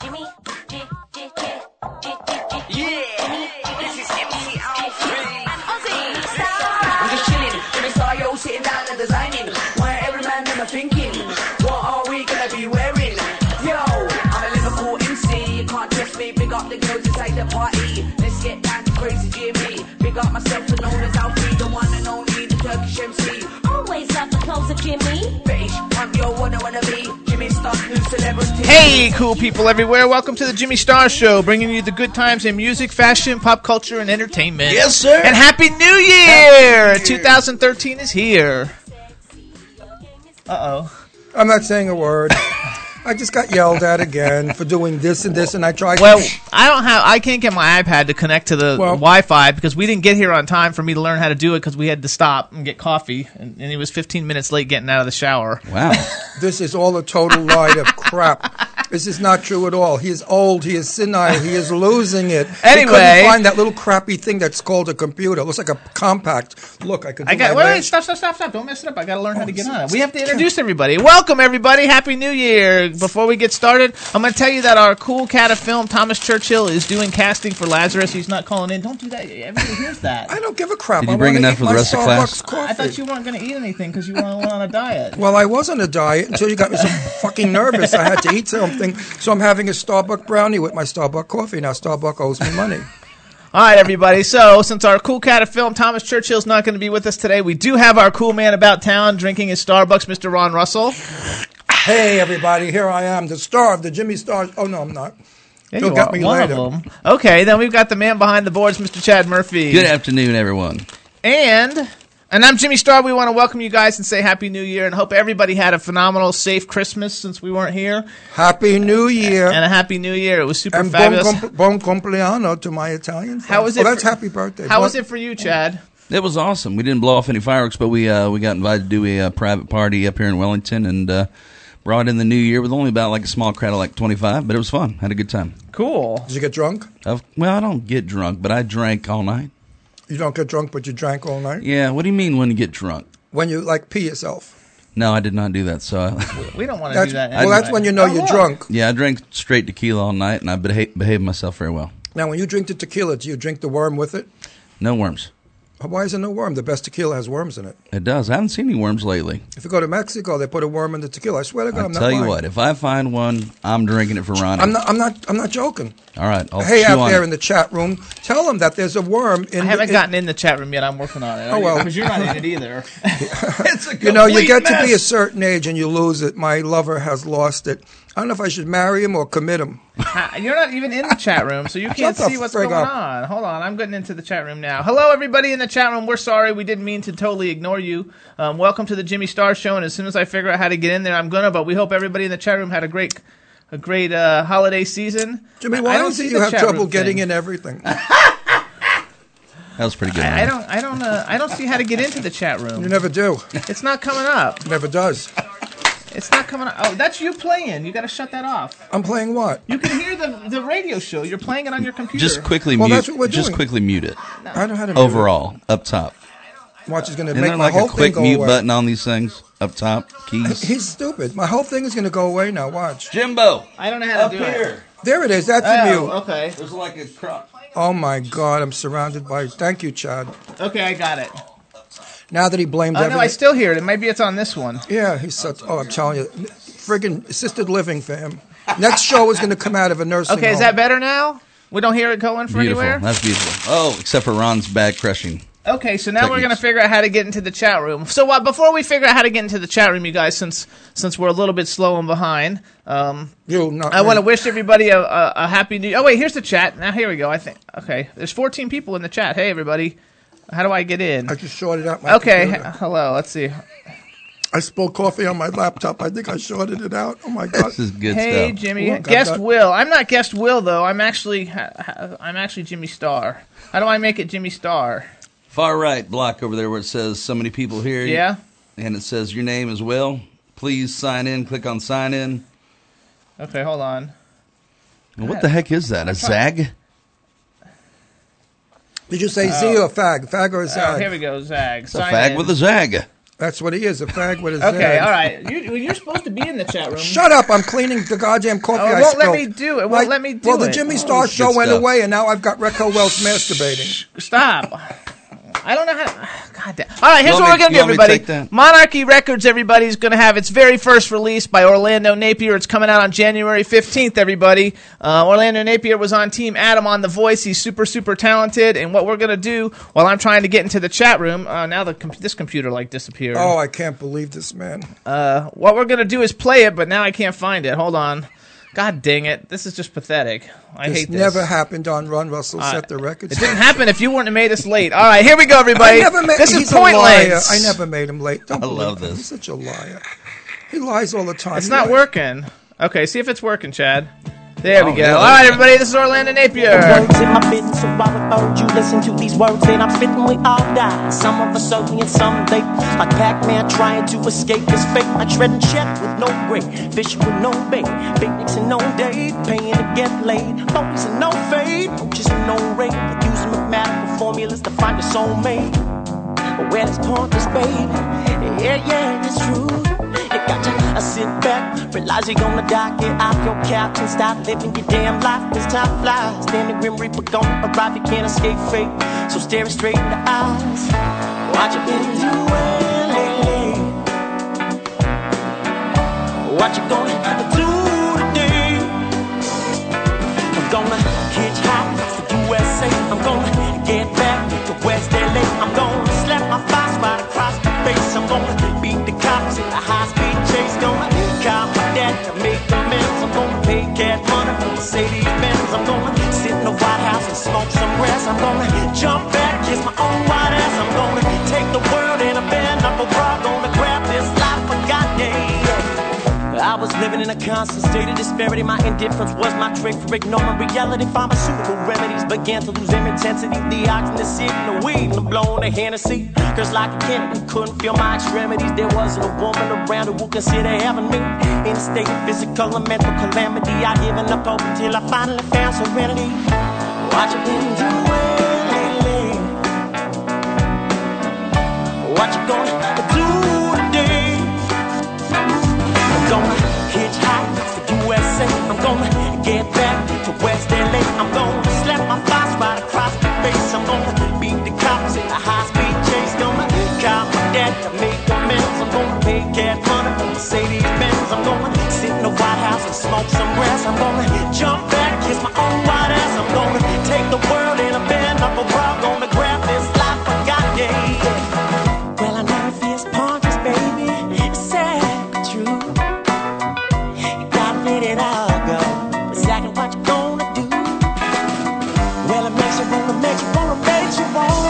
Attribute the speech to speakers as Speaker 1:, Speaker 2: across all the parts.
Speaker 1: Jimmy, J, J, J, J, J, J. Yeah, this is MC Alfred. I'm Ozzy. Star.
Speaker 2: I'm just chilling. Jimmy saw yo sitting down and designing. Why every man never thinking? What are we gonna be wearing? Yo, I'm a Liverpool MC. You can't trust me. Big up the girls inside the party. Let's get down to crazy Jimmy. Big up myself and known as Alfie, the one and only, the Turkish MC.
Speaker 1: Always love the clothes of Jimmy.
Speaker 2: British, I'm yo, what I wanna be. Jimmy Stark, new celebrity.
Speaker 3: Hey, cool people everywhere. Welcome to the Jimmy Star Show, bringing you the good times in music, fashion, pop culture, and entertainment.
Speaker 4: Yes, sir.
Speaker 3: And Happy New Year! 2013 is here. Uh oh.
Speaker 4: I'm not saying a word. I just got yelled at again for doing this and this, and I tried.
Speaker 3: Well, I don't have. I can't get my iPad to connect to the
Speaker 4: Well-
Speaker 3: Wi-Fi because we didn't get here on time for me to learn how to do it because we had to stop and get coffee, and, and he was 15 minutes late getting out of the shower.
Speaker 5: Wow.
Speaker 4: this is all a total lie of crap. This is not true at all. He is old. He is senile. He is losing it. he
Speaker 3: Anyway.
Speaker 4: couldn't find that little crappy thing that's called a computer. It looks like a compact. Look, I could. Do
Speaker 3: I got.
Speaker 4: my
Speaker 3: Wait, wait,
Speaker 4: math.
Speaker 3: stop, stop, stop, stop! Don't mess it up. I got to learn how to get
Speaker 4: it's-
Speaker 3: on it.
Speaker 4: Oh, it's-
Speaker 3: We have to introduce everybody. Welcome, everybody. Happy New Year! Before we get started, I'm going to tell you that our cool cat of film, Thomas Churchill, is doing casting for Lazarus. He's not calling in. Don't do that. Everybody hears that.
Speaker 4: I don't give a crap.
Speaker 5: Did
Speaker 4: I
Speaker 5: you bring
Speaker 4: wanna
Speaker 5: enough
Speaker 4: eat
Speaker 5: for the
Speaker 4: my
Speaker 5: rest of class?
Speaker 4: Starbucks coffee.
Speaker 3: I thought you weren't going to eat anything because you were on on a diet.
Speaker 4: Well, I was on a diet until you got me so fucking nervous. I had to eat something, so I'm having a Starbucks brownie with my Starbucks coffee. Now Starbucks owes me money.
Speaker 3: All right, everybody. So, since our cool cat of film, Thomas Churchill's not going to be with us today, we do have our cool man about town drinking his Starbucks, Mr. Ron Russell.
Speaker 4: Hey, everybody! Here I am, the star of the Jimmy Star. Oh no, I'm not.
Speaker 3: Yeah,
Speaker 4: You'll
Speaker 3: you
Speaker 4: get
Speaker 3: are
Speaker 4: me
Speaker 3: one
Speaker 4: later.
Speaker 3: of them. Okay, then we've got the man behind the boards, Mr. Chad Murphy.
Speaker 5: Good afternoon, everyone.
Speaker 3: And. And I'm Jimmy Starr. We want to welcome you guys and say Happy New Year and hope everybody had a phenomenal, safe Christmas since we weren't here.
Speaker 4: Happy New Year.
Speaker 3: And a Happy New Year. It was super
Speaker 4: And bon,
Speaker 3: fabulous.
Speaker 4: compl- bon compleanno to my Italian friends.
Speaker 3: How was it
Speaker 4: Oh, that's
Speaker 3: for-
Speaker 4: happy birthday.
Speaker 3: How
Speaker 4: Bon-
Speaker 3: was it for you, Chad?
Speaker 5: It was awesome. We didn't blow off any fireworks, but we uh, we got invited to do a uh, private party up here in Wellington and uh, brought in the new year with only about like a small crowd of like 25, but it was fun. Had a good time.
Speaker 3: Cool.
Speaker 4: Did you get drunk?
Speaker 5: I've, well, I don't get drunk, but I drank all night.
Speaker 4: You don't get drunk, but you drank all night?
Speaker 5: Yeah, what do you mean when you get drunk?
Speaker 4: When you, like, pee yourself.
Speaker 5: No, I did not do that. So, I,
Speaker 3: We don't want to
Speaker 4: That's,
Speaker 3: do that.
Speaker 4: well, that's
Speaker 3: anyway.
Speaker 4: when you know
Speaker 3: Oh,
Speaker 4: you're
Speaker 3: look.
Speaker 4: drunk.
Speaker 5: yeah, I drank straight tequila all night and I beha- behaved myself very well.
Speaker 4: Now, when you drink the tequila, do you drink the worm with it?
Speaker 5: No worms.
Speaker 4: Why is there no worm? The best tequila has worms in it.
Speaker 5: It does. I haven't seen any worms lately.
Speaker 4: If you go to Mexico, they put a worm in the tequila. I swear to God,
Speaker 5: I
Speaker 4: am not
Speaker 5: tell you
Speaker 4: lying.
Speaker 5: what, if I find one, I'm drinking it for Ronnie.
Speaker 4: I'm not, I'm not, I'm not joking.
Speaker 5: All right, I'll
Speaker 4: hey,
Speaker 5: chew
Speaker 4: out
Speaker 5: on
Speaker 4: there
Speaker 5: it.
Speaker 4: in the chat room, tell them that there's a worm in
Speaker 3: I haven't
Speaker 4: the,
Speaker 3: gotten in the chat room yet. I'm working on it.
Speaker 4: Oh, well.
Speaker 3: because you're not in it either. it's a
Speaker 4: You know, you
Speaker 3: complete
Speaker 4: get to be a
Speaker 3: mess.
Speaker 4: certain age and you lose it. My lover has lost it. I don't know if I should marry him or commit him.
Speaker 3: Ha- You're not even in the chat room, so you can't
Speaker 4: Shut the
Speaker 3: see what's
Speaker 4: frig
Speaker 3: going
Speaker 4: up.
Speaker 3: on. Hold on, I'm getting into the chat room now. Hello, everybody in the chat room. We're sorry we didn't mean to totally ignore you. Um, welcome to the Jimmy Star Show, and as soon as I figure out how to get in there, I'm gonna. But we hope everybody in the chat room had a great, a great uh, holiday season.
Speaker 4: Jimmy,
Speaker 3: I-
Speaker 4: why
Speaker 3: I don't
Speaker 4: is
Speaker 3: see
Speaker 4: it
Speaker 3: the
Speaker 4: you have
Speaker 3: chat
Speaker 4: trouble
Speaker 3: room
Speaker 4: getting
Speaker 3: thing.
Speaker 4: in everything?
Speaker 5: That was pretty good.
Speaker 3: I I
Speaker 5: Ronnie.
Speaker 3: don't, I don't, uh, I don't see how to get into the chat
Speaker 4: You
Speaker 3: room.
Speaker 4: never do.
Speaker 3: It's not coming up.
Speaker 4: Never does.
Speaker 3: It's not coming up. Oh, that's you playing. You got to shut that off.
Speaker 4: I'm playing what?
Speaker 3: You can hear the, the radio show. You're playing it on your computer.
Speaker 5: Just quickly
Speaker 4: Well,
Speaker 5: mute.
Speaker 4: that's what we're
Speaker 5: just
Speaker 4: doing.
Speaker 5: quickly mute it.
Speaker 4: I don't know how to
Speaker 5: Overall, up top.
Speaker 4: Watch is going to
Speaker 5: Isn't
Speaker 4: make
Speaker 5: there
Speaker 4: my
Speaker 5: like
Speaker 4: whole
Speaker 5: a
Speaker 4: thing
Speaker 5: quick
Speaker 4: go
Speaker 5: mute
Speaker 4: away.
Speaker 5: button on these things? Up top, keys.
Speaker 4: He's stupid. My whole thing is going to go away now. Watch.
Speaker 5: Jimbo,
Speaker 3: I don't know how to do it.
Speaker 4: There it is. That's a
Speaker 3: Oh,
Speaker 4: mute.
Speaker 3: okay.
Speaker 5: There's like a crop.
Speaker 4: Oh my God! I'm surrounded by. Thank you, Chad.
Speaker 3: Okay, I got it.
Speaker 4: Now that he blamed
Speaker 3: Oh, no, I
Speaker 4: everything.
Speaker 3: still hear it. Maybe it's on this one.
Speaker 4: yeah, he's such. Oh, I'm telling you, friggin' assisted living for him. Next show is going to come out of a nursing
Speaker 3: Okay, is
Speaker 4: home.
Speaker 3: that better now? We don't hear it going from
Speaker 5: Beautiful.
Speaker 3: anywhere?
Speaker 5: That's beautiful. Oh, except for Ron's bag crushing.
Speaker 3: Okay, so now we're
Speaker 5: Techniques.
Speaker 3: going to figure out how to get into the chat room. So uh, before we figure out how to get into the chat room, you guys, since since we're a little bit slow and behind, um,
Speaker 4: you? Not
Speaker 3: I
Speaker 4: me.
Speaker 3: want to wish everybody a, a, a happy new. Oh wait, here's the chat. Now here we go. I think okay. There's 14 people in the chat. Hey everybody, how do I get in?
Speaker 4: I just shorted out my.
Speaker 3: Okay,
Speaker 4: computer.
Speaker 3: hello. Let's see.
Speaker 4: I spilled coffee on my laptop. I think I shorted it out. Oh my god!
Speaker 5: This is good
Speaker 3: Hey,
Speaker 5: stuff.
Speaker 3: Jimmy.
Speaker 4: Look, I
Speaker 3: guest
Speaker 4: got-
Speaker 3: Will. I'm not guest Will though. I'm actually ha- ha- I'm actually Jimmy Star. How do I make it Jimmy Star?
Speaker 5: Far right block over there where it says so many people here.
Speaker 3: Yeah.
Speaker 5: And it says your name as well. Please sign in. Click on sign in.
Speaker 3: Okay, hold on.
Speaker 5: And what the heck is that? A zag?
Speaker 4: Did you say Z or fag? Fag or
Speaker 3: Oh, here
Speaker 4: zag?
Speaker 3: we go. Zag.
Speaker 5: A
Speaker 3: Sign
Speaker 5: fag
Speaker 3: in.
Speaker 5: with a zag.
Speaker 4: That's what he is. A fag with a zag.
Speaker 3: Okay, all right. You, you're supposed to be in the chat room.
Speaker 4: Shut up! I'm cleaning the goddamn coffee.
Speaker 3: Oh, it
Speaker 4: I
Speaker 3: won't let
Speaker 4: spilled.
Speaker 3: me do it. It won't
Speaker 4: Like-
Speaker 3: let me do
Speaker 4: Well, the
Speaker 3: it.
Speaker 4: Jimmy Star
Speaker 5: Oh, good
Speaker 4: show went
Speaker 5: stuff.
Speaker 4: away, and now I've got Recco Welch masturbating.
Speaker 3: Stop. I don't know how. God damn. All right, here's
Speaker 5: You
Speaker 3: what we're
Speaker 5: want me-
Speaker 3: gonna do,
Speaker 5: you want me to take
Speaker 3: everybody.
Speaker 5: that?
Speaker 3: Monarchy Records, everybody's gonna have its very first release by Orlando Napier. It's coming out on January 15th, everybody. Uh, Orlando Napier was on Team Adam on The Voice. He's super, super talented. And what we're gonna do while I'm trying to get into the chat room, uh, now the com- this computer like disappeared.
Speaker 4: Oh, I can't believe this man.
Speaker 3: Uh, what we're gonna do is play it, but now I can't find it. Hold on. God dang it! This is just pathetic. I
Speaker 4: This
Speaker 3: hate this.
Speaker 4: never happened on Ron Russell. set the record.
Speaker 3: Uh, It didn't happen if you weren't have made us late. All right, here we go, everybody.
Speaker 4: I never made.
Speaker 3: this
Speaker 4: he's
Speaker 3: is
Speaker 4: a
Speaker 3: point
Speaker 4: liar.
Speaker 3: Lance.
Speaker 4: I never made him late. Don't
Speaker 5: I love
Speaker 4: believe him. He's
Speaker 5: this.
Speaker 4: such a liar. He lies all the time.
Speaker 3: It's not
Speaker 4: He lies.
Speaker 3: working. Okay, see if it's working, Chad. There we
Speaker 5: Oh,
Speaker 3: go.
Speaker 5: yeah.
Speaker 3: All right, everybody. This is Orlando Napier.
Speaker 6: Words in my bitten, so I would urge you listen to these words that I'm spitting. We all die. Some of us early and some late. Like Pac-Man trying to escape his fate. I shred and check with no break. Fish with no bait. Picnics and no date. Paying to get laid. Ponies and no fade. Roaches and no rate. Like using mathematical formulas to find a soulmate. But where this torn is babe. Yeah, yeah, it's true. It got you. I sit back, realize you're gonna die. Get off your couch and stop living your damn life. This time flies. Damn the grim reaper gonna arrive. You can't escape fate. So stare it straight in the eyes. What you been doing lately? What you gonna do today? I'm gonna hitchhike to the USA. I'm gonna get back to West LA. I'm gonna slap my thighs right across the face. I'm gonna beat the cops in a high speed chase. Gonna cop my dad to make amends. I'm gonna pay cash money for Mercedes Benz. I'm gonna sit in the White House and smoke some grass. I'm gonna jump back, kiss my own white ass. I'm gonna take the world in a bare knuckle bra. Gonna grab this life for goddamn. I was living in a constant state of disparity. My indifference was my trick for ignoring reality. Pharmaceutical remedies began to lose their intensity. The oxygen, the city, the weed, and the blown, the Hennessy. Cause like a kid who couldn't feel my extremities, there wasn't a woman around who would consider having me. In a state of physical and mental calamity, I given up hope until I finally found serenity. What you been doing lately? What you gonna do today? I'm gonna hitchhike to the USA. I'm gonna get back to West LA. I'm gonna slap my thighs right across the face. I'm gonna beat the cops in a high speed chase. Gonna cop my dad to make amends. I'm gonna pay cash money for Mercedes Benz. I'm gonna sit in the White House and smoke some grass. I'm gonna jump back, kiss my own white ass. I'm gonna take the world in a bend. I'm gonna grab this life I got, yeah. Well, I know it feels pointless, baby. It's sad, but true. You gotta let it all go. Exactly what you gonna do. Well, it makes you wanna, makes you wanna, makes you wanna.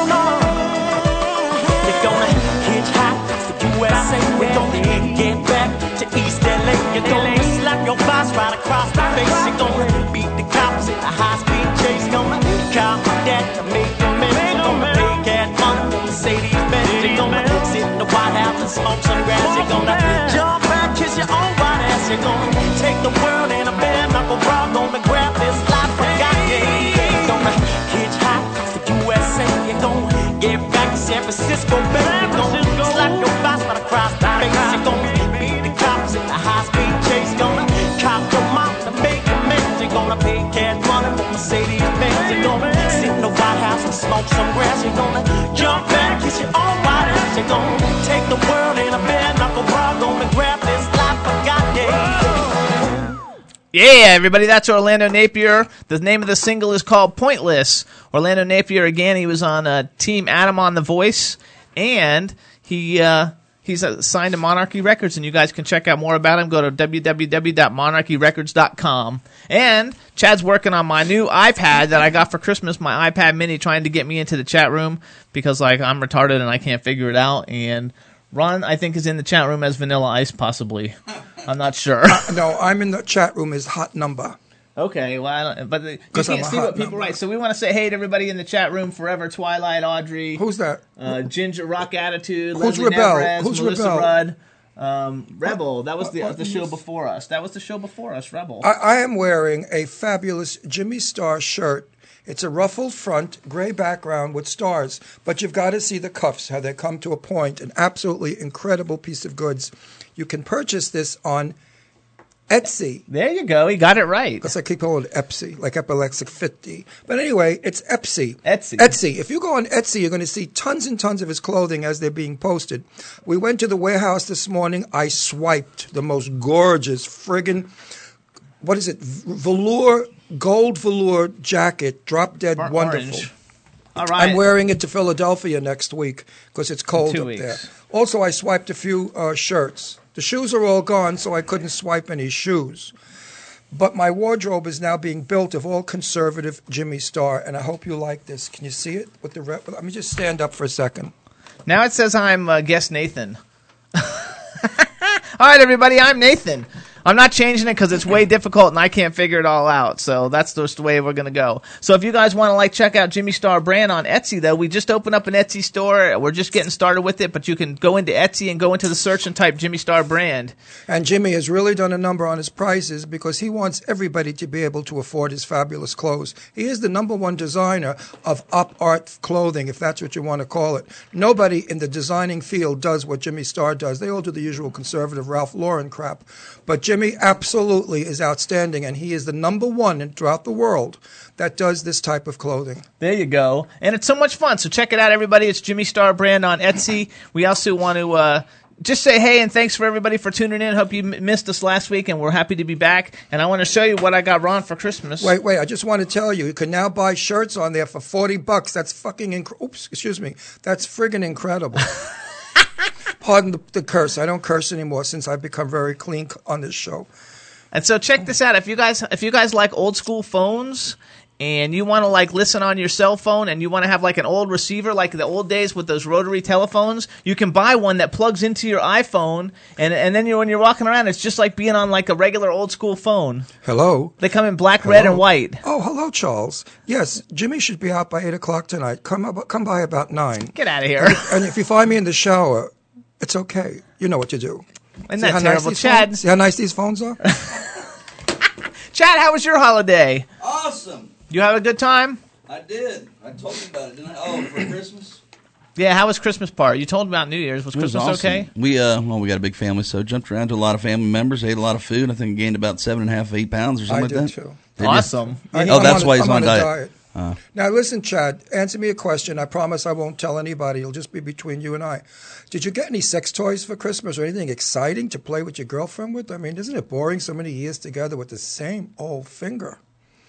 Speaker 6: You're gonna hitchhike to the USA. We're gonna get back to East LA. You're gonna slap your boss right across the face. You're gonna beat the cops in a high speed chase. Gonna call my dad to make amends. You're gonna pay gas money for Mercedes Benz. You're gonna sit in the White House and smoke some grass. You're gonna jump back, kiss your own white ass. You're gonna take the world in a bare knuckle brawl. Gonna grab this life I got. Yeah, gonna hitchhike to the USA. You're gonna get back to San Francisco, baby. You're gonna slap your boss right across the face. You're gonna beat the cops in a high speed chase. Gonna cop your mom to make amends. You're gonna pay cash money for Mercedes Benz. You're gonna sit in the White House and smoke some grass. You're gonna jump back, kiss your own white ass. You're gonna take the world in a bare knuckle brawl. Gonna grab this life I got. Yeah.
Speaker 3: Yeah, everybody. That's Orlando Napier. The name of the single is called Pointless. Orlando Napier again. He was on uh, Team Adam on The Voice, and he uh, he's uh, signed to Monarchy Records. And you guys can check out more about him. Go to www.monarchyrecords.com. And Chad's working on my new iPad that I got for Christmas. My iPad Mini, trying to get me into the chat room because like I'm retarded and I can't figure it out. And Ron, I think, is in the chat room as Vanilla Ice, possibly. I'm not sure.
Speaker 4: No, I'm in the chat room. Is hot number.
Speaker 3: Okay, well, I don't, but the, you
Speaker 4: 'Cause
Speaker 3: can't
Speaker 4: I'm a
Speaker 3: see
Speaker 4: hot
Speaker 3: what people
Speaker 4: number.
Speaker 3: write. So we want to say hey to everybody in the chat room forever. Twilight, Audrey,
Speaker 4: Who's that?
Speaker 3: uh, Ginger Rock Attitude,
Speaker 4: Who's
Speaker 3: Leslie
Speaker 4: Rebel?
Speaker 3: Neverez,
Speaker 4: Who's
Speaker 3: Melissa
Speaker 4: Rebel?
Speaker 3: Rudd, um, Rebel. That was the
Speaker 4: what-
Speaker 3: the show before us. That was the show before us. Rebel.
Speaker 4: I, I am wearing a fabulous Jimmy Star shirt. It's a ruffled front, gray background with stars, but you've got to see the cuffs, how they come to a point. An absolutely incredible piece of goods. You can purchase this on Etsy.
Speaker 3: there you go. He got it right.
Speaker 4: Because I keep calling it Epsy, like Epilexic 50. But anyway, it's Epsy.
Speaker 3: Etsy.
Speaker 4: Etsy. If you go on Etsy, you're going to see tons and tons of his clothing as they're being posted. We went to the warehouse this morning. I swiped the most gorgeous friggin', what is it, v- velour, gold velour jacket, drop dead
Speaker 3: Or-
Speaker 4: wonderful.
Speaker 3: Orange. All right.
Speaker 4: I'm wearing it to Philadelphia next week because it's cold
Speaker 3: Two
Speaker 4: up
Speaker 3: weeks.
Speaker 4: there. Also, I swiped a few uh, shirts. The shoes are all gone, so I couldn't swipe any shoes. But my wardrobe is now being built of all conservative Jimmy Star, and I hope you like this. Can you see it with the rep? Let me just stand up for a second.
Speaker 3: Now it says I'm uh, guest Nathan. all right, everybody, I'm Nathan. I'm not changing it because it's way difficult and I can't figure it all out. So that's just the way we're gonna go. So if you guys want to like check out Jimmy Star Brand on Etsy, though, we just opened up an Etsy store. We're just getting started with it, but you can go into Etsy and go into the search and type Jimmy Star Brand.
Speaker 4: And Jimmy has really done a number on his prices because he wants everybody to be able to afford his fabulous clothes. He is the number one designer of op art clothing, if that's what you want to call it. Nobody in the designing field does what Jimmy Starr does. They all do the usual conservative Ralph Lauren crap. But Jimmy absolutely is outstanding, and he is the number one in- throughout the world that does this type of clothing.
Speaker 3: There you go. And it's so much fun. So check it out, everybody. It's Jimmy Star Brand on Etsy. We also want to uh, just say hey and thanks for everybody for tuning in. Hope you m- missed us last week, and we're happy to be back. And I want to show you what I got Ron for Christmas.
Speaker 4: Wait, wait! I just want to tell you, you can now buy shirts on there for forty bucks. That's fucking. Inc- Oops, excuse me. That's friggin' incredible. Pardon the, the curse. I don't curse anymore since I've become very clean c- on this show.
Speaker 3: And so check this out. If you guys if you guys like old school phones and you want to like listen on your cell phone and you want to have like an old receiver like the old days with those rotary telephones, you can buy one that plugs into your iPhone and and then you when you're walking around it's just like being on like a regular old school phone.
Speaker 4: Hello.
Speaker 3: They come in black, red and
Speaker 4: Hello?
Speaker 3: white.
Speaker 4: Oh, hello, Charles. Yes, Jimmy should be out by eight o'clock tonight. Come ab- come by about nine.
Speaker 3: Get out of here.
Speaker 4: And if you find me in the shower, it's okay. You know what to do.
Speaker 3: Isn't
Speaker 4: See
Speaker 3: that
Speaker 4: how nice
Speaker 3: terrible?
Speaker 4: these
Speaker 3: Chad,
Speaker 4: phones- see how nice these phones are.
Speaker 3: Chad, how was your holiday?
Speaker 7: Awesome.
Speaker 3: You have a good time?
Speaker 7: I did. I told you about it, didn't I? Oh, for Christmas?
Speaker 3: Yeah, how was Christmas part? You told me about New Year's. Was
Speaker 5: It was
Speaker 3: Christmas
Speaker 5: awesome.
Speaker 3: okay?
Speaker 5: We uh, well, we got a big family, so jumped around to a lot of family members, ate a lot of food. I think gained about seven and a half, eight pounds or something
Speaker 4: I
Speaker 5: like
Speaker 4: did
Speaker 5: that.
Speaker 4: too.
Speaker 5: Did you?
Speaker 3: awesome.
Speaker 4: I-
Speaker 5: Oh,
Speaker 4: I'm
Speaker 5: that's
Speaker 4: on a-
Speaker 5: why he's
Speaker 4: I'm
Speaker 5: on
Speaker 4: a
Speaker 5: diet. Uh.
Speaker 4: now listen, Chad. Answer me a question. I promise I won't tell anybody. It'll just be between you and I. Did you get any sex toys for Christmas or anything exciting to play with your girlfriend with? I mean, isn't it boring so many years together with the same old finger?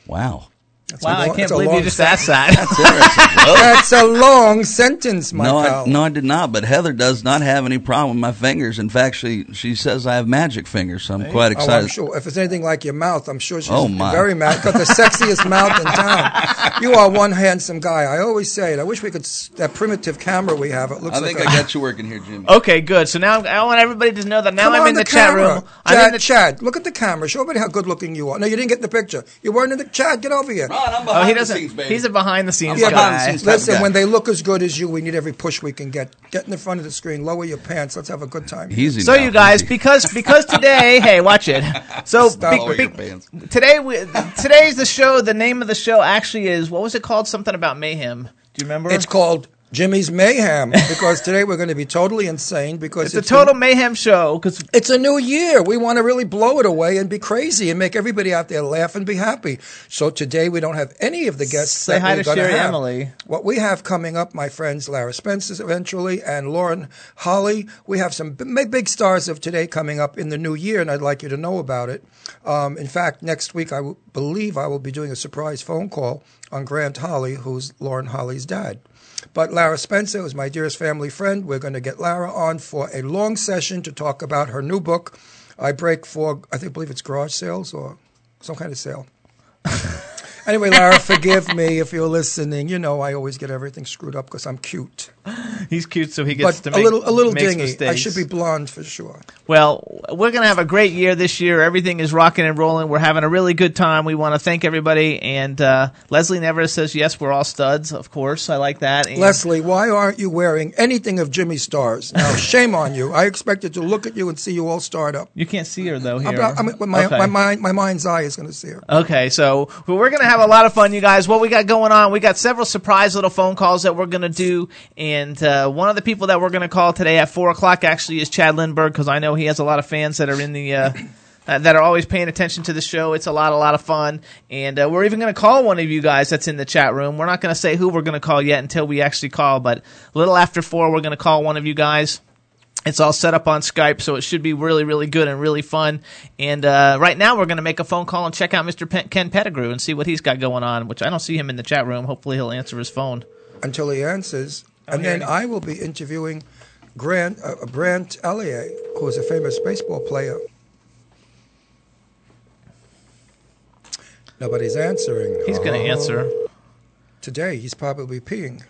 Speaker 5: Wow.
Speaker 4: That's
Speaker 3: Wow,
Speaker 4: a long-
Speaker 3: I can't
Speaker 4: it's a
Speaker 3: believe you
Speaker 4: long
Speaker 3: just
Speaker 4: sen-
Speaker 3: asked that.
Speaker 4: That's a long sentence, my
Speaker 5: no, I,
Speaker 4: pal.
Speaker 5: no, I did not. But Heather does not have any problem with my fingers. In fact, she she says I have magic fingers, so I'm quite
Speaker 4: Oh,
Speaker 5: excited.
Speaker 4: I'm sure. If it's anything like your mouth, I'm sure she's
Speaker 5: Oh, my.
Speaker 4: very mad. Got the sexiest mouth in town. You are one handsome guy. I always say it. I wish we could. s- That primitive camera we have. It looks
Speaker 5: I
Speaker 4: like
Speaker 5: think
Speaker 4: a,
Speaker 5: I got you working here, Jimmy.
Speaker 3: okay, good. So now I want everybody to know that now
Speaker 4: Come
Speaker 3: I'm
Speaker 4: on
Speaker 3: in the, chat
Speaker 4: camera.
Speaker 3: room.
Speaker 4: Chad,
Speaker 3: I'm in the
Speaker 4: Chad, look at the camera. Show everybody how good looking you are. No, you didn't get the picture. You weren't in the Chad. Get over here.
Speaker 7: Ron, I'm
Speaker 3: Oh,
Speaker 7: behind
Speaker 3: he
Speaker 7: the
Speaker 3: doesn't.
Speaker 7: scenes, baby.
Speaker 3: he's a behind the scenes
Speaker 7: I'm behind the
Speaker 3: guy.
Speaker 7: scenes.
Speaker 4: Listen,
Speaker 7: Yeah.
Speaker 4: when they look as good as you, we need every push we can get. Get in the front of the screen. Lower your pants. Let's have a good time.
Speaker 5: Easy.
Speaker 3: So
Speaker 5: now,
Speaker 3: you guys,
Speaker 5: easy.
Speaker 3: because because today, hey, watch it. So
Speaker 5: Lower your pants.
Speaker 3: today, we, today's the show. The name of the show actually is what was it called? Something about mayhem. Do you remember?
Speaker 4: It's called Jimmy's Mayhem because today we're going to be totally insane because
Speaker 3: it's a total mayhem show because
Speaker 4: It's a new year. We want to really blow it away and be crazy and make everybody out there laugh and be happy. So today we don't have any of the guests.
Speaker 3: Say
Speaker 4: that
Speaker 3: hi to
Speaker 4: we're gonna
Speaker 3: Sherry
Speaker 4: have.
Speaker 3: Emily.
Speaker 4: What we have coming up, my friends, Lara Spencer eventually and Lauren Holly. We have some b- big stars of today coming up in the new year, and I'd like you to know about it. Um, in fact, next week I w- believe I will be doing a surprise phone call on Grant Holly, who's Lauren Holly's dad. But Lara Spencer is my dearest family friend. We're going to get Lara on for a long session to talk about her new book. I break for I think believe it's garage sales or some kind of sale. Anyway, Lara, forgive me if you're listening. You know I always get everything screwed up because I'm cute,
Speaker 3: He's cute, so he gets to
Speaker 4: but a
Speaker 3: make
Speaker 4: little a little
Speaker 3: makes
Speaker 4: dingy. I
Speaker 3: mistakes.
Speaker 4: should be blonde for sure.
Speaker 3: Well, we're going to have a great year this year. Everything is rocking and rolling. We're having a really good time. We want to thank everybody. And uh, Leslie Never says, yes, we're all studs, of course. I like that. And
Speaker 4: Leslie, why aren't you wearing anything of Jimmy Stars? Now, shame on you. I expected to look at you and see you all starred up.
Speaker 3: You can't see her, though, here.
Speaker 4: But I mean, with my,
Speaker 3: Okay.
Speaker 4: my, mind, my mind's eye is going to see her.
Speaker 3: Okay, so well, we're going to have a lot of fun, you guys. What we got going on, we got several surprise little phone calls that we're going to do. And uh, one of the people that we're going to call today at 4 o'clock actually is Chad Lindbergh, because I know he has a lot of fans that are in the. Uh, uh, that are always paying attention to the show. It's a lot, a lot of fun, and uh, we're even going to call one of you guys that's in the chat room. We're not going to say who we're going to call yet until we actually call, but a little after four, we're going to call one of you guys. It's all set up on Skype, so it should be really, really good and really fun. And uh, right now, we're going to make a phone call and check out Mr. Pen- Ken Pettigrew and see what he's got going on. Which I don't see him in the chat room. Hopefully, he'll answer his phone. Oh,
Speaker 4: until he answers, and
Speaker 3: yeah,
Speaker 4: then
Speaker 3: yeah.
Speaker 4: I will be interviewing Grant uh, Brant Elliott, who is a famous baseball player. Nobody's answering.
Speaker 3: He's going to
Speaker 4: Oh,
Speaker 3: answer
Speaker 4: today. He's probably peeing,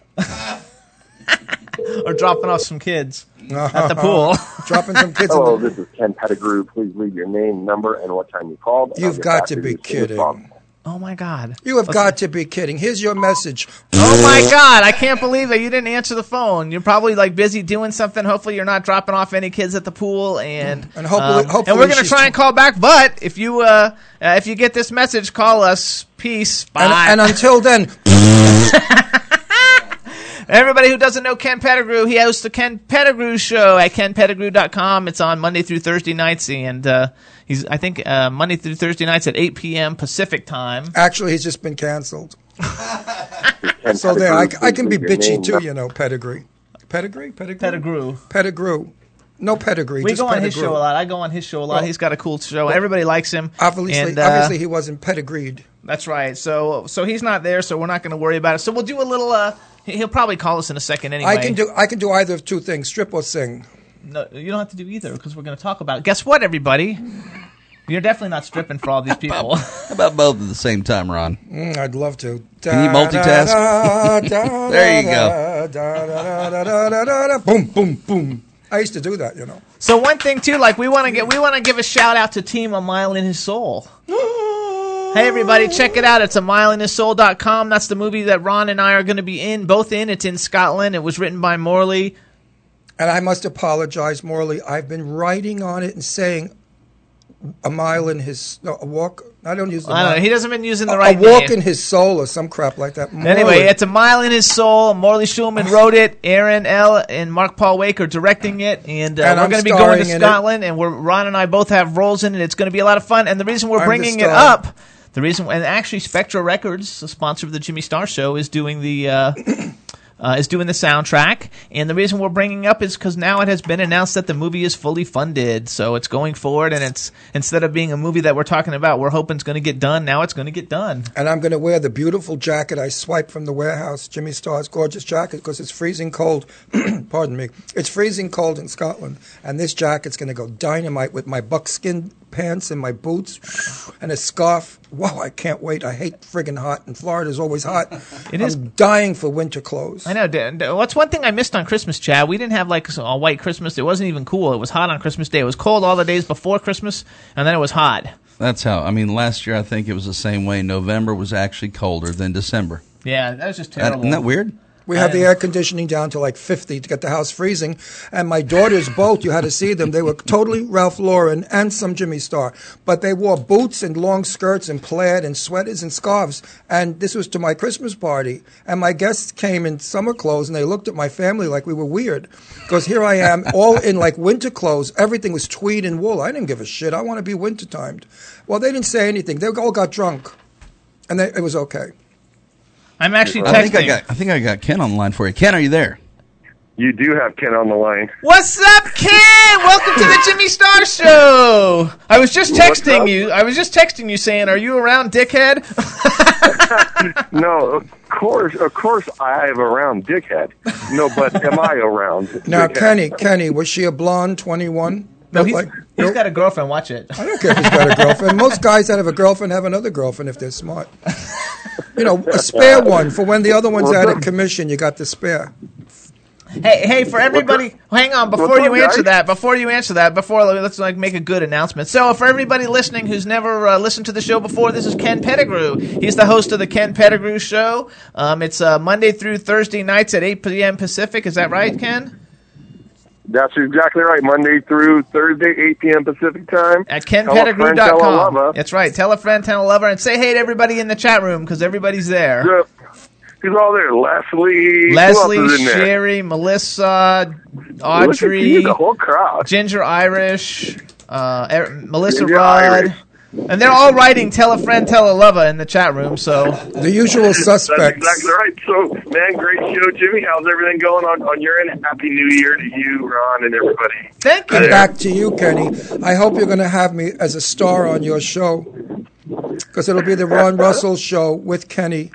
Speaker 3: or dropping off some kids at
Speaker 4: Uh-huh.
Speaker 3: the pool.
Speaker 4: dropping some kids.
Speaker 8: Hello,
Speaker 4: in the,
Speaker 8: this is Ken Pettigrew. Please leave your name, number, and what time you called. and I'll
Speaker 4: You've
Speaker 8: get
Speaker 4: got
Speaker 8: back
Speaker 4: to
Speaker 8: you
Speaker 4: be
Speaker 8: as soon as
Speaker 4: kidding.
Speaker 8: possible.
Speaker 3: oh my god!
Speaker 4: you have
Speaker 3: Let's-
Speaker 4: got to be kidding! Here's your message.
Speaker 3: Oh my god! I can't believe that you didn't answer the phone. You're probably like busy doing something. Hopefully, you're not dropping off any kids at the pool. And um,
Speaker 4: And hopefully- hopefully
Speaker 3: and we're gonna
Speaker 4: she's-
Speaker 3: try and call back. But if you uh, uh if you get this message, call us. Peace. Bye.
Speaker 4: And, and until then,
Speaker 3: Everybody who doesn't know Ken Pettigrew, he hosts the Ken Pettigrew Show at kenpettigrew.com. It's on Monday through Thursday nights, and uh, he's I think uh, Monday through Thursday nights at 8 p.m. Pacific time.
Speaker 4: actually, he's just been canceled.
Speaker 8: Ken
Speaker 4: So there, I,
Speaker 8: Pettigrew,
Speaker 4: I
Speaker 8: please
Speaker 4: can be
Speaker 8: leave your
Speaker 4: bitchy
Speaker 8: name,
Speaker 4: too,
Speaker 8: number-
Speaker 4: you know. Pedigree, pedigree, pedigree,
Speaker 3: Pettigrew.
Speaker 4: pedigree. No pedigree.
Speaker 3: We
Speaker 4: just
Speaker 3: go on his
Speaker 4: pedigree.
Speaker 3: show a lot. I go on his show a lot.
Speaker 4: Well-
Speaker 3: he's got a cool show. Everybody likes him.
Speaker 4: Obviously,
Speaker 3: And, uh,
Speaker 4: obviously, he wasn't pedigreed.
Speaker 3: that's right. So so he's not there, so we're not going to worry about it. So we'll do a little. uh he- He'll probably call us in a second anyway.
Speaker 4: I can do I can do either of two things: strip or sing.
Speaker 3: No, you don't have to do either because we're going to talk about. it. Guess what, everybody? You're definitely not stripping for all these people.
Speaker 5: How about both at the same time, Ron?
Speaker 4: Mm, I'd love to.
Speaker 5: Can you multitask? There you
Speaker 4: go. Boom, boom, boom. I used to do that, you know.
Speaker 3: So one thing too, like we want to get, we want to give a shout out to Team A Mile in His Soul. Hey everybody, check it out. It's a mileinhissoul.com. That's the movie that Ron and I are going to be in, both in. It's in Scotland. It was written by Morley.
Speaker 4: And I must apologize, Morley. I've been writing on it and saying a mile in his no, a walk. I don't use the.
Speaker 3: I don't know.
Speaker 4: mile.
Speaker 3: He hasn't been using the
Speaker 4: A-
Speaker 3: right
Speaker 4: a walk
Speaker 3: name.
Speaker 4: in his soul or some crap like that.
Speaker 3: Anyway,
Speaker 4: Morley.
Speaker 3: it's a mile in his soul. Morley Schulman wrote it. Aaron L. and Mark Paul Wake are directing it, and, uh,
Speaker 4: And
Speaker 3: we're
Speaker 4: I'm
Speaker 3: going to be going to
Speaker 4: starring in it.
Speaker 3: Scotland. And we're Ron and I both have roles in it. It's going to be a lot of fun. And the reason we're
Speaker 4: I'm the
Speaker 3: bringing it
Speaker 4: star.
Speaker 3: up, the reason, and actually, Spectra Records, the sponsor of the Jimmy Star Show, is doing the. Uh, Uh, is doing the soundtrack, and the reason we're bringing up is because now it has been announced that the movie is fully funded, so it's going forward, and it's instead of being a movie that we're talking about, we're hoping it's going to get done. Now it's going to get done.
Speaker 4: and I'm going to wear the beautiful jacket I swiped from the warehouse, Jimmy Starr's gorgeous jacket, because it's freezing cold. pardon me. It's freezing cold in Scotland, and this jacket's going to go dynamite with my buckskin pants and my boots and a scarf. Wow, I can't wait. I hate friggin' hot, and Florida's always hot.
Speaker 3: It
Speaker 4: I'm
Speaker 3: is-
Speaker 4: dying for winter clothes.
Speaker 3: I know. Dan- Dan- What's one thing I missed on Christmas, Chad? We didn't have like a white Christmas. It wasn't even cool. It was hot on Christmas Day. It was cold all the days before Christmas, and then it was hot.
Speaker 5: That's how. I mean, last year I think it was the same way. November was actually colder than December.
Speaker 3: Yeah, that was just
Speaker 5: That,
Speaker 3: terrible.
Speaker 5: isn't that weird?
Speaker 4: We had the air conditioning down to like 50 to get the house freezing. And my daughter's boat, you had to see them. They were totally Ralph Lauren and some Jimmy Star. But they wore boots and long skirts and plaid and sweaters and scarves. And this was to my Christmas party. And my guests came in summer clothes and they looked at my family like we were weird. Because here I am, all in like winter clothes. Everything was tweed and wool. I didn't give a shit. I want to be winter timed. Well, they didn't say anything. They all got drunk. And they, it was okay.
Speaker 3: I'm actually
Speaker 5: I think I
Speaker 3: texting.
Speaker 5: got. I think I got Ken on the line for you. Ken, are you there?
Speaker 8: You do have Ken on the line.
Speaker 3: What's up, Ken? Welcome to the Jimmy Star Show. I was just
Speaker 8: What's
Speaker 3: texting
Speaker 8: up?
Speaker 3: you. I was just texting you saying, "Are you around, dickhead?"
Speaker 8: No, of course, of course, I am around, dickhead. No, but am I around?
Speaker 4: Now,
Speaker 8: dickhead?
Speaker 4: Kenny, Kenny, was she a blonde, 21?
Speaker 3: no,
Speaker 4: Look
Speaker 3: he's,
Speaker 4: like-
Speaker 3: he's
Speaker 4: nope.
Speaker 3: got a girlfriend. Watch it.
Speaker 4: I don't care if he's got a girlfriend. Most guys that have a girlfriend have another girlfriend if they're smart. you know, a spare one for when the other one's out of commission. You got the spare.
Speaker 3: Hey, hey, for everybody, hang on before
Speaker 4: What's
Speaker 3: you
Speaker 4: up, guys?
Speaker 3: answer that. Before you answer that, before let's like make a good announcement. So, for everybody listening who's never uh, listened to the show before, this is Ken Pettigrew. He's the host of the Ken Pettigrew Show. Um, it's uh, Monday through Thursday nights at 8 p.m. Pacific. Is that right, Ken?
Speaker 8: That's exactly right. Monday through Thursday, 8 p.m. Pacific time.
Speaker 3: At Ken
Speaker 8: Tell a friend, tell a lover.
Speaker 3: KenPettigrew.com. That's right. Tell a friend, tell a lover, and say hey to everybody in the chat room because everybody's there.
Speaker 8: Yep. Who's all there? Leslie. Who
Speaker 3: Leslie,
Speaker 8: else is in there?
Speaker 3: Sherry, Melissa,
Speaker 8: Look at
Speaker 3: Audrey,
Speaker 8: you, the whole crowd.
Speaker 3: Ginger Irish, uh, er, Melissa
Speaker 8: Ginger
Speaker 3: Rod,
Speaker 8: Irish.
Speaker 3: and they're all writing "Tell a friend, tell a lover" in the chat room. So
Speaker 4: the usual
Speaker 8: That's exactly right. So, man, great show, Jimmy. How's everything going on, on your end? Happy New Year to you, Ron, and everybody.
Speaker 3: Thank
Speaker 8: you.
Speaker 4: And back to you, Kenny. I hope you're going to have me as a star on your show because it'll be the Ron Russell show with Kenny.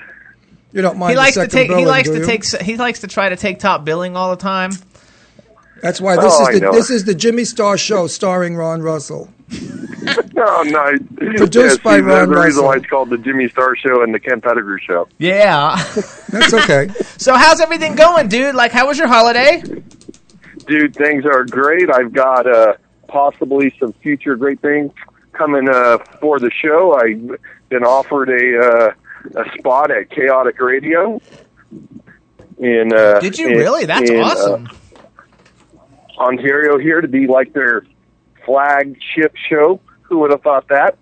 Speaker 4: You don't mind
Speaker 3: he
Speaker 4: the
Speaker 3: likes to
Speaker 4: second
Speaker 3: take he
Speaker 4: billing,
Speaker 3: likes
Speaker 4: do
Speaker 3: to
Speaker 4: you?
Speaker 3: take s- he likes to try to take top billing all the time.
Speaker 4: That's why this
Speaker 3: Oh, I
Speaker 4: is the
Speaker 3: know.
Speaker 4: this is the Jimmy Star show starring Ron Russell.
Speaker 8: Oh, nice.
Speaker 4: Produced
Speaker 8: Yeah, see,
Speaker 4: by
Speaker 8: There's
Speaker 4: Ron
Speaker 8: a reason
Speaker 4: Russell.
Speaker 8: why it's called the Jimmy Star Show and the Ken Pettigrew Show.
Speaker 3: Yeah,
Speaker 4: that's okay.
Speaker 3: so how's everything going, dude? Like, how was your holiday?
Speaker 8: Dude, things are great. I've got uh, possibly some future great things coming uh, for the show. I've been offered a uh, a spot at Chaotic Radio. In uh,
Speaker 3: Did you
Speaker 8: in-
Speaker 3: really? That's
Speaker 8: in, uh,
Speaker 3: awesome.
Speaker 8: Ontario here to be like their flagship show. Who would have thought that?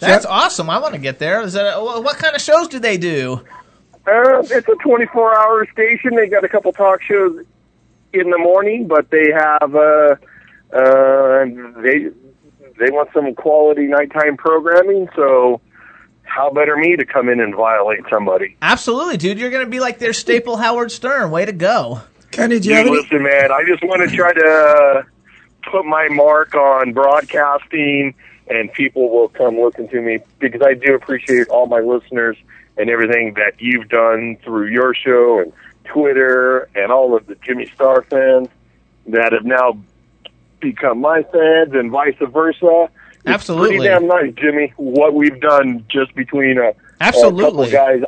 Speaker 3: That's awesome. I want to get there. Is that a, wh- what kind of shows do they do?
Speaker 8: Uh, it's a 24 hour station. They got a couple talk shows in the morning, but they have uh, uh, they they want some quality nighttime programming. So how better me to come in and violate somebody?
Speaker 3: Absolutely, dude. You're going to be like their staple Howard Stern. Way to go.
Speaker 4: Kenny,
Speaker 8: Dude, listen, man, I just want to try to uh, put my mark on broadcasting, and people will come listen to me because I do appreciate all my listeners and everything that you've done through your show and Twitter and all of the Jimmy Star fans that have now become my fans and vice versa. It's
Speaker 3: Absolutely.
Speaker 8: pretty damn nice, Jimmy. What we've done just between uh, a couple
Speaker 3: Absolutely.
Speaker 8: guys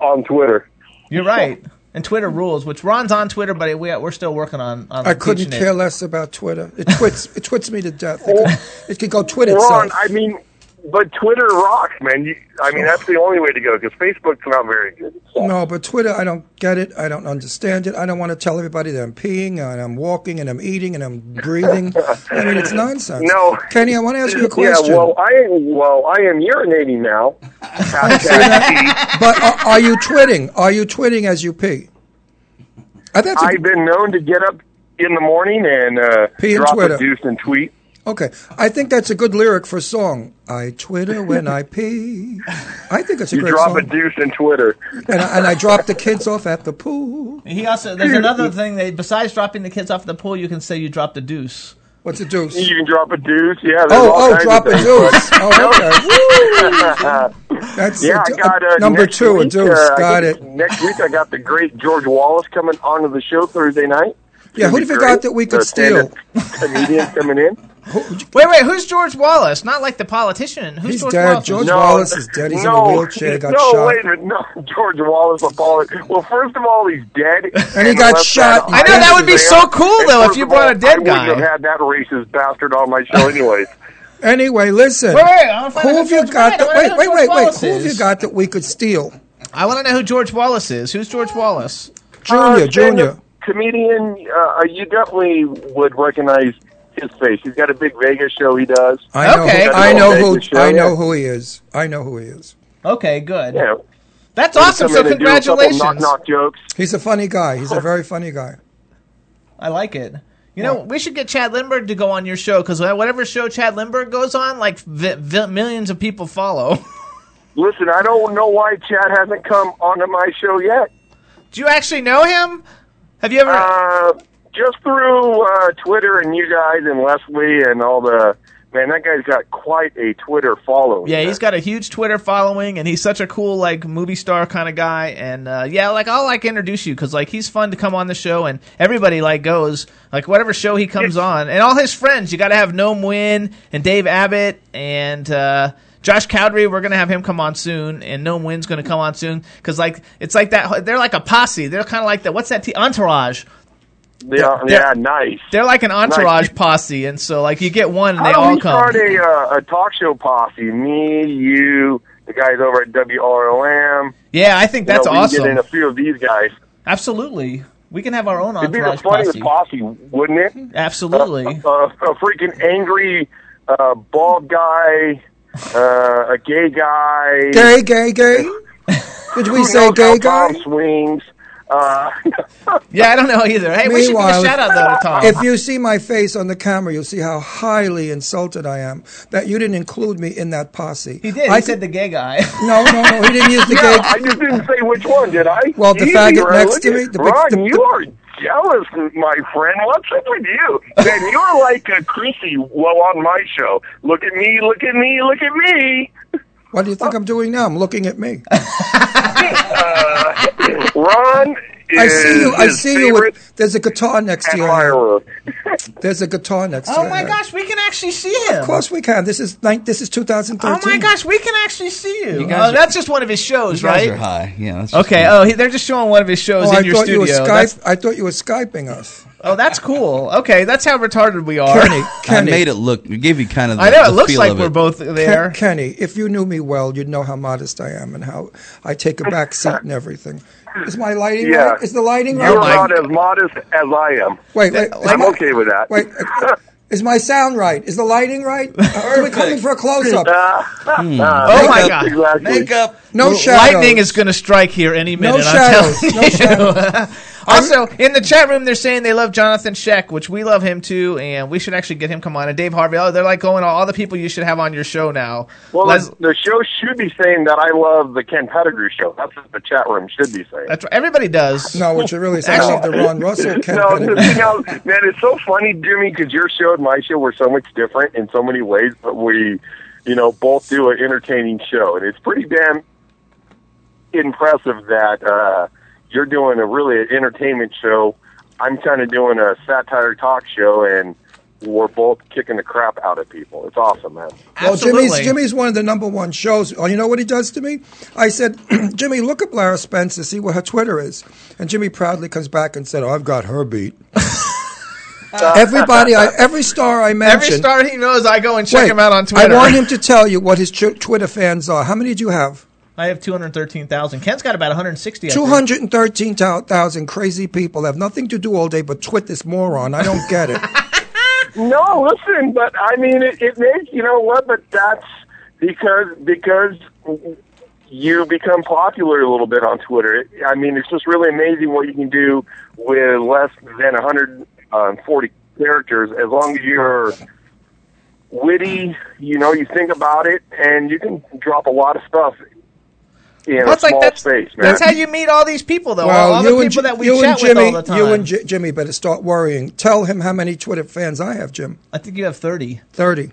Speaker 8: on Twitter.
Speaker 3: You're right. And Twitter rules, which Ron's on Twitter, but we, we're still working on. on
Speaker 4: I couldn't
Speaker 3: teaching it.
Speaker 4: care less about Twitter. It twits it twits me to death. It could, it could go twit
Speaker 8: Ron,
Speaker 4: itself.
Speaker 8: I mean, but Twitter rocks, man. You, I mean, that's the only way to go because Facebook's not very good.
Speaker 4: No, but Twitter, I don't get it. I don't understand it. I don't want to tell everybody that I'm peeing and I'm walking and I'm eating and I'm breathing. I mean, it's nonsense.
Speaker 8: No,
Speaker 4: Kenny, I want to ask you a question.
Speaker 8: Yeah, well, I well, I am urinating now.
Speaker 4: but are, are you twitting? Are you twitting as you pee? I think
Speaker 8: I've been known to get up in the morning and uh,
Speaker 4: Pee and
Speaker 8: drop
Speaker 4: Twitter.
Speaker 8: a deuce and tweet.
Speaker 4: Okay, I think that's a good lyric for a song. I twitter when I pee. I think it's a
Speaker 8: You
Speaker 4: great
Speaker 8: drop
Speaker 4: song.
Speaker 8: a deuce in Twitter.
Speaker 4: and, I, and I drop the kids off at the pool.
Speaker 3: He also there's another thing that besides dropping the kids off the pool, you can say you dropped a deuce.
Speaker 4: What's a deuce?
Speaker 8: You can drop a deuce. Yeah. there's
Speaker 3: Oh,
Speaker 8: all
Speaker 3: oh,
Speaker 8: kinds of
Speaker 3: drop a
Speaker 8: things.
Speaker 3: deuce.
Speaker 4: Oh, That's
Speaker 8: yeah,
Speaker 4: a
Speaker 8: I
Speaker 4: du-
Speaker 8: got
Speaker 4: a
Speaker 8: uh,
Speaker 4: number
Speaker 8: next
Speaker 4: two, a
Speaker 8: Week,
Speaker 4: deuce.
Speaker 8: uh, I
Speaker 4: Got
Speaker 8: think
Speaker 4: it.
Speaker 8: Next week I got the great George Wallace coming onto the show Thursday night.
Speaker 4: Yeah, who
Speaker 8: It'll be great.
Speaker 4: forgot that we
Speaker 8: The
Speaker 4: could steal?
Speaker 8: stand-up Comedian coming in.
Speaker 3: Wait, wait, who's George Wallace? Not like the politician. Who's
Speaker 4: He's
Speaker 3: George
Speaker 4: dead.
Speaker 3: Wallace?
Speaker 4: George No. Wallace is dead. He's in a wheelchair, got
Speaker 8: no,
Speaker 4: shot.
Speaker 8: wait a minute. No, George Wallace, the baller. Well, first of all, he's dead.
Speaker 4: And he got
Speaker 8: left
Speaker 4: shot.
Speaker 8: that
Speaker 4: I know, that would be
Speaker 8: there.
Speaker 4: so cool,
Speaker 8: And
Speaker 4: though, if
Speaker 8: first
Speaker 4: you
Speaker 8: of
Speaker 4: brought
Speaker 8: all,
Speaker 4: a dead
Speaker 8: I wouldn't
Speaker 4: guy.
Speaker 8: have had that racist bastard on my show, anyways.
Speaker 4: Anyway, listen.
Speaker 3: Wait, wait, I wanna find
Speaker 4: who
Speaker 3: out
Speaker 4: have
Speaker 3: who
Speaker 4: you
Speaker 3: George-
Speaker 4: got?
Speaker 3: wait, I
Speaker 4: That,
Speaker 3: wanna
Speaker 4: wait,
Speaker 3: know
Speaker 4: wait,
Speaker 3: who George
Speaker 4: wait, wait.
Speaker 3: Wallace
Speaker 4: Who have you
Speaker 3: is.
Speaker 4: got that we could steal?
Speaker 3: I want to know who George Wallace is. Who's George Wallace?
Speaker 4: Junior,
Speaker 8: Uh,
Speaker 4: Junior.
Speaker 8: stand-up comedian. Uh, you definitely would recognize his face. He's got a big Vegas show. He does.
Speaker 4: I know.
Speaker 3: Okay.
Speaker 4: Who,
Speaker 8: Got
Speaker 4: I
Speaker 8: an
Speaker 4: know
Speaker 8: old
Speaker 4: who.
Speaker 8: Vegas show,
Speaker 4: I know
Speaker 8: yeah.
Speaker 4: who he is. I know who he is.
Speaker 3: Okay, good.
Speaker 8: Yeah.
Speaker 3: That's
Speaker 8: Let him
Speaker 3: awesome.
Speaker 8: come
Speaker 3: So
Speaker 8: in and do a couple
Speaker 3: congratulations.
Speaker 8: Knock-knock jokes.
Speaker 4: He's a funny guy. He's a very funny guy.
Speaker 3: I like it. You know, we should get Chad Lindbergh to go on your show because whatever show Chad Lindbergh goes on, like vi- vi- millions of people follow.
Speaker 8: Listen, I don't know why Chad hasn't come onto my show yet.
Speaker 3: Do you actually know him? Have you ever?
Speaker 8: Uh, just through uh, Twitter and you guys and Leslie and all the man. That guy's got quite a Twitter following.
Speaker 3: Yeah, he's got a huge Twitter following, and he's such a cool like movie star kind of guy. And uh, yeah, like I'll like introduce you because like he's fun to come on the show, and everybody like goes like whatever show he comes on, and all his friends. You got to have Noam Wynn and Dave Abbott and uh, Josh Cowdery, we're gonna have him come on soon, and No Win's gonna come on soon because like it's like that. They're like a posse. They're kind of like the what's that? T- entourage.
Speaker 8: Yeah, yeah, nice.
Speaker 3: They're like an entourage posse, and so like you get one, and they
Speaker 8: How do
Speaker 3: all
Speaker 8: we
Speaker 3: come.
Speaker 8: start a, uh, a talk show posse? Me, you, the guys over at WROM.
Speaker 3: Yeah, I think that's
Speaker 8: you know, We can
Speaker 3: awesome.
Speaker 8: get in a few of these guys.
Speaker 3: Absolutely, we can have our own
Speaker 8: It'd be the
Speaker 3: entourage
Speaker 8: funniest
Speaker 3: posse.
Speaker 8: posse, wouldn't it?
Speaker 3: Absolutely.
Speaker 8: A, a, a freaking angry uh, bald guy, uh, a gay guy.
Speaker 4: Gay, gay, gay. Did we
Speaker 8: Who
Speaker 4: say
Speaker 8: knows
Speaker 4: gay
Speaker 8: how
Speaker 4: guy?
Speaker 8: Tom swings. Uh,
Speaker 3: Yeah, I don't know either. Hey, we should give a
Speaker 4: Meanwhile,
Speaker 3: shout out though to Tom.
Speaker 4: If you see my face on the camera, you'll see how highly insulted I am that you didn't include me in that posse.
Speaker 3: he did.
Speaker 4: I
Speaker 3: he said the gay guy.
Speaker 4: No, no, no. Oh, He didn't use the
Speaker 8: yeah,
Speaker 4: gay.
Speaker 8: I just didn't say which one, did I?
Speaker 4: Well, the
Speaker 8: Easy,
Speaker 4: faggot
Speaker 8: Ron,
Speaker 4: next
Speaker 8: look
Speaker 4: to
Speaker 8: at-
Speaker 4: me, the big-
Speaker 8: Ron,
Speaker 4: the-
Speaker 8: you are jealous, my friend. What's up with you? Man, you're like a Chrissy well on my show. Look at me, look at me, look at me.
Speaker 4: What do you think I'm doing now? I'm looking at me.
Speaker 3: Uh,
Speaker 8: Ron is
Speaker 4: I see you. I
Speaker 8: his
Speaker 4: see you.
Speaker 8: favorite
Speaker 4: With, there's a guitar next to you.
Speaker 8: admirer.
Speaker 4: There's a guitar next to you.
Speaker 3: oh my gosh, we can actually see him.
Speaker 4: Of course we can. This is nine- this is 2013.
Speaker 3: Oh my gosh, we can actually see you.
Speaker 5: You guys
Speaker 3: oh,
Speaker 5: are-
Speaker 3: that's just one of his shows,
Speaker 5: You guys
Speaker 3: right?
Speaker 5: are high. Yeah. That's just
Speaker 3: Okay.
Speaker 5: fine.
Speaker 3: Oh, he, they're just showing one of his shows
Speaker 4: Oh,
Speaker 3: in
Speaker 4: I
Speaker 3: your
Speaker 4: thought you
Speaker 3: studio.
Speaker 4: were
Speaker 3: That's-
Speaker 4: Skype. I thought you were skyping us,
Speaker 3: oh, that's cool. Okay, that's how retarded we are.
Speaker 4: Kenny.
Speaker 5: I
Speaker 4: Kenny.
Speaker 5: made it look. We gave you kind of. The,
Speaker 3: I know
Speaker 5: the
Speaker 3: it looks
Speaker 5: feel
Speaker 3: like
Speaker 5: of
Speaker 3: we're
Speaker 5: it.
Speaker 3: both there.
Speaker 4: Ken- Kenny, if you knew me well, you'd know how modest I am and how I take a back seat and everything. Is my lighting
Speaker 8: Yeah.
Speaker 4: right? Is the lighting
Speaker 8: You're
Speaker 4: right?
Speaker 8: not as modest as I am.
Speaker 4: Wait, wait. is
Speaker 8: I'm
Speaker 4: my-
Speaker 8: okay with that.
Speaker 4: Wait, uh, is my sound right? Is the lighting right? Are we coming for a close up?
Speaker 3: oh my
Speaker 8: Makeup,
Speaker 3: god.
Speaker 8: Exactly.
Speaker 5: Makeup.
Speaker 4: No shadows.
Speaker 3: Lightning is going to strike here any minute.
Speaker 4: shadows,
Speaker 3: I'm telling
Speaker 4: no
Speaker 3: you. also, in the chat room, they're saying they love Jonathan Sheck, which we love him too, and we should actually get him come on. And Dave Harvey, oh, they're like going all, all the people you should have on your show now.
Speaker 8: Well,
Speaker 3: Les-
Speaker 8: the, the show should be saying that I love the Ken Pettigrew show. That's what the chat room should be saying.
Speaker 3: that's right. Everybody does.
Speaker 4: No, what you really said is the Ron Russell Ken
Speaker 8: no,
Speaker 4: Pettigrew.
Speaker 8: the thing else, man, it's so funny, Jimmy, because your show and my show were so much different in so many ways, but we, you know, both do an entertaining show, and it's pretty damn impressive that uh, you're doing a really an entertainment show. I'm kind of doing a satire talk show, and we're both kicking the crap out of people. It's awesome, man.
Speaker 4: Well, Jimmy's,
Speaker 3: Absolutely.
Speaker 4: Jimmy's one of the number one shows. Oh, you know what he does to me? I said, Jimmy, look up Lara Spencer, see what her Twitter is. And Jimmy proudly comes back and said, oh, I've got her beat.
Speaker 8: uh,
Speaker 4: Everybody, I, every star I mentioned.
Speaker 3: Every star he knows, I go and check
Speaker 4: Wait,
Speaker 3: him out on Twitter.
Speaker 4: I want him to tell you what his tw- Twitter fans are. How many do you have?
Speaker 3: I have 213,000. Ken's got about 160. I think.
Speaker 4: 213,000 crazy people have nothing to do all day but twit this moron. I don't get it.
Speaker 8: No, listen, but I mean, it, it makes you know what, but that's because because you become popular a little bit on Twitter. I mean, it's just really amazing what you can do with less than 140 characters, as long as you're witty. You know, you think about it, and you can drop a lot of stuff in
Speaker 3: That's
Speaker 8: a
Speaker 3: like
Speaker 8: small
Speaker 3: that's,
Speaker 8: space. Man.
Speaker 3: that's how you meet all these people, though. all all the
Speaker 4: you
Speaker 3: people
Speaker 4: and Ji-
Speaker 3: that we
Speaker 4: you
Speaker 3: chat
Speaker 4: and Jimmy,
Speaker 3: with all the time.
Speaker 4: You and J- Jimmy better start worrying. Tell him how many Twitter fans I have, Jim.
Speaker 3: I think you have 30.
Speaker 4: 30.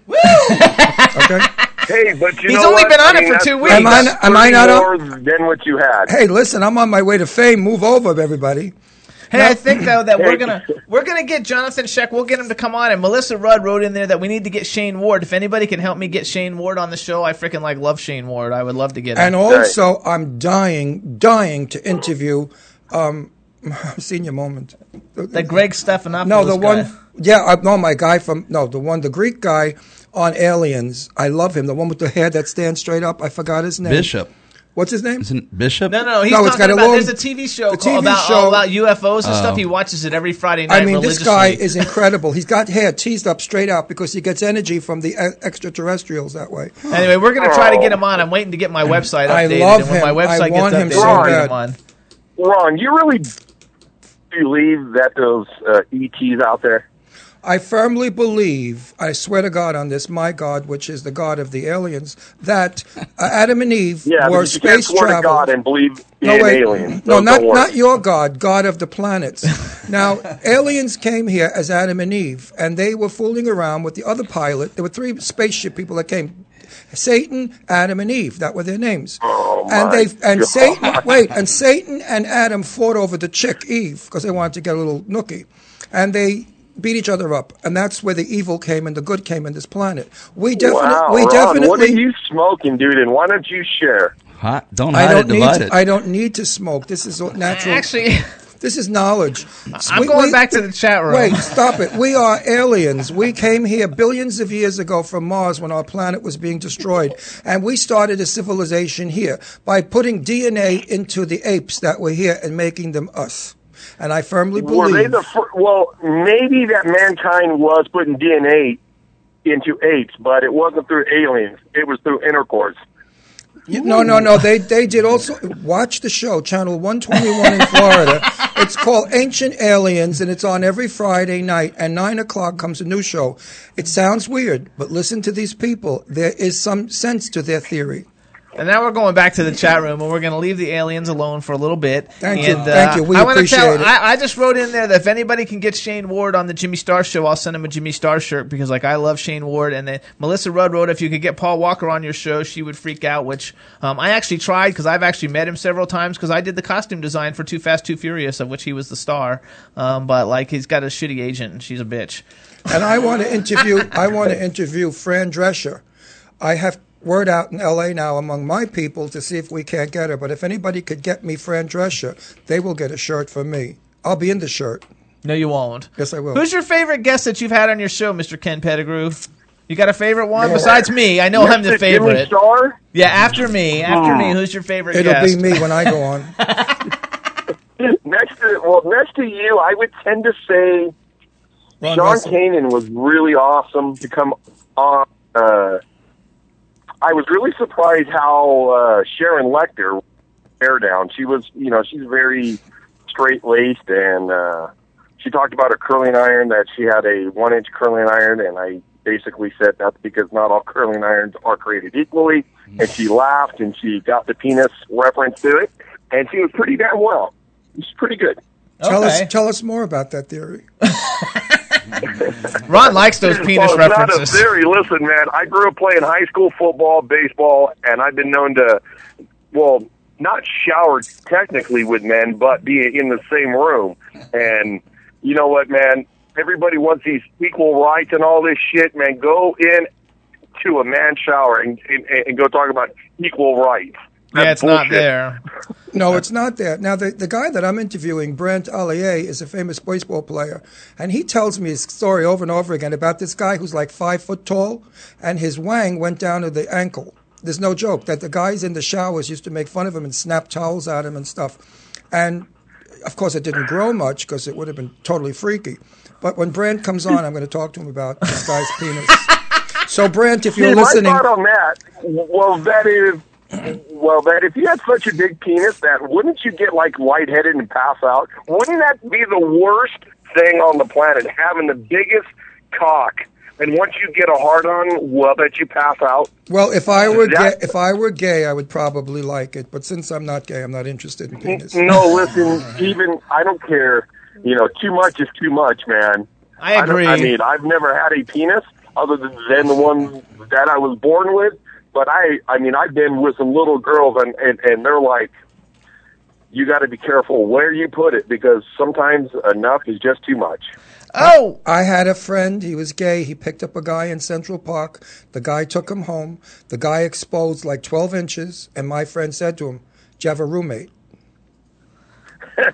Speaker 4: okay.
Speaker 8: hey, but you
Speaker 3: He's
Speaker 8: know
Speaker 3: only
Speaker 8: what?
Speaker 3: been on
Speaker 8: I
Speaker 3: it
Speaker 8: mean,
Speaker 3: for
Speaker 8: that's
Speaker 3: two
Speaker 8: pretty-
Speaker 4: Am I-
Speaker 8: that's
Speaker 4: am I
Speaker 8: pretty
Speaker 4: not on-
Speaker 8: more than what you had?
Speaker 4: Hey, listen, I'm on my way to fame. Move over, everybody.
Speaker 3: Hey, I think though that we're
Speaker 8: Hey.
Speaker 3: gonna we're gonna get Jonathan Sheck. We'll get him to come on. And Melissa Rudd wrote in there that we need to get Shane Ward. If anybody can help me get Shane Ward on the show, I freaking like love Shane Ward. I would love to get him.
Speaker 4: And also, I'm dying, dying to interview um, senior moment.
Speaker 3: the Greg Stephanopoulos.
Speaker 4: No, the
Speaker 3: guy.
Speaker 4: one. Yeah, I, no, my guy from no, the one, the Greek guy on Aliens. I love him. The one with the hair that stands straight up. I forgot his name.
Speaker 5: Bishop.
Speaker 4: What's his name?
Speaker 5: Isn't Bishop?
Speaker 3: No, no, he's
Speaker 4: No, it's
Speaker 3: talking
Speaker 4: got a
Speaker 3: about.
Speaker 4: long-
Speaker 3: there's a TV show
Speaker 4: the
Speaker 3: called
Speaker 4: TV
Speaker 3: about
Speaker 4: show- Oh.
Speaker 3: all about UFOs and stuff. He watches it every Friday night.
Speaker 4: I mean, this
Speaker 3: religiously.
Speaker 4: guy is incredible. He's got hair teased up straight out because he gets energy from the e- extraterrestrials that way.
Speaker 3: Anyway, we're gonna try to get him on. I'm waiting to get my website updated.
Speaker 4: Oh. I love
Speaker 3: and when
Speaker 4: him.
Speaker 3: my website
Speaker 4: I
Speaker 3: gets
Speaker 4: want him
Speaker 3: updated,
Speaker 4: so
Speaker 3: we'll get him
Speaker 4: bad.
Speaker 3: on.
Speaker 8: Ron, Oh, you really believe that those uh, ETs out there?
Speaker 4: I firmly believe, I swear to God on this, my God, which is the God of the aliens, that uh, Adam and Eve
Speaker 8: Yeah,
Speaker 4: were
Speaker 8: because you can't
Speaker 4: space
Speaker 8: swear
Speaker 4: travel.
Speaker 8: to God and believe in aliens.
Speaker 4: No,
Speaker 8: Those
Speaker 4: not,
Speaker 8: don't work.
Speaker 4: not your God, God of the planets. now, aliens came here as Adam and Eve, and they were fooling around with the other pilot. There were three spaceship people that came. Satan, Adam, and Eve. That were their names.
Speaker 8: Oh,
Speaker 4: and
Speaker 8: my
Speaker 4: they and
Speaker 8: God.
Speaker 4: Satan wait, and Satan and Adam fought over the chick Eve because they wanted to get a little nookie. And they beat each other up, and that's where the evil came and the good came in this planet. We definitely,
Speaker 8: wow,
Speaker 4: we
Speaker 8: Ron,
Speaker 4: definitely.
Speaker 8: what are you smoking, dude? And why don't you share?
Speaker 5: Hot, don't
Speaker 4: I
Speaker 5: hide
Speaker 4: don't
Speaker 5: it,
Speaker 4: need.
Speaker 5: divide
Speaker 4: To,
Speaker 5: it.
Speaker 4: I don't need to smoke. This is all natural.
Speaker 3: Actually,
Speaker 4: this is knowledge.
Speaker 3: I'm going back to the chat room.
Speaker 4: Wait, stop it. We are aliens. We came here billions of years ago from Mars when our planet was being destroyed, and we started a civilization here by putting DNA into the apes that were here and making them us. And I firmly
Speaker 8: Were
Speaker 4: believe
Speaker 8: they the fir- well? Maybe that mankind was putting DNA into apes, but it wasn't through aliens. It was through intercourse.
Speaker 4: You- No, no, no. They they did also watch the show, Channel 121 in Florida. It's called Ancient Aliens, and it's on every Friday night. And nine o'clock comes a new show. It sounds weird, but listen to these people. There is some sense to their theory.
Speaker 3: And now we're going back to the chat room, and we're going to leave the aliens alone for a little bit.
Speaker 4: Thank you.
Speaker 3: and, uh,
Speaker 4: Thank you. We
Speaker 3: I wanna
Speaker 4: appreciate
Speaker 3: tell,
Speaker 4: it.
Speaker 3: I, I just wrote in there that if anybody can get Shane Ward on the Jimmy Star Show, I'll send him a Jimmy Star shirt because, like, I love Shane Ward. And then Melissa Rudd wrote, if you could get Paul Walker on your show, she would freak out. Which um, I actually tried because I've actually met him several times because I did the costume design for Too Fast, Too Furious, of which he was the star. Um, but like, he's got a shitty agent, and she's a bitch.
Speaker 4: And I want to interview. I want to interview Fran Drescher. I have word out in L.A. now among my people to see if we can't get her. But if anybody could get me Fran Drescher, they will get a shirt from me. I'll be in the shirt.
Speaker 3: No, you won't.
Speaker 4: Yes, I will.
Speaker 3: Who's your favorite guest that you've had on your show, Mr. Ken Pettigrew? You got a favorite one besides me? I know I'm the
Speaker 8: Mr. Jimmy
Speaker 3: favorite.
Speaker 8: Star?
Speaker 3: Yeah, after me, after me. Who's your favorite
Speaker 4: Hmm. It'll
Speaker 3: guest?
Speaker 4: be me when I go on.
Speaker 8: Next to well, next to you, I would tend to say
Speaker 4: Ron
Speaker 8: John
Speaker 4: Russell.
Speaker 8: Kanan was really awesome to come on. Uh, I was really surprised how uh, Sharon Lecter hair down. She was, you know, she's very straight laced, and uh, she talked about her curling iron that she had a one inch curling iron, and I basically said that's because not all curling irons are created equally. And she laughed, and she got the penis reference to it, and she was pretty damn well. She's pretty good.
Speaker 4: Tell
Speaker 3: Okay.
Speaker 4: us, tell us more about that theory.
Speaker 3: Ron likes those penis
Speaker 8: well, it's
Speaker 3: references.
Speaker 8: Not a theory. Listen, man, I grew up playing high school football, baseball, and I've been known to, well, not shower technically with men, but be in the same room. And you know what, man? Everybody wants these equal rights and all this shit, man. Go in to a man shower and, and, and go talk about equal rights.
Speaker 3: yeah,
Speaker 8: That's
Speaker 3: it's not
Speaker 8: bullshit.
Speaker 3: there.
Speaker 8: Uh,
Speaker 4: No, it's not that. Now, the, the guy that I'm interviewing, Brent Allier, is a famous baseball player, and he tells me his story over and over again about this guy who's like five foot tall, and his wang went down to the ankle. There's no joke that the guys in the showers used to make fun of him and snap towels at him and stuff. And of course, it didn't grow much because it would have been totally freaky. But when Brent comes on, I'm going to talk to him about this guy's penis. So, Brent, if you're
Speaker 8: See,
Speaker 4: listening,
Speaker 8: My thought on that was that if well that if you had such a big penis, that wouldn't you get like lightheaded and pass out? Wouldn't that be the worst thing on the planet? Having the biggest cock, and once you get a hard on, well, that you pass out.
Speaker 4: Well, if I were gay,
Speaker 8: That-
Speaker 4: if I were gay, I would probably like it. But since I'm not gay, I'm not interested in penis.
Speaker 8: No, listen, even I don't care. You know, too much is too much, man.
Speaker 3: I
Speaker 8: don't-
Speaker 3: agree.
Speaker 8: I, mean, I've never had a penis other than, than the one that I was born with. But I, I mean, I've been with some little girls, and and, and they're like, you got to be careful where you put it because sometimes enough is just too much.
Speaker 3: Oh,
Speaker 4: I had a friend. He was gay. He picked up a guy in Central Park. The guy took him home. The guy exposed like 12 inches, and my friend said to him, "Do you have a roommate?"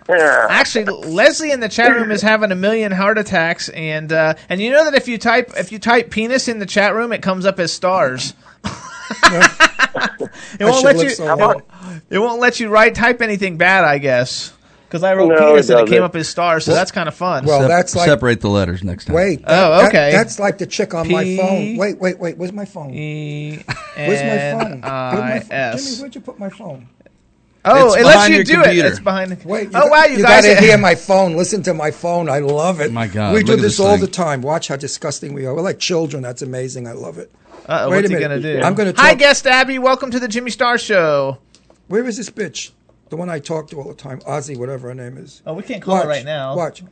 Speaker 3: actually, Leslie in the chat room is having a million heart attacks, and uh, and you know that if you type if you type penis in the chat room, it comes up as stars. it
Speaker 4: should
Speaker 3: won't let
Speaker 4: live
Speaker 3: you.
Speaker 4: so
Speaker 3: it, won't, it won't let you write type anything bad, I guess. Because I wrote penis
Speaker 8: it
Speaker 3: and it came
Speaker 8: doesn't.
Speaker 3: up as stars, so that's kind of fun.
Speaker 4: Well,
Speaker 5: Sep-
Speaker 4: that's like
Speaker 5: separate the letters next time.
Speaker 4: wait.
Speaker 3: Oh,
Speaker 4: that-
Speaker 3: okay.
Speaker 4: that's like the chick on my
Speaker 3: P-
Speaker 4: phone. Wait, wait, wait. Where's my phone?
Speaker 3: Where's
Speaker 4: Where's my phone? Where's my phone? Jimmy,
Speaker 3: S.
Speaker 4: where'd you put my phone?
Speaker 3: Oh,
Speaker 5: It's
Speaker 3: it lets
Speaker 5: behind
Speaker 3: you
Speaker 5: your
Speaker 3: do
Speaker 5: computer.
Speaker 3: it. It's behind. The,
Speaker 4: Wait!
Speaker 3: oh
Speaker 4: got-
Speaker 3: wow, you, guys!
Speaker 4: gotta hear my phone. Listen to my phone. I love it.
Speaker 5: My God,
Speaker 4: we do
Speaker 5: look at
Speaker 4: this,
Speaker 5: this
Speaker 4: all
Speaker 5: thing.
Speaker 4: the time. Watch how disgusting we are. We're like children. That's amazing. I love it.
Speaker 3: Uh-oh,
Speaker 4: Wait
Speaker 3: Uh, what's
Speaker 4: a
Speaker 3: he gonna
Speaker 4: minute.
Speaker 3: do?
Speaker 4: I'm gonna
Speaker 3: Hi,
Speaker 4: talk-
Speaker 3: guest Abby. Welcome to the Jimmy Star Show.
Speaker 4: Where is this bitch? The one I talk to all the time, Ozzy, whatever her name is.
Speaker 3: Oh, we can't call her
Speaker 4: Watch,
Speaker 3: right now.
Speaker 4: Watch.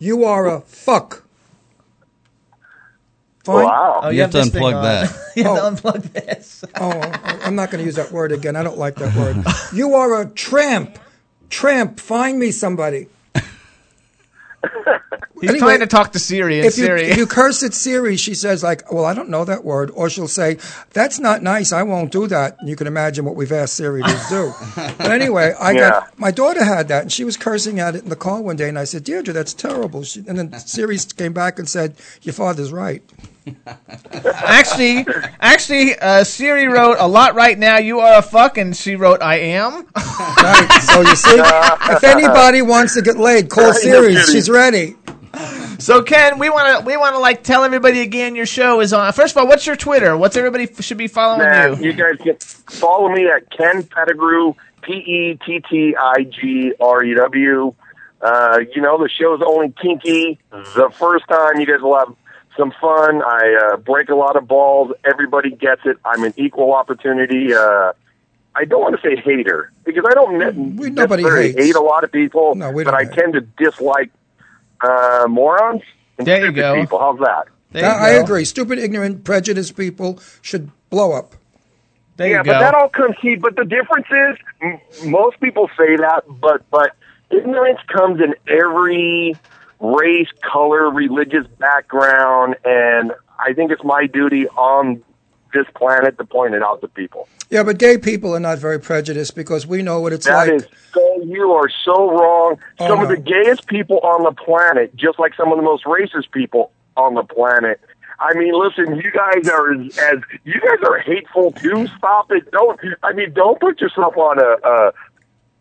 Speaker 4: You are a fuck. Fine.
Speaker 8: Wow.
Speaker 3: Oh,
Speaker 5: You have to
Speaker 3: this thing
Speaker 5: unplug
Speaker 3: on.
Speaker 5: that.
Speaker 3: you have
Speaker 4: Oh.
Speaker 3: to unplug this.
Speaker 4: Oh, I'm not going to use that word again. I don't like that word. you are a tramp. Tramp. Find me somebody.
Speaker 3: He's
Speaker 4: Anyway,
Speaker 3: trying to talk to Siri, and
Speaker 4: if you,
Speaker 3: Siri.
Speaker 4: if you curse at Siri, she says like, "Well, I don't know that word," or she'll say, "That's not nice. I won't do that." And you can imagine what we've asked Siri to do. but anyway, I
Speaker 8: Yeah.
Speaker 4: got my daughter had that, and she was cursing at it in the car one day, and I said, "Deirdre, that's terrible." She, and then Siri came back and said, "Your father's right."
Speaker 3: actually, actually, uh, Siri wrote a lot right now. You are a fuck, and she wrote I am.
Speaker 4: Right. so you see, if anybody wants to get laid, call Siri.
Speaker 8: kidding.
Speaker 4: She's ready.
Speaker 3: so Ken, we want to we want to like tell everybody again your show is on. First of all, what's your Twitter? What's everybody f- should be following
Speaker 8: Man,
Speaker 3: you?
Speaker 8: you guys can follow me at Ken Pettigrew, P E T T I G R E W. Uh, you know, the show's only kinky. The first time, you guys will have some fun. I uh, break a lot of balls. Everybody gets it. I'm an equal opportunity. Uh, I don't want to say hater because I don't ne-
Speaker 4: We- nobody
Speaker 8: necessarily
Speaker 4: hates.
Speaker 8: hate a lot of people,
Speaker 4: No, we
Speaker 8: but
Speaker 4: don't
Speaker 8: I
Speaker 4: hate.
Speaker 8: tend to dislike uh, morons and
Speaker 3: There you
Speaker 8: stupid
Speaker 3: go.
Speaker 8: people. How's that?
Speaker 3: There you
Speaker 4: I I
Speaker 3: go.
Speaker 4: agree. Stupid, ignorant, prejudiced people should blow up.
Speaker 3: There
Speaker 8: yeah,
Speaker 3: you go.
Speaker 8: but that all comes. See, but the difference is, m- most people say that, but but ignorance comes in every race, color, religious background, and I think it's my duty on this planet to point it out to people.
Speaker 4: Yeah, but gay people are not very prejudiced because we know what it's
Speaker 8: That
Speaker 4: like.
Speaker 8: is so. You are so wrong.
Speaker 4: Oh,
Speaker 8: some of
Speaker 4: no.
Speaker 8: the gayest people on the planet, just like some of the most racist people on the planet. I mean, listen, you guys are as, as you guys are hateful too. Stop it! Don't. I mean, don't put yourself on a. a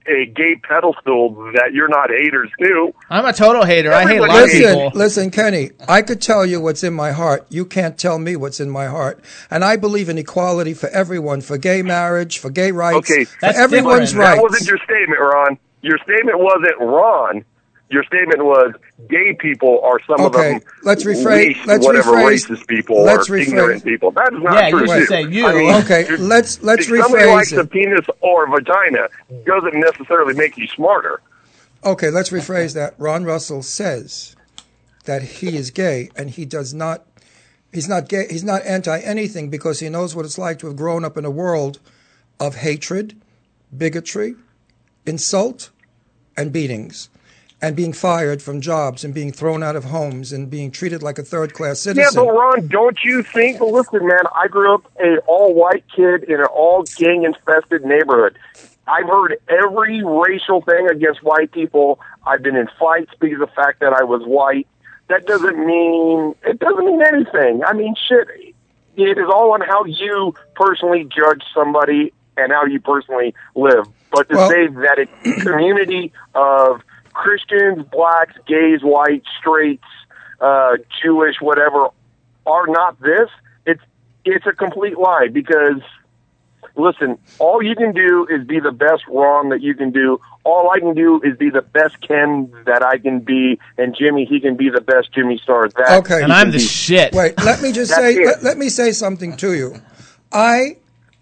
Speaker 8: a gay pedestal that you're not haters to.
Speaker 3: I'm a total hater. I hate a
Speaker 8: Everybody
Speaker 3: lot of
Speaker 8: hates.
Speaker 3: people.
Speaker 4: Listen, listen, Kenny. I could tell you what's in my heart. You can't tell me what's in my heart. And I believe in equality for everyone, for gay marriage, for gay rights,
Speaker 8: Okay.
Speaker 4: for
Speaker 3: That's
Speaker 4: everyone's
Speaker 3: different.
Speaker 4: rights.
Speaker 8: That wasn't your statement, Ron. Your statement wasn't Ron. Your statement was gay people are some
Speaker 4: Okay,
Speaker 8: of them.
Speaker 4: let's rephrase-
Speaker 8: least
Speaker 4: let's
Speaker 8: whatever
Speaker 4: rephrase-
Speaker 8: racist people
Speaker 4: let's
Speaker 8: or
Speaker 4: rephrase-
Speaker 8: ignorant people. That is not
Speaker 3: Yeah, you
Speaker 8: true.
Speaker 3: should
Speaker 8: too.
Speaker 3: say you.
Speaker 8: I mean,
Speaker 4: Okay,
Speaker 8: if-
Speaker 4: let's- let's
Speaker 8: if Somebody
Speaker 4: rephrase
Speaker 8: likes
Speaker 4: it.
Speaker 8: a penis or vagina doesn't necessarily make you smarter.
Speaker 4: okay, let's rephrase that. Ron Russell says that he is gay and he does not he's not gay he's not anti anything because he knows what it's like to have grown up in a world of hatred, bigotry, insult, and beatings. And being fired from jobs and being thrown out of homes and being treated like a third class citizen.
Speaker 8: Yeah, but Ron, don't you think? Well, listen, man, I grew up a all white kid in an all gang infested neighborhood. I've heard every racial thing against white people. I've been in fights because of the fact that I was white. That doesn't mean it doesn't mean anything. I mean, shit. It is all on how you personally judge somebody and how you personally live. But to
Speaker 4: Well-
Speaker 8: say that a community of Christians, blacks, gays, whites, straights, uh, Jewish, whatever, are not this, it's it's a complete lie because listen, all you can do is be the best Ron that you can do. All I can do is be the best Ken that I can be, and Jimmy, he can be the best Jimmy Star. That
Speaker 4: Okay.
Speaker 8: he
Speaker 3: and I'm
Speaker 8: can
Speaker 3: the
Speaker 8: be.
Speaker 3: shit.
Speaker 4: Wait, let me just
Speaker 8: That's
Speaker 4: say
Speaker 8: it.
Speaker 4: let, let me say something to you. I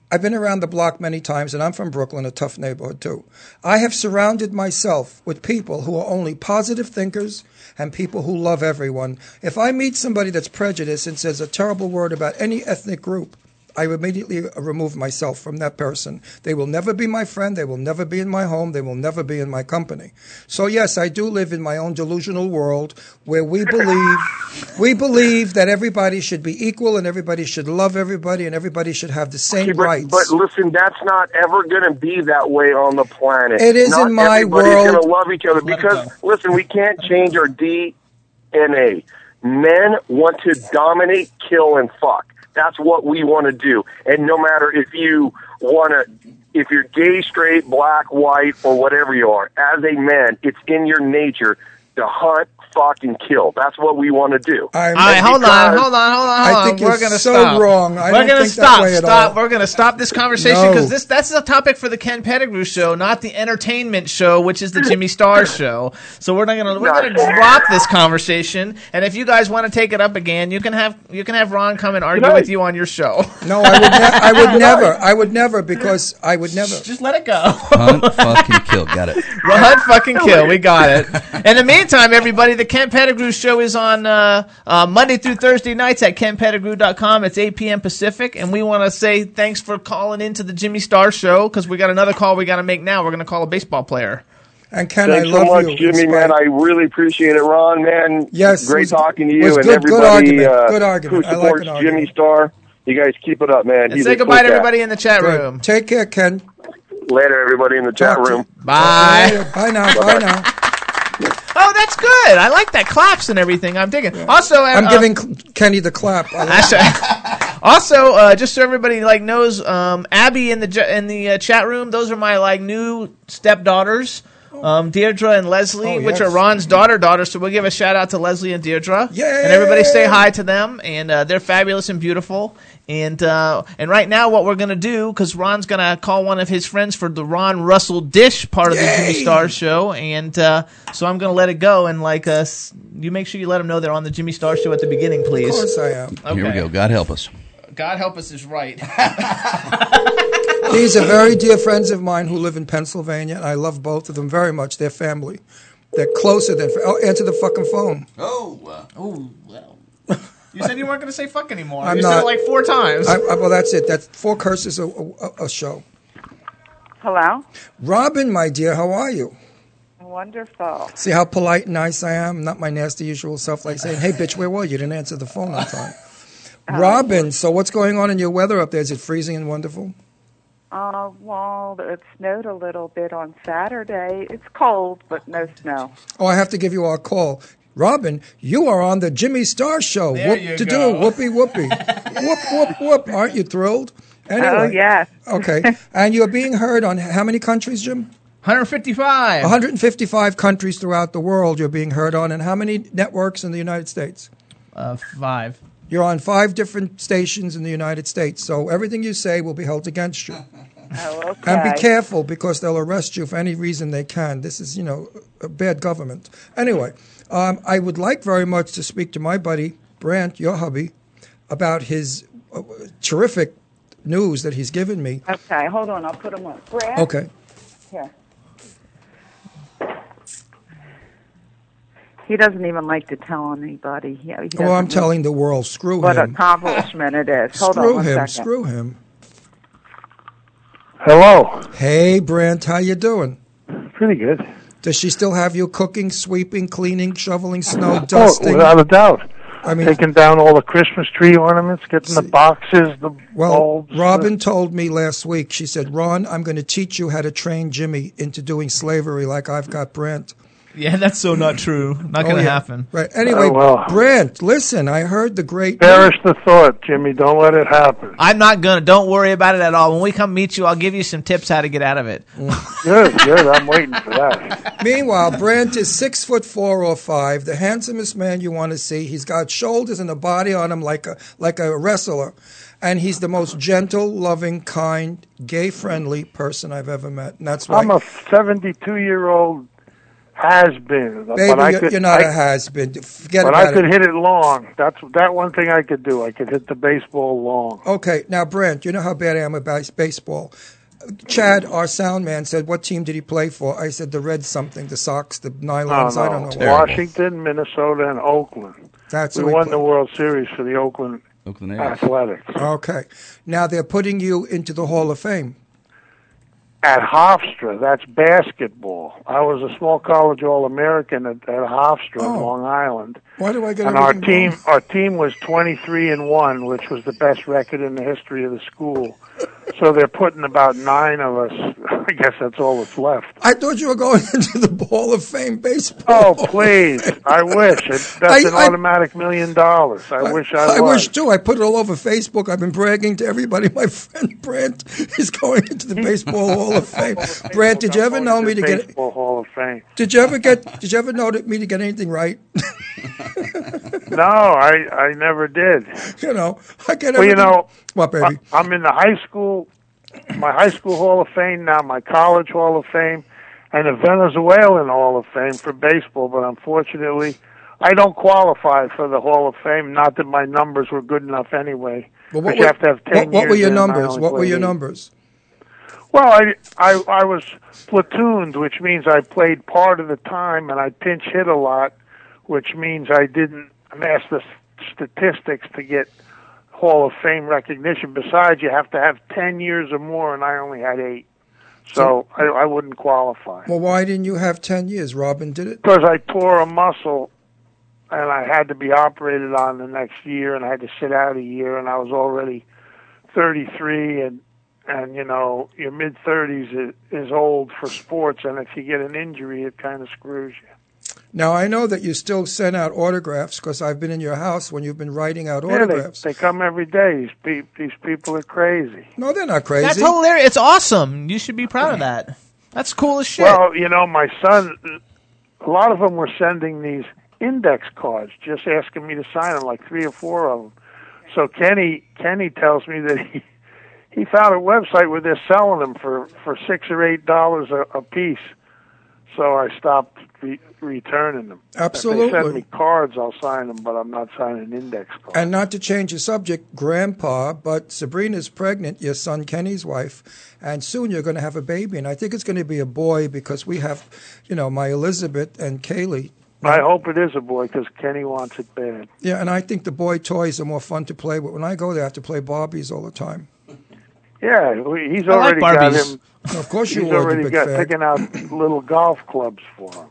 Speaker 4: I've been around the block many times and I'm from Brooklyn, a tough neighborhood too. I have surrounded myself with people who are only positive thinkers and people who love everyone. If I meet somebody that's prejudiced and says a terrible word about any ethnic group, I immediately remove myself from that person. They will never be my friend. They will never be in my home. They will never be in my company. So yes, I do live in my own delusional world where we believe we believe that everybody should be equal and everybody should love everybody and everybody should have the same
Speaker 8: See, but,
Speaker 4: rights.
Speaker 8: but listen, that's not ever going to be that way on the planet.
Speaker 4: It is
Speaker 8: not
Speaker 4: in my
Speaker 8: everybody's
Speaker 4: world.
Speaker 8: going to love each other
Speaker 5: Let it
Speaker 8: because
Speaker 5: go.
Speaker 8: listen, we can't change our DNA. Men want to dominate, kill, and fuck. That's what we want to do. And no matter if you want to, if you're gay, straight, black, white, or whatever you are, as a man, it's in your nature to hunt, fuck, and kill. That's what we want to do.
Speaker 4: I'm,
Speaker 3: All right, hold on,
Speaker 8: Because-
Speaker 3: hold on, hold on,
Speaker 4: I
Speaker 3: hold on.
Speaker 4: think
Speaker 3: We're
Speaker 4: you're
Speaker 3: gonna
Speaker 4: so
Speaker 3: stop.
Speaker 4: wrong. I
Speaker 3: We're
Speaker 4: don't
Speaker 3: gonna
Speaker 4: think that
Speaker 3: stop.
Speaker 4: way at
Speaker 3: stop.
Speaker 4: all.
Speaker 3: We're gonna stop this conversation because
Speaker 4: No.
Speaker 3: this that's the topic for the Ken Pettigrew show, not the entertainment show, which is the Jimmy Star show. So we're not gonna we're gonna
Speaker 8: No.
Speaker 3: drop this conversation. And if you guys want to take it up again, you can have you can have Ron come and argue
Speaker 8: Can I-
Speaker 3: with you on your show.
Speaker 4: no, I would, ne- I would never. I would never because I would never.
Speaker 3: Just let it go.
Speaker 5: Hunt, fuck, and kill. Got it.
Speaker 3: Well, hunt, fucking kill. We got it. In the meantime, everybody, the Ken Pettigrew Show is on uh, uh, Monday through Thursday nights at kenpettigrew.com. It's 8 p.m. Pacific, and we want to say thanks for calling into the Jimmy Star Show because we got another call we got to make now. We're going to call a baseball player.
Speaker 4: And Ken,
Speaker 9: Thanks
Speaker 4: I love
Speaker 9: so much,
Speaker 4: you. in
Speaker 9: Jimmy,
Speaker 4: spite-
Speaker 9: man. I really appreciate it, Ron, man.
Speaker 4: Yes, it
Speaker 9: great
Speaker 4: was-
Speaker 9: talking to
Speaker 4: it
Speaker 9: you
Speaker 4: was
Speaker 9: and
Speaker 4: good- good
Speaker 9: everybody
Speaker 4: argument,
Speaker 9: uh,
Speaker 4: good argument.
Speaker 9: who
Speaker 4: I like
Speaker 9: supports
Speaker 4: an argument.
Speaker 9: Jimmy Star. You guys keep it up, man.
Speaker 3: And
Speaker 9: He's
Speaker 3: say
Speaker 9: a cool
Speaker 3: goodbye to
Speaker 9: cat.
Speaker 3: everybody in the chat
Speaker 4: Good.
Speaker 3: room.
Speaker 4: Take care, Ken.
Speaker 9: Later, everybody in the chat
Speaker 4: Talk to
Speaker 9: room.
Speaker 4: you
Speaker 3: Bye.
Speaker 4: later. Bye now. Bye now.
Speaker 3: Oh, that's good. I like that claps and everything. I'm digging. Also,
Speaker 4: I'm
Speaker 3: uh,
Speaker 4: giving Kenny the clap. I like-
Speaker 3: That's right. also, uh, just so everybody like knows, um, Abby in the ju- in the uh, chat room. Those are my like new stepdaughters, um, Deirdre and Leslie,
Speaker 4: Oh,
Speaker 3: which are
Speaker 4: yes.
Speaker 3: Ron's daughter daughters. So we'll give a shout out to Leslie and Deirdre.
Speaker 4: Yay!
Speaker 3: And everybody say hi to them, and uh, they're fabulous and beautiful. And uh, and right now, what we're gonna do because Ron's gonna call one of his friends for the Ron Russell Dish part of the Jimmy Star Show, and uh, so I'm gonna let it go and like uh, s- you make sure you let them know they're on the Jimmy Star Show at the beginning, please.
Speaker 4: of course I am.
Speaker 5: Here we
Speaker 3: Okay.
Speaker 5: go. God help us.
Speaker 3: God help us is right.
Speaker 4: These are very dear friends of mine who live in Pennsylvania, and I love both of them very much. They're family. They're closer than. Oh, answer the fucking phone.
Speaker 5: Oh, uh,
Speaker 3: you said you weren't going to say fuck anymore.
Speaker 4: I'm
Speaker 3: you said
Speaker 4: not.
Speaker 3: it like four times.
Speaker 4: I, I, well, that's it. That's four curses a, a, a show.
Speaker 10: Hello?
Speaker 4: Robin, my dear, how are you?
Speaker 10: Wonderful.
Speaker 4: See how polite and nice I am? Not my nasty usual self, like saying, hey, bitch, where were you? You didn't answer the phone on time.
Speaker 3: Uh,
Speaker 4: Robin, so what's going on in your weather up there? Is it freezing and wonderful?
Speaker 10: Uh, well, it snowed a little bit on Saturday. It's cold, but no snow.
Speaker 4: Oh, I have to give you our call. Robin, you are on the Jimmy Star Show.
Speaker 3: There
Speaker 4: whoop
Speaker 3: you
Speaker 4: to
Speaker 3: go.
Speaker 4: do, whoopee whoopee. whoop, whoop, whoop. Aren't you thrilled? Anyway.
Speaker 10: Oh, yes.
Speaker 4: Okay. And you're being heard on how many countries, Jim?
Speaker 3: 155.
Speaker 4: 155 countries throughout the world you're being heard on, and how many networks in the United States?
Speaker 3: Uh, five.
Speaker 4: You're on five different stations in the United States, so everything you say will be held against you.
Speaker 10: Oh, okay.
Speaker 4: And be careful because they'll arrest you for any reason they can. This is, you know, a bad government. Anyway, um, I would like very much to speak to my buddy, Brant, your hubby, about his uh, terrific news that he's given me.
Speaker 10: Okay, hold on. I'll put them on. Brad?
Speaker 4: Okay.
Speaker 10: Here. He doesn't even like to tell anybody. He, he
Speaker 4: Oh, I'm
Speaker 10: doesn't
Speaker 4: telling the world, screw
Speaker 10: What
Speaker 4: him.
Speaker 10: accomplishment it is. Hold on
Speaker 4: Screw
Speaker 10: one
Speaker 4: him,
Speaker 10: second.
Speaker 4: screw him.
Speaker 9: Hello.
Speaker 4: Hey, Brant, how you doing?
Speaker 9: Pretty good.
Speaker 4: Does she still have you cooking, sweeping, cleaning, shoveling snow, dusting?
Speaker 9: Oh, a doubt.
Speaker 4: I mean,
Speaker 9: Taking down all the Christmas tree ornaments, getting the boxes, the
Speaker 4: Well, Robin told me last week, she said, Ron, I'm going to teach you how to train Jimmy into doing slavery like I've got Brent.
Speaker 3: Yeah, that's so not true. Not
Speaker 4: Oh,
Speaker 3: going to
Speaker 4: yeah.
Speaker 3: happen.
Speaker 4: Right. Anyway,
Speaker 9: Oh, well.
Speaker 4: Brent, listen, I heard the great.
Speaker 9: Perish the thought, Jimmy. Don't let it happen.
Speaker 3: I'm not going to. Don't worry about it at all. When we come meet you, I'll give you some tips how to get out of it.
Speaker 9: Good, good. I'm waiting for that.
Speaker 4: Meanwhile, Brent is six foot four or five, the handsomest man you want to see. He's got shoulders and a body on him like a like a wrestler, and he's the most gentle, loving, kind, gay friendly person I've ever met. And that's why,
Speaker 9: I'm a 72 year old has been. but I
Speaker 4: baby, you're,
Speaker 9: could,
Speaker 4: you're not a
Speaker 9: I-
Speaker 4: has been. Forget
Speaker 9: But
Speaker 4: about
Speaker 9: I
Speaker 4: it.
Speaker 9: could hit it long. That's that one thing I could do. I could hit the baseball long.
Speaker 4: Okay, now Brent, you know how bad I am about baseball. Chad, our sound man, said, "What team did he play for?" I said, "The Red something, the Sox, the
Speaker 9: No,
Speaker 4: Nylons." I don't
Speaker 9: Oh, no.
Speaker 4: know. what.
Speaker 5: Terrible.
Speaker 9: Washington, Minnesota, and Oakland.
Speaker 4: That's
Speaker 9: we
Speaker 4: who he
Speaker 9: won
Speaker 4: played.
Speaker 9: the World Series for the Oakland
Speaker 5: Oakland A's.
Speaker 9: Athletics
Speaker 4: Okay, now they're putting you into the Hall of Fame.
Speaker 9: at Hofstra. That's basketball. I was a small college All American at, at Hofstra,
Speaker 4: Oh.
Speaker 9: in Long Island,
Speaker 4: Why do I get
Speaker 9: and our
Speaker 4: everything
Speaker 9: team
Speaker 4: wrong?
Speaker 9: our team was 23 and one, which was the best record in the history of the school. So they're putting about nine of us. I guess that's all that's left.
Speaker 4: I thought you were going into the Hall of Fame baseball.
Speaker 9: Oh please! I wish it, that's
Speaker 4: I-
Speaker 9: an
Speaker 4: I-
Speaker 9: automatic million dollars. I, wish I,
Speaker 4: I
Speaker 9: was.
Speaker 4: wish too. I put it all over Facebook. I've been bragging to everybody. My friend Brent is going into the Baseball Hall of Fame. Brent, did you ever know me to get?
Speaker 9: baseball Hall of Fame?
Speaker 4: Did you ever get? Did you ever know me to get anything right?
Speaker 9: No, I I never did.
Speaker 4: you know, I get.
Speaker 9: Well, you
Speaker 4: everything-
Speaker 9: know,
Speaker 4: what, baby?
Speaker 9: I, am in the high school, my high school Hall of Fame now, my college Hall of Fame, and the Venezuelan Hall of Fame for baseball. But unfortunately, I don't qualify for the Hall of Fame. Not that my numbers were good enough anyway.
Speaker 4: Well,
Speaker 9: but you have to have ten
Speaker 4: what, what were
Speaker 9: years
Speaker 4: your
Speaker 9: in, and I
Speaker 4: numbers?
Speaker 9: only
Speaker 4: What were
Speaker 9: played
Speaker 4: your
Speaker 9: eight.
Speaker 4: numbers?
Speaker 9: Well, I, I I was platooned, which means I played part of the time, and I pinch hit a lot, which means I didn't amass the s- statistics to get Hall of Fame recognition. Besides, you have to have ten years or more, and I only had eight, So I, I wouldn't qualify.
Speaker 4: Well, why didn't you have 10 years? Robin did it.
Speaker 9: Because I tore a muscle and I had to be operated on the next year and I had to sit out a year and I was already 33 and and you know your mid 30s is, is old for sports and if you get an injury it kind of screws you.
Speaker 4: Now, I know that you still send out autographs because I've been in your house when you've been writing out
Speaker 9: Yeah,
Speaker 4: autographs.
Speaker 9: they, they come every day. These, pe- these people are crazy.
Speaker 4: No, they're not crazy.
Speaker 3: That's hilarious. It's awesome. You should be proud of that. That's cool as shit.
Speaker 9: Well, you know, my son, a lot of them were sending these index cards, just asking me to sign them, like three or four of them. So Kenny, Kenny tells me that he he found a website where they're selling them for for six or eight dollars a, a piece. So I stopped re- returning them. If they
Speaker 4: Absolutely.
Speaker 9: send me cards, I'll sign them, but I'm not signing index cards.
Speaker 4: And not to change the subject, Grandpa, but Sabrina's pregnant, your son Kenny's wife, and soon you're going to have a baby. And I think it's going to be a boy because we have, you know, my Elizabeth and Kaylee.
Speaker 9: I hope it is a boy because Kenny wants it bad.
Speaker 4: Yeah, and I think the boy toys are more fun to play with. When I go there, I have to play Barbies all the time.
Speaker 9: Yeah, we- he's
Speaker 4: I
Speaker 9: already
Speaker 4: like
Speaker 9: got
Speaker 4: Barbies.
Speaker 9: him.
Speaker 4: Of course you
Speaker 9: he's
Speaker 4: would, you
Speaker 9: already
Speaker 4: big
Speaker 9: got
Speaker 4: fag.
Speaker 9: picking out little golf clubs for him.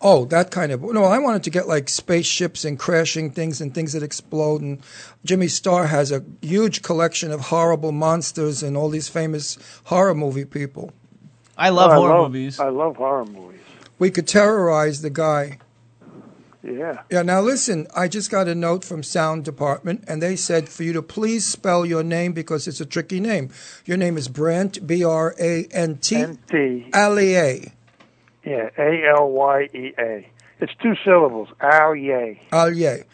Speaker 4: Oh, that kind of. No, I wanted to get like spaceships and crashing things and things that explode. And Jimmy Starr has a huge collection of horrible monsters and all these famous horror movie people.
Speaker 3: I
Speaker 9: Oh, movies. I love horror movies.
Speaker 4: We could terrorize the guy.
Speaker 9: Yeah.
Speaker 4: Yeah, now listen, I just got a note from sound department and they said for you to please spell your name because it's a tricky name. Your name is Brant B R A N T
Speaker 9: T
Speaker 4: Allier.
Speaker 9: Yeah, A L Y E A. It's two syllables. Al yay.
Speaker 4: Allier.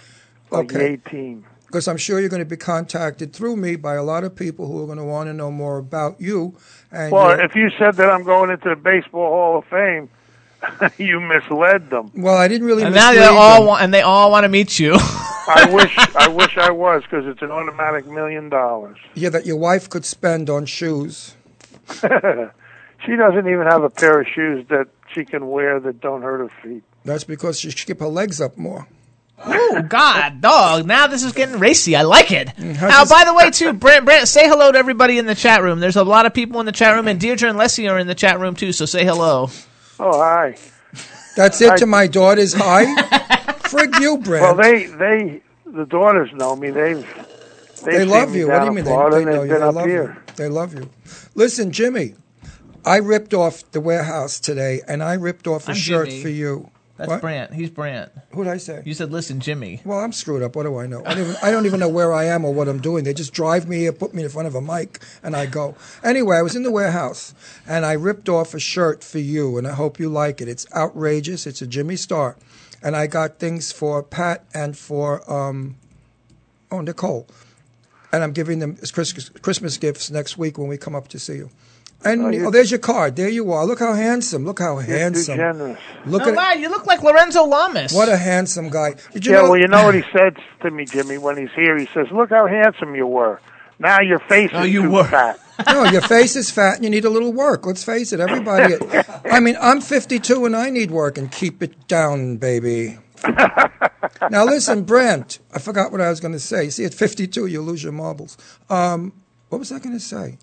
Speaker 9: Like
Speaker 4: Okay.
Speaker 9: yay team.
Speaker 4: Because I'm sure you're going to be contacted through me by a lot of people who are going to want to know more about you and
Speaker 9: well,
Speaker 4: your-
Speaker 9: if you said that I'm going into the baseball Hall of Fame, you misled them.
Speaker 4: well, I didn't really
Speaker 3: and now they
Speaker 4: mislead
Speaker 3: all
Speaker 4: them.
Speaker 3: want, and they all want to meet you.
Speaker 9: I wish I wish I was because it's an automatic million dollars.
Speaker 4: Yeah, that your wife could spend on shoes.
Speaker 9: she doesn't even have a pair of shoes that she can wear that don't hurt her feet.
Speaker 4: That's because she should keep her legs up more.
Speaker 3: oh God, dog! Now this is getting racy. I like it.
Speaker 4: how's
Speaker 3: Now,
Speaker 4: this-
Speaker 3: by the way, too, Brent, Brent, say hello to everybody in the chat room. There's a lot of people in the chat room, and Deirdre and Leslie are in the chat room too. So say hello.
Speaker 9: Oh, hi.
Speaker 4: That's it to my daughter's hi. Frig you, Brent.
Speaker 9: Well, they they the daughters know me. They've they've
Speaker 4: They
Speaker 9: seen
Speaker 4: love
Speaker 9: me
Speaker 4: you. What
Speaker 9: Down
Speaker 4: do you
Speaker 9: in
Speaker 4: mean they,
Speaker 9: Florida
Speaker 4: they
Speaker 9: and
Speaker 4: know
Speaker 9: they've
Speaker 4: you?
Speaker 9: been
Speaker 4: They
Speaker 9: up
Speaker 4: love
Speaker 9: here.
Speaker 4: you. They love you. Listen, Jimmy, I ripped off the warehouse today, and I ripped off a
Speaker 3: I'm
Speaker 4: shirt
Speaker 3: Jimmy.
Speaker 4: for you.
Speaker 3: That's
Speaker 4: What?
Speaker 3: Brant. He's Brant.
Speaker 4: Who'd I say?
Speaker 3: You said, "Listen, Jimmy."
Speaker 4: Well, I'm screwed up. What do I know? I don't, even, I don't even know where I am or what I'm doing. They just drive me here, put me in front of a mic, and I go. Anyway, I was in the warehouse, and I ripped off a shirt for you, and I hope you like it. It's outrageous. It's a Jimmy Star, and I got things for Pat and for um, oh Nicole, and I'm giving them as Chris- Christmas gifts next week when we come up to see you. And
Speaker 9: Oh,
Speaker 4: oh,
Speaker 9: you-
Speaker 4: there's your card. There you are. Look how handsome. Look how
Speaker 9: You're
Speaker 4: handsome.
Speaker 9: too generous.
Speaker 4: Look
Speaker 3: oh,
Speaker 4: at
Speaker 3: wow, you look like Lorenzo Lamas.
Speaker 4: what a handsome guy. Did you
Speaker 9: yeah,
Speaker 4: know-
Speaker 9: well, you know what he said to me, Jimmy, when he's here. He says, "Look how handsome you were. Now your face
Speaker 3: Oh,
Speaker 9: is
Speaker 3: you
Speaker 9: too
Speaker 3: were.
Speaker 9: fat."
Speaker 4: No, your face is fat and you need a little work. Let's face it, everybody. I mean, I'm 52 and I need work and keep it down, baby. now, listen, Brent, I forgot what I was going to say. See, at 52, you lose your marbles. Um, what was I going to say?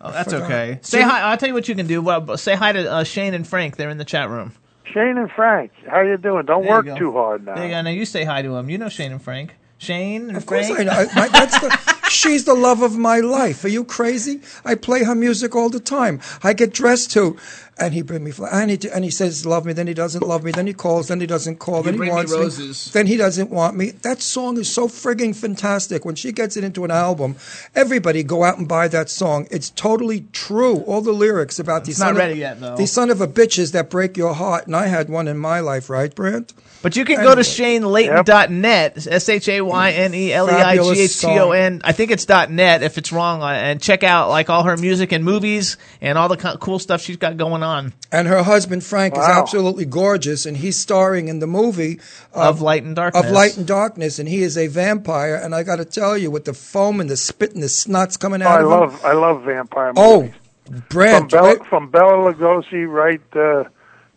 Speaker 3: Oh, that's
Speaker 4: forgot.
Speaker 3: okay. Say hi. I'll tell you what you can do. Well, say hi to uh, Shane and Frank. They're in the chat room.
Speaker 9: Shane and Frank, how you doing? Don't
Speaker 3: There you
Speaker 9: work
Speaker 3: go.
Speaker 9: too hard now.
Speaker 3: There you go. Now you say hi to them. You know Shane and Frank. Shane and
Speaker 4: Of
Speaker 3: Frank.
Speaker 4: course I know. I- my- that's the, she's the love of my life. Are you crazy? I play her music all the time. I get dressed to, and he bring me flowers. And he, and he says, love me. Then he doesn't love me. Then he calls. Then he doesn't call. then
Speaker 5: bring
Speaker 4: he
Speaker 5: me
Speaker 4: wants
Speaker 5: roses.
Speaker 4: Then he doesn't want me. That song is so frigging fantastic. When she gets it into an album, everybody go out and buy that song. It's totally true. All the lyrics about these
Speaker 3: not
Speaker 4: son
Speaker 3: ready
Speaker 4: of,
Speaker 3: yet, though.
Speaker 4: These son of a bitches that break your heart. And I had one in my life, right, Brent?
Speaker 3: But you can go to
Speaker 9: Yep.
Speaker 3: shanelayton.net, S H A Y N E L E I G H T O N. I think it's dot .net if it's wrong, uh, and check out like all her music and movies and all the co- cool stuff she's got going on
Speaker 4: And her husband Frank is
Speaker 9: Wow.
Speaker 4: absolutely gorgeous, and he's starring in the movie um,
Speaker 3: of Light and Darkness.
Speaker 4: of Light and Darkness, and he is a vampire. And I got to tell you, with the foam and the spit and the snots coming
Speaker 9: Oh,
Speaker 4: out
Speaker 9: I
Speaker 4: of him.
Speaker 9: love I love vampire
Speaker 4: Oh,
Speaker 9: movies. from
Speaker 4: Brent,
Speaker 9: Bela,
Speaker 4: wait-
Speaker 9: from Bela Lugosi right uh,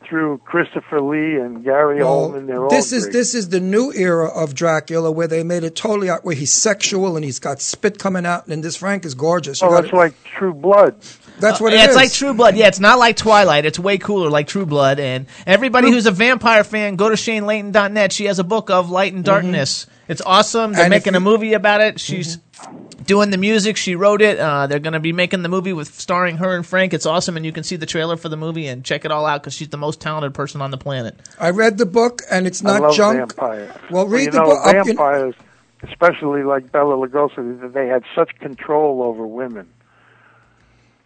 Speaker 9: through Christopher Lee and Gary
Speaker 4: Well,
Speaker 9: Oldman. They're all
Speaker 4: this is
Speaker 9: great.
Speaker 4: this is the new era of Dracula where they made it totally out where he's sexual and he's got spit coming out and this Frank is gorgeous. You
Speaker 9: Oh,
Speaker 4: got
Speaker 9: that's
Speaker 4: it.
Speaker 9: like True Blood.
Speaker 4: That's what
Speaker 3: yeah,
Speaker 4: it
Speaker 3: Uh, it's
Speaker 4: is.
Speaker 3: like True Blood. Yeah, it's not like Twilight. It's way cooler, like True Blood. And everybody who's a vampire fan, go to ShaneLayton.net. She has a book of Light and Darkness. It's awesome. They're
Speaker 4: Mm-hmm. And if Mm-hmm.
Speaker 3: making a movie about it. She's doing the music. She wrote it. Uh, they're going to be making the movie with starring her and Frank. It's awesome, and you can see the trailer for the movie and check it all out because she's the most talented person on the planet.
Speaker 4: I read the book and it's
Speaker 9: I
Speaker 4: not
Speaker 9: love
Speaker 4: junk.
Speaker 9: vampires.
Speaker 4: Well, read
Speaker 9: you
Speaker 4: the
Speaker 9: know,
Speaker 4: book. I'll- you-
Speaker 9: Vampires, especially like Bella Lugosi, that they had such control over women.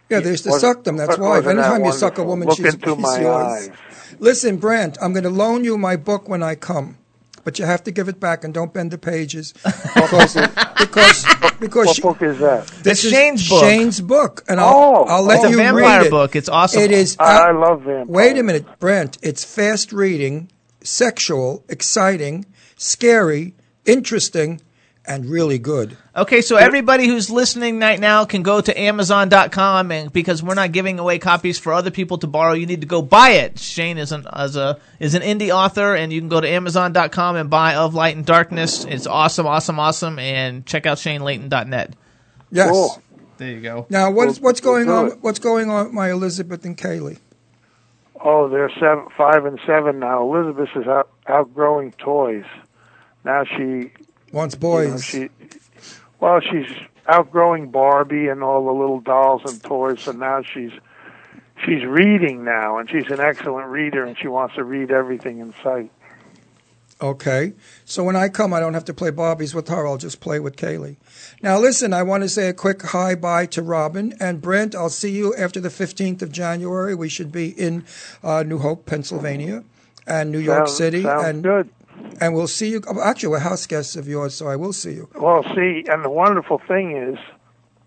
Speaker 4: Yeah, they used to
Speaker 9: Wasn't-
Speaker 4: suck them. That's
Speaker 9: wasn't
Speaker 4: why. If
Speaker 9: that
Speaker 4: anytime you suck a
Speaker 9: wonderful?
Speaker 4: woman,
Speaker 9: Look
Speaker 4: she's,
Speaker 9: into
Speaker 4: she's
Speaker 9: my
Speaker 4: yours.
Speaker 9: eyes.
Speaker 4: Listen, Brent, I'm going to loan you my book when I come, but you have to give it back and don't bend the pages because because because
Speaker 9: What
Speaker 4: she-
Speaker 9: book is that?
Speaker 3: It's
Speaker 4: this is
Speaker 3: Shane's book.
Speaker 4: Shane's book, and I'll
Speaker 9: Oh,
Speaker 4: I'll let
Speaker 3: it's a
Speaker 4: you
Speaker 3: vampire
Speaker 4: read it.
Speaker 3: book. It's awesome.
Speaker 4: It is.
Speaker 9: I, I love vampires.
Speaker 4: Wait a minute, Brent. It's fast reading, sexual, exciting, scary, interesting, and really good.
Speaker 3: Okay, so everybody who's listening right now can go to Amazon.com, and because we're not giving away copies for other people to borrow, you need to go buy it. Shane is an as a is an indie author, and you can go to Amazon.com and buy Of Light and Darkness. It's awesome, awesome, awesome, and check out ShaneLayton.net.
Speaker 4: Yes.
Speaker 9: Cool.
Speaker 3: There you go.
Speaker 4: Now, what is, what's
Speaker 9: We'll-
Speaker 4: going
Speaker 9: we'll
Speaker 4: on?
Speaker 9: do it.
Speaker 4: What's going on with my Elizabeth and Kaylee?
Speaker 9: Oh, they're seven, five and seven now. Elizabeth is out, outgrowing toys. Now she
Speaker 4: Wants
Speaker 9: you
Speaker 4: boys.
Speaker 9: know, she, well, she's outgrowing Barbie and all the little dolls and toys, so now she's she's reading now, and she's an excellent reader, and she wants to read everything in sight.
Speaker 4: Okay. So when I come, I don't have to play Bobby's with her. I'll just play with Kaylee. Now, listen, I want to say a quick hi bye to Robin and Brent. I'll see you after the 15th of January. We should be in uh, New Hope, Pennsylvania, and New York
Speaker 9: Sounds-
Speaker 4: City.
Speaker 9: sounds
Speaker 4: and,
Speaker 9: good.
Speaker 4: and we'll see you. oh, Actually, we're house guests of yours, so I will see you.
Speaker 9: Well, see, and the wonderful thing is,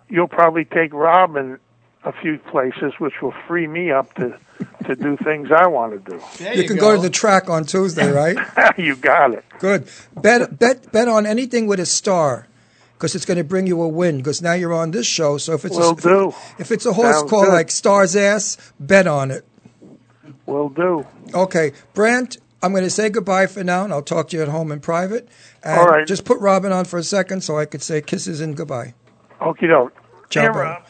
Speaker 9: you'll probably take Robin a few places, which will free me up to to do things I want to do.
Speaker 4: you, can go. to the track on Tuesday, right?
Speaker 9: you got it.
Speaker 4: Good. Bet, bet, bet on anything with a star. Because it's going to bring you a win. Because now you're on this show, so if it's
Speaker 9: Will
Speaker 4: a,
Speaker 9: do.
Speaker 4: if it's a horse
Speaker 9: Sounds
Speaker 4: call
Speaker 9: good.
Speaker 4: like Star's ass, bet on it.
Speaker 9: Will do.
Speaker 4: Okay, Brent, I'm going to say goodbye for now, and I'll talk to you at home in private. And
Speaker 9: All right.
Speaker 4: Just put Robin on for a second so I could say kisses and goodbye.
Speaker 9: Okie doke.
Speaker 4: Ciao,
Speaker 9: Hey,
Speaker 4: bye.
Speaker 9: Rob.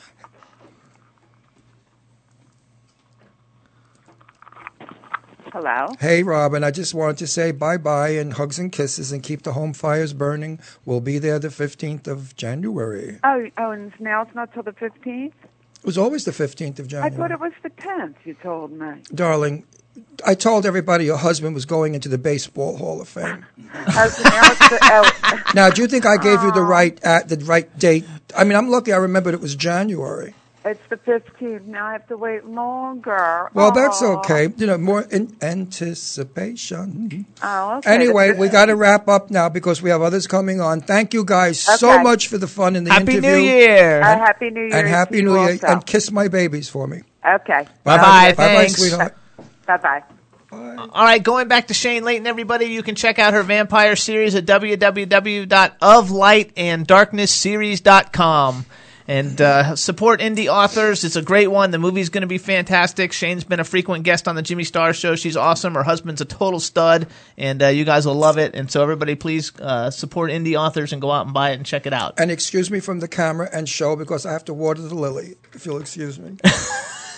Speaker 11: Hello.
Speaker 4: Hey, Robin, I just wanted to say bye bye and hugs and kisses and keep the home fires burning. We'll be there the 15th of January.
Speaker 11: Oh, oh, and now it's not till the fifteenth.
Speaker 4: It was always the 15th of
Speaker 11: I
Speaker 4: January.
Speaker 11: thought it was the tenth. You told me.
Speaker 4: Darling, I told everybody your husband was going into the Baseball Hall of Fame.
Speaker 11: Oh, so now it's the, oh,
Speaker 4: now, do you think I gave you the right, uh, the right date? I mean, I'm lucky I remembered it was January.
Speaker 11: it's the fifteenth. Now I have to wait longer.
Speaker 4: Well, that's
Speaker 11: Aw.
Speaker 4: okay. You know, more in anticipation.
Speaker 11: Oh, okay.
Speaker 4: Anyway,
Speaker 11: The
Speaker 4: we got to wrap up now because we have others coming on. Thank you guys so
Speaker 11: Okay.
Speaker 4: much for the fun in the
Speaker 3: Happy
Speaker 4: interview.
Speaker 3: New Year.
Speaker 11: Uh, happy New Year.
Speaker 4: And Happy New Year.
Speaker 11: Also.
Speaker 4: And kiss my babies for me.
Speaker 11: okay.
Speaker 3: Bye-bye.
Speaker 4: Bye bye,
Speaker 3: Thanks.
Speaker 4: sweetheart.
Speaker 11: Bye bye.
Speaker 3: All right, going back to Shane Layton, everybody, you can check out her vampire series at www.oflightanddarknessseries.com. And uh, support indie authors. It's a great one. The movie's going to be fantastic. Shane's been a frequent guest on the Jimmy Star Show. She's awesome. Her husband's a total stud, and uh, you guys will love it. And so, everybody, please uh, support indie authors and go out and buy it and check it out.
Speaker 4: And excuse me from the camera and show because I have to water the lily, if you'll excuse me.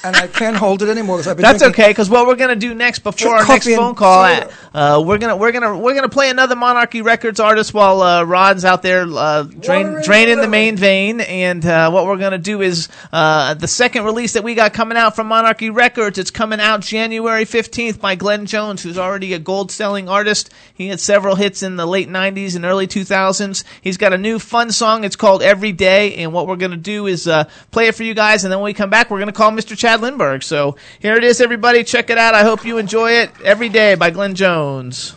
Speaker 4: and I can't hold it anymore because I've been
Speaker 3: That's
Speaker 4: drinking-
Speaker 3: okay, because what we're gonna do next before
Speaker 4: Drink
Speaker 3: our next
Speaker 4: coffee and
Speaker 3: phone call,
Speaker 4: soda.
Speaker 3: uh, we're gonna we're gonna we're gonna play another Monarchy Records artist while uh, Rod's out there uh, drain,
Speaker 4: Watering
Speaker 3: draining
Speaker 4: the
Speaker 3: the main vein. And uh, what we're gonna do is uh, the second release that we got coming out from Monarchy Records. It's coming out January fifteenth by Glenn Jones, who's already a gold selling artist. He had several hits in the late '90s and early 2000s. He's got a new fun song. It's called Every Day. And what we're gonna do is uh, play it for you guys, and then when we come back, we're gonna call Mr. Chad Lindbergh. So here it is, everybody. Check it out. I hope you enjoy it. Every Day by Glenn Jones.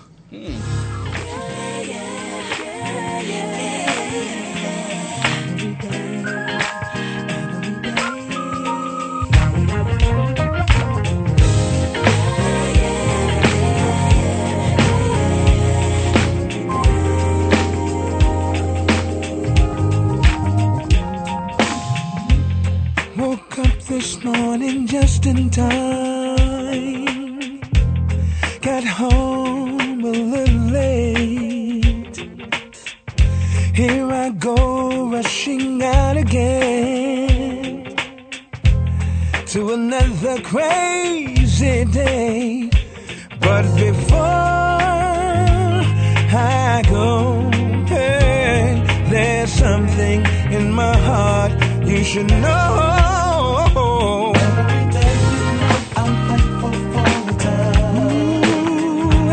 Speaker 6: Woke up this morning just in time
Speaker 12: to another crazy day. But before I go, hey, there's something in my heart you should know. Ooh,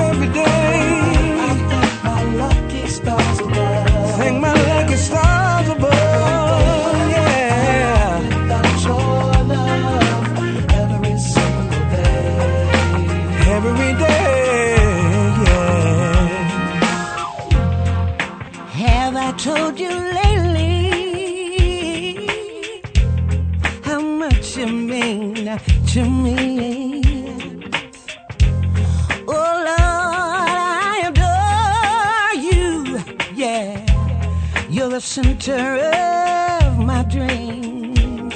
Speaker 12: every day. Thank my lucky stars above, yeah. Every day, yeah.
Speaker 13: Have I told you lately how much you mean to me? Oh Lord, I adore you. Yeah, you're the center of my dreams.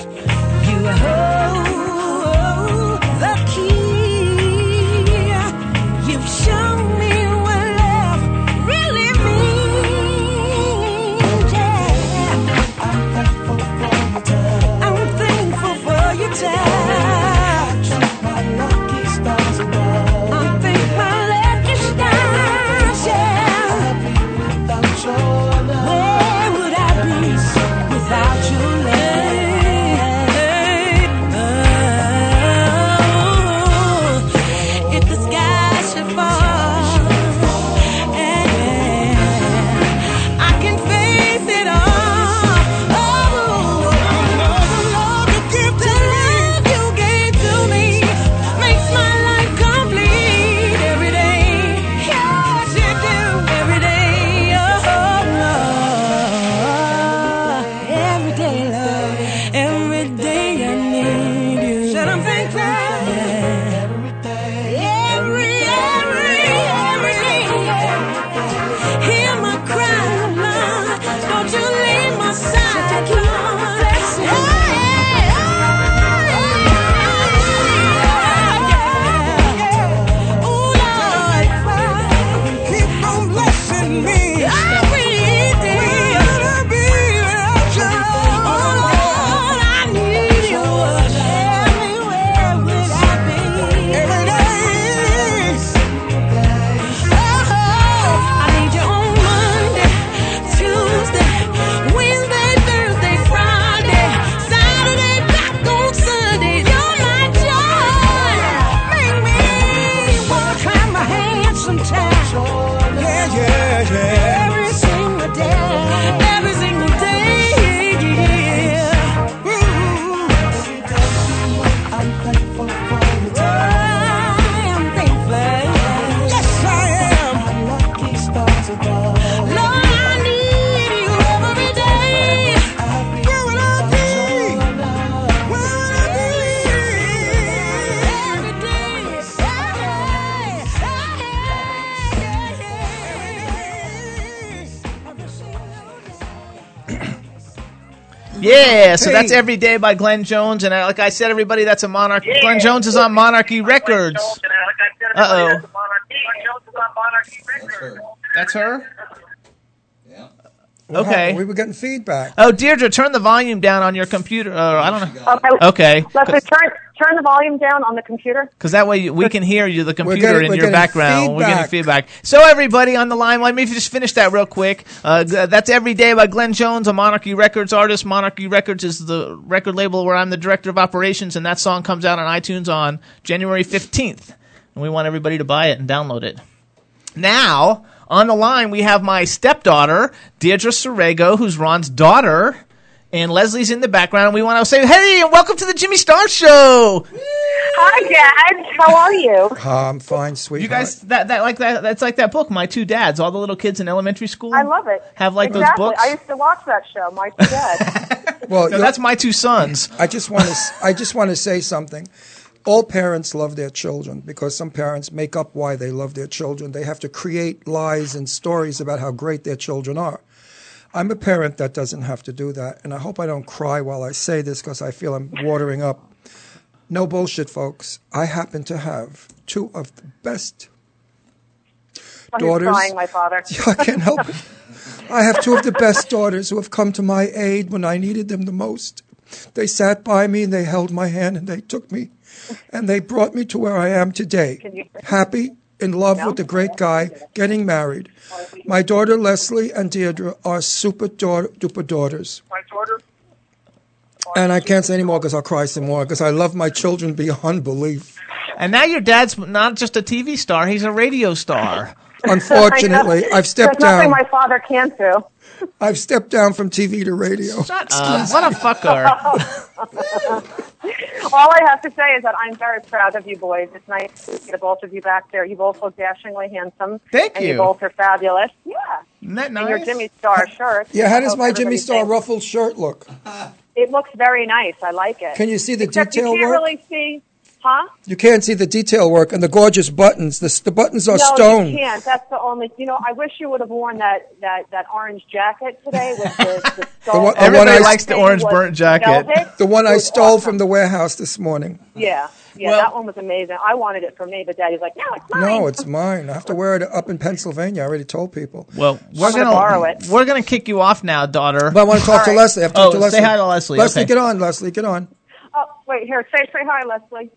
Speaker 13: You hold the key. You've shown me what love really means. Yeah. I'm thankful for your touch. I think my lucky stars, yeah. Where would I be without your love? Oh, if the sky should fall, and I can face it all. Oh, the love you give to me, you gave to me, makes my life complete every day. Yes, you do every day. Oh, Lord. every day, love, every day I need you. Said I'm thankful. Every, every, every day. Hear my cry, Lord. Won't you leave my side, Lord? Keep on blessing me. Every day. Where would I be without your love? Oh, Lord, I need you. Everywhere would I be? Every day. I need you on Monday, Tuesday, Wednesday, Thursday, Friday, Saturday, back on Sunday. You're my joy. Make me wanna clap my hands sometimes. Yeah, yeah, yeah. Every single day. Every single day. Yeah. Mm-hmm. I am thankful. Yes, I am. Lord, I need you every day. Where would I be? Where would I be? Every day,
Speaker 3: Yeah, so that's Every Day by Glenn Jones. And I, like I said, everybody, that's a Monarch. Glenn Jones is on Monarchy Records. Uh oh. That's her?
Speaker 4: What
Speaker 3: Okay.
Speaker 4: happened? We were getting feedback.
Speaker 3: Oh, Deirdre, turn the volume down on your computer. Uh, I don't know.
Speaker 14: Okay.
Speaker 3: Okay.
Speaker 14: Let's turn turn the volume down on the computer.
Speaker 3: Because that way you, we can hear you, the computer
Speaker 4: getting-
Speaker 3: in
Speaker 4: we're
Speaker 3: your
Speaker 4: getting
Speaker 3: background. We're getting feedback. So everybody on the line, let me just finish that real quick. Uh, g- that's Every Day by Glenn Jones, a Monarchy Records artist. Monarchy Records is the record label where I'm the director of operations, and that song comes out on iTunes on January 15th. And we want everybody to buy it and download it. Now, on the line, we have my stepdaughter, Deirdre Sorego, who's Ron's daughter. And Leslie's in the background, and we want to say, hey, and welcome to the Jimmy Star Show.
Speaker 14: Hi, Dad. How are you?
Speaker 4: I'm fine, sweetheart.
Speaker 3: You guys, that, that like that that's like that book, My Two Dads. All the little kids in elementary school.
Speaker 14: I love it.
Speaker 3: Have like those
Speaker 14: exactly.
Speaker 3: books?
Speaker 14: I used to watch that show, My Two Dads.
Speaker 4: Well,
Speaker 3: that's my two sons.
Speaker 4: I just want to. I just want to say something. All parents love their children because some parents make up why they love their children. They have to create lies and stories about how great their children are. I'm a parent that doesn't have to do that, and I hope I don't cry while I say this because I feel I'm watering up. No bullshit, folks. I happen to have two of the best
Speaker 14: Oh, he's
Speaker 4: daughters.
Speaker 14: crying, my father.
Speaker 4: I can't help it. I have two of the best daughters who have come to my aid when I needed them the most. They sat by me and they held my hand and they took me and they brought me to where I am
Speaker 14: Can
Speaker 4: today.
Speaker 14: you-
Speaker 4: Happy, in love with a great guy, getting married. My daughter Leslie and Deirdre are super daughter, duper daughters. And I can't say anymore because I'll cry some more because I love my children beyond belief.
Speaker 3: And now your dad's not just a TV star; he's a radio star.
Speaker 4: Unfortunately, I've stepped down.
Speaker 14: uh, nothing my father can do.
Speaker 4: I've stepped down from TV to radio.
Speaker 3: Uh, what a fucker!
Speaker 14: All I have to say is that I'm very proud of you boys. It's nice to see the both of you back there. You both look dashingly handsome.
Speaker 4: Thank
Speaker 14: and you.
Speaker 4: you.
Speaker 14: both are fabulous. Yeah.
Speaker 3: Isn't that
Speaker 14: And your
Speaker 4: nice?
Speaker 14: Jimmy Star shirt.
Speaker 4: Yeah, how
Speaker 14: I
Speaker 4: does
Speaker 14: hope
Speaker 4: my Jimmy
Speaker 14: everybody
Speaker 4: Star
Speaker 14: thinks-
Speaker 4: ruffled shirt look?
Speaker 14: It looks very nice. I like it.
Speaker 4: Can you see the
Speaker 14: Except
Speaker 4: detail
Speaker 14: You can't
Speaker 4: work?
Speaker 14: really see, huh?
Speaker 4: You can't see the detail work and the gorgeous buttons. The, s- the buttons are
Speaker 14: no,
Speaker 4: stone.
Speaker 14: you can't. That's the only. You know, I wish you would have worn that that that orange jacket today with the, the
Speaker 4: The
Speaker 14: skull.
Speaker 4: one- the one
Speaker 3: Everybody
Speaker 4: I-
Speaker 3: likes the orange burnt jacket.
Speaker 14: velvet.
Speaker 4: The one I stole from the warehouse this morning.
Speaker 14: Yeah, yeah, that one was amazing. I wanted it for me, but Daddy's like, no, it's mine.
Speaker 4: No, it's mine. I have to wear it up in Pennsylvania. I already told people.
Speaker 3: Well, we're
Speaker 4: I'm
Speaker 3: gonna
Speaker 4: gonna borrow it.
Speaker 3: we're gonna kick you off now, daughter.
Speaker 4: But I want to talk to Leslie. I have to
Speaker 3: oh,
Speaker 4: talk to Leslie.
Speaker 3: say hi to Leslie.
Speaker 4: Leslie,
Speaker 3: okay.
Speaker 4: get on. Leslie, get on.
Speaker 14: Oh, wait, here, say say hi, Leslie.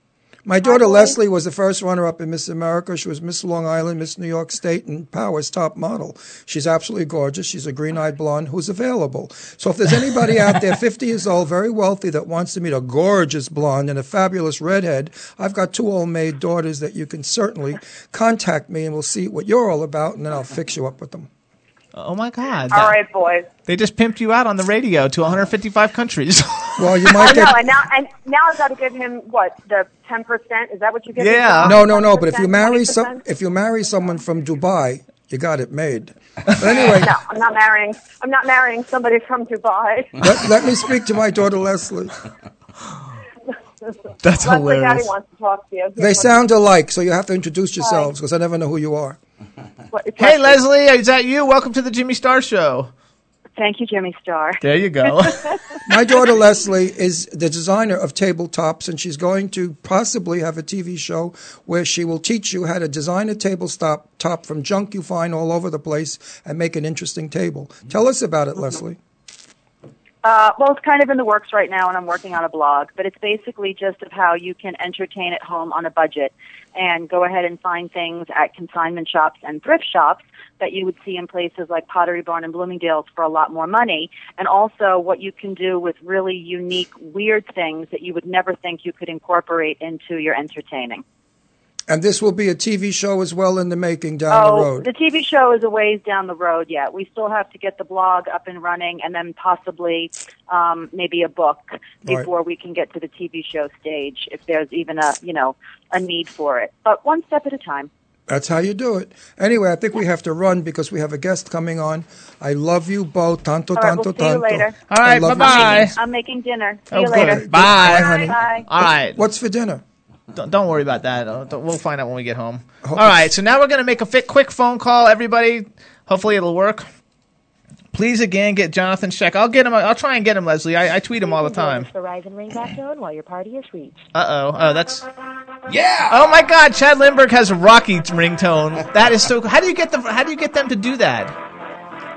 Speaker 4: My daughter Leslie was the first runner up in Miss America. She was Miss Long Island, Miss New York State, and Power's top model. She's absolutely gorgeous. She's a green eyed blonde who's available. So if there's anybody out there, 50 years old, very wealthy, that wants to meet a gorgeous blonde and a fabulous redhead, I've got two old maid daughters that you can certainly contact me and we'll see what you're all about, and then I'll fix you up with them.
Speaker 3: Oh my God!
Speaker 14: All right, boys.
Speaker 3: They just pimped you out on the radio to 155 countries.
Speaker 4: Well, you
Speaker 14: I know, and now and now I've got to give him what the ten percent. Is that what you give? Him?
Speaker 4: No, no, no. But if you marry
Speaker 14: 20%?
Speaker 4: some, if you marry someone from Dubai, you got it made. But anyway,
Speaker 14: no, I'm not marrying. I'm not marrying somebody from Dubai.
Speaker 4: let, let me speak to my daughter Leslie.
Speaker 3: That's
Speaker 14: Leslie,
Speaker 4: hilarious.
Speaker 14: Daddy wants to talk to you. He
Speaker 4: They
Speaker 14: wants-
Speaker 4: sound alike, so you have to introduce yourselves because I never know who you are.
Speaker 14: what- it's
Speaker 3: hey, Leslie, is that you? Welcome to the Jimmy Star Show.
Speaker 15: Thank you, Jimmy Star.
Speaker 3: There you go.
Speaker 4: My daughter Leslie is the designer of tabletops, and she's going to possibly have a TV show where she will teach you how to design a tabletop top from junk you find all over the place and make an interesting table. Tell us about it, Leslie.
Speaker 15: Uh, well, it's kind of in the works right now, and I'm working on a blog, but it's basically just of how you can entertain at home on a budget and go ahead and find things at consignment shops and thrift shops that you would see in places like Pottery Barn and Bloomingdale's for a lot more money, and also what you can do with really unique, weird things that you would never think you could incorporate into your entertaining.
Speaker 4: And this will be a TV show as well in the making down
Speaker 15: oh,
Speaker 4: the road.
Speaker 15: TV show is a ways down the road yet. We still have to get the blog up and running and then possibly um, maybe a book
Speaker 4: Right.
Speaker 15: before we can get to the TV show stage if there's even a, you know, a need for it. But one step at a time.
Speaker 4: That's how you do it. Anyway, I think we have to run because we have a guest coming on. I love you both. Tanto,
Speaker 15: All right, we'll
Speaker 4: tanto,
Speaker 15: see you
Speaker 4: tanto.
Speaker 15: later.
Speaker 4: I love you.
Speaker 15: I'm making, I'm making dinner. See you
Speaker 3: Oh, good.
Speaker 15: later.
Speaker 3: Bye.
Speaker 15: Bye. Bye.
Speaker 3: All right.
Speaker 4: What's for dinner?
Speaker 3: Don't, don't worry about that. Uh, don't- We'll find out when we get home. All right. So now we're going to make a fit, quick phone call, everybody. Hopefully it'll work. Please again get Jonathan Sheck. I'll get him. I'll try and get him, Leslie. I, I tweet him all the time.
Speaker 16: The rise and ring back tone while your party is reached.
Speaker 3: Uh oh. Oh, that's. Yeah. Oh my God. Chad Lindbergh has a Rocky ringtone. That is so. How do you get the? How do you get them to do that?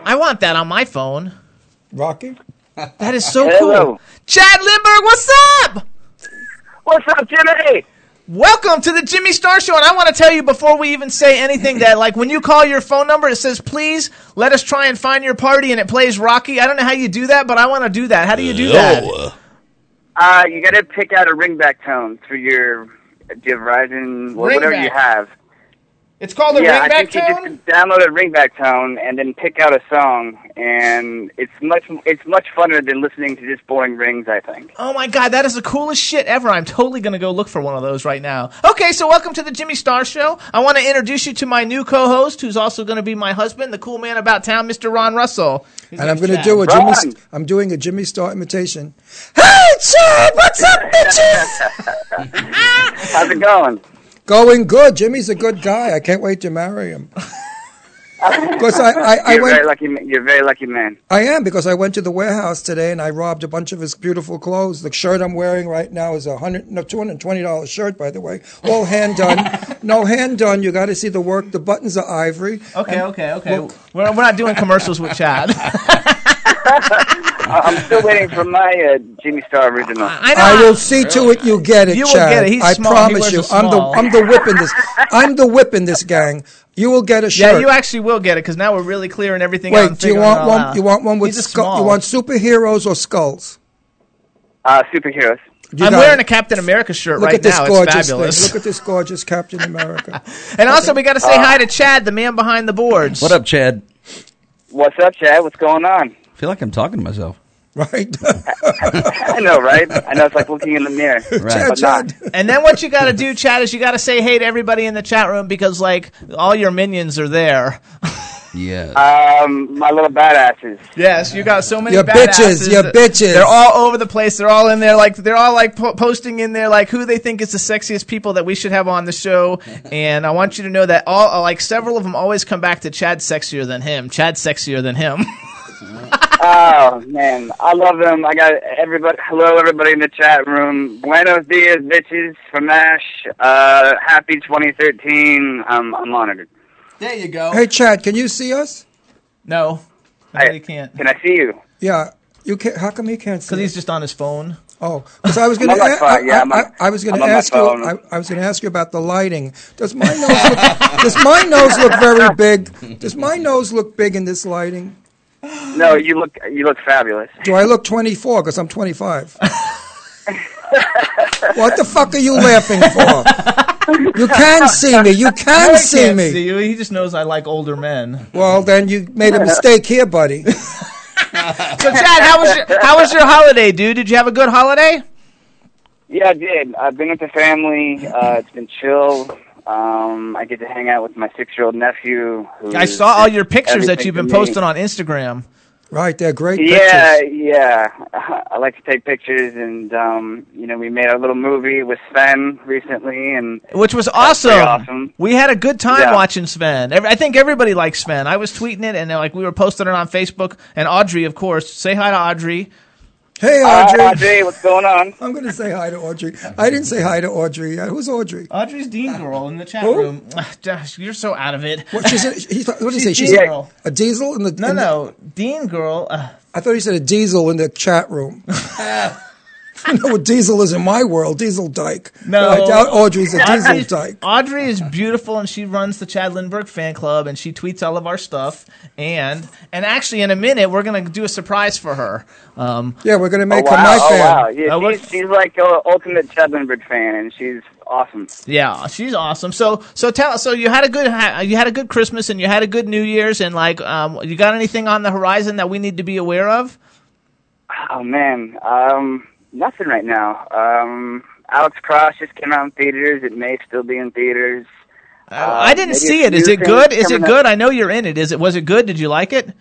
Speaker 3: I want that on my phone.
Speaker 4: Rocky.
Speaker 3: That is so
Speaker 1: Hello.
Speaker 3: cool. Chad Lindbergh, what's up?
Speaker 1: What's up, Jimmy?
Speaker 3: Welcome to the Jimmy Star Show, and I want to tell you before we even say anything that, like, when you call your phone number, it says, "Please let us try and find your party," and it plays Rocky. I don't know how you do that, but I want to do that. How do you do that?
Speaker 17: Uh, you gotta pick out a ringback tone for your, your Verizon, wh- whatever
Speaker 3: Ringback.
Speaker 17: you have.
Speaker 3: It's called a
Speaker 17: yeah, I
Speaker 3: ringback
Speaker 17: think you
Speaker 3: tone.
Speaker 17: just can download a ringback tone and then pick out a song, and it's much it's much funner than listening to just boring rings. I think.
Speaker 3: Oh my god, that is the coolest shit ever. I'm totally gonna go look for one of those right now. Okay, so welcome to the Jimmy Star Show. I want to introduce you to my new co-host, who's also gonna be my husband, the cool man about town, Mr. Ron Russell. His
Speaker 4: And I'm
Speaker 3: name's
Speaker 4: going to
Speaker 3: Chad.
Speaker 4: do a Jimmy. I'm doing a Jimmy Star imitation. Hey, Chad, what's up, bitches?
Speaker 17: How's it going?
Speaker 4: Going good. Jimmy's a good guy. I can't wait to marry him. Because I, I, I
Speaker 17: you're
Speaker 4: went.
Speaker 17: very lucky. ma- You're a very lucky man.
Speaker 4: I am because I went to the warehouse today and I robbed a bunch of his beautiful clothes. The shirt I'm wearing right now is a hundred, no, two hundred twenty dollars shirt, by the way, all hand done. no hand done. You got to see the work. The buttons are ivory.
Speaker 3: Okay,
Speaker 4: And
Speaker 3: okay, okay.
Speaker 4: look-
Speaker 3: We're, we're not doing commercials with Chad.
Speaker 17: I- I'm still waiting for my uh, Jimmy Star original. I,
Speaker 4: I will see to it you get it,
Speaker 17: You will
Speaker 4: Chad.
Speaker 17: get it. He's
Speaker 4: I
Speaker 17: small. He
Speaker 4: promise
Speaker 17: wears
Speaker 4: you.
Speaker 17: a
Speaker 4: I'm the
Speaker 17: small.
Speaker 4: I'm the whip in this. I'm the whip in this gang. You will get a shirt.
Speaker 3: Yeah, you actually will get it because now we're really clearing everything out.
Speaker 4: Wait,
Speaker 3: and
Speaker 4: do you
Speaker 3: figuring it
Speaker 4: want
Speaker 3: all
Speaker 4: one?
Speaker 3: out.
Speaker 4: You want one with
Speaker 3: He's a
Speaker 4: skull? You
Speaker 3: small.
Speaker 4: want superheroes or skulls?
Speaker 17: Uh, superheroes.
Speaker 4: You
Speaker 3: I'm
Speaker 4: got
Speaker 3: wearing
Speaker 4: it.
Speaker 3: a Captain America shirt
Speaker 4: Look
Speaker 3: right
Speaker 4: at this
Speaker 3: now.
Speaker 4: gorgeous
Speaker 3: it's fabulous.
Speaker 4: thing. Look at this gorgeous Captain America.
Speaker 3: and also, we got to say
Speaker 17: Uh,
Speaker 3: hi to Chad, the man behind the boards.
Speaker 5: What up, Chad?
Speaker 17: What's up, Chad? What's going on?
Speaker 5: I feel like I'm talking to myself.
Speaker 17: I know, right? I know it's like looking in the mirror. But not.
Speaker 3: and then what you got to do, Chad, is you got to say hey to everybody in the chat room because like all your minions are there.
Speaker 5: Yeah.
Speaker 17: Um, my little badasses.
Speaker 3: Yes, you got so many
Speaker 17: Your
Speaker 3: badasses
Speaker 17: bitches, your
Speaker 3: that-
Speaker 17: bitches.
Speaker 3: They're all over the place. They're all in there, like they're all like po- posting in there, like who they think is the sexiest people that we should have on the show. and I want you to know that all like several of them always come back to Chad sexier than him. Chad sexier than him.
Speaker 17: oh man, I love them. I got everybody. Hello, everybody in the chat room. Buenos dias, bitches from Ash. Uh, happy 2013. I'm I'm honored.
Speaker 3: there you go.
Speaker 4: Hey, Chad, can you see us?
Speaker 3: No, I really can't.
Speaker 17: Can I see you?
Speaker 4: Yeah, you can. How come you can't see?
Speaker 3: Because he's just on his phone.
Speaker 4: Oh, because I was
Speaker 3: I'm
Speaker 4: going to.
Speaker 3: on my phone, yeah, I'm on-
Speaker 4: I was going
Speaker 3: I'm
Speaker 4: to
Speaker 3: on my
Speaker 4: ask you.
Speaker 3: phone.
Speaker 4: I, I was going to ask you about the lighting. Does my nose look, does my nose look very big? Does my nose look big in this lighting?
Speaker 17: No, you look you look fabulous.
Speaker 4: Do I look 24? Because I'm 25. what the fuck are you laughing for? You can see me. You
Speaker 3: No,
Speaker 4: can
Speaker 3: I
Speaker 4: see
Speaker 3: can't
Speaker 4: me.
Speaker 3: see you. He just knows I like older men.
Speaker 4: Well, then you made a mistake here, buddy.
Speaker 3: So Chad, how was your how was your holiday, dude? Did you have a good holiday?
Speaker 17: Yeah, I did. I've been with the family. Uh, it's been chill. Um, I get to hang out with my six year old nephew. Who
Speaker 3: I
Speaker 17: is
Speaker 3: saw all your pictures that
Speaker 17: everything
Speaker 3: you've
Speaker 17: to
Speaker 3: been
Speaker 17: me.
Speaker 3: posting on Instagram.
Speaker 4: Right, they're great
Speaker 17: yeah, yeah. I like to take pictures, and um, you know, we made a little movie with Sven recently, and
Speaker 3: Which was
Speaker 17: That's
Speaker 3: awesome.
Speaker 17: pretty awesome.
Speaker 3: We had a good time
Speaker 17: Yeah.
Speaker 3: watching Sven. Every, I think everybody likes Sven. I was tweeting it and uh, like we were posting it on Facebook. And Audrey, of course, say hi to Audrey.
Speaker 4: Hey,
Speaker 3: Hi,
Speaker 4: Audrey.
Speaker 3: Audrey,
Speaker 17: what's going on?
Speaker 4: I'm going to say hi to Audrey. I didn't say hi to Audrey. yet. Who's Audrey?
Speaker 3: Audrey's Dean girl in the chat
Speaker 4: Who?
Speaker 3: room. Josh, you're so out of it.
Speaker 4: What, she's a, he's, what did he
Speaker 3: She's
Speaker 4: say? She's
Speaker 3: Dean
Speaker 4: a,
Speaker 3: girl.
Speaker 4: a diesel in the
Speaker 3: No,
Speaker 4: in the-
Speaker 3: no, Dean girl. Uh,
Speaker 4: I thought he said a diesel in the chat room. you know what diesel is in my world? Diesel dyke.
Speaker 3: no,
Speaker 4: But I doubt Audrey's a diesel
Speaker 3: Audrey's-
Speaker 4: dyke.
Speaker 3: Audrey is beautiful, and she runs the Chad Lindbergh fan club, and she tweets all of our stuff. And and actually, in a minute, we're gonna do a surprise for her. Um,
Speaker 4: yeah, we're gonna
Speaker 17: oh wow, oh wow, yeah, she's, she's like a ultimate Chedlinburg fan, and she's awesome.
Speaker 3: Yeah, she's awesome. So, so tell. So you had a good, ha- you had a good Christmas, and you had a good New Year's, and like, um, you got anything on the horizon that we need to be aware of?
Speaker 17: Oh man, um, nothing right now. Um, Alex Cross just came out in theaters. It may still be in theaters. Uh,
Speaker 3: Oh, I didn't
Speaker 17: maybe
Speaker 3: see
Speaker 17: a
Speaker 3: it. Is
Speaker 17: few
Speaker 3: it
Speaker 17: things
Speaker 3: good? Is it
Speaker 17: coming up.
Speaker 3: good? I know you're in it. Is it? Was it good? Did you like it?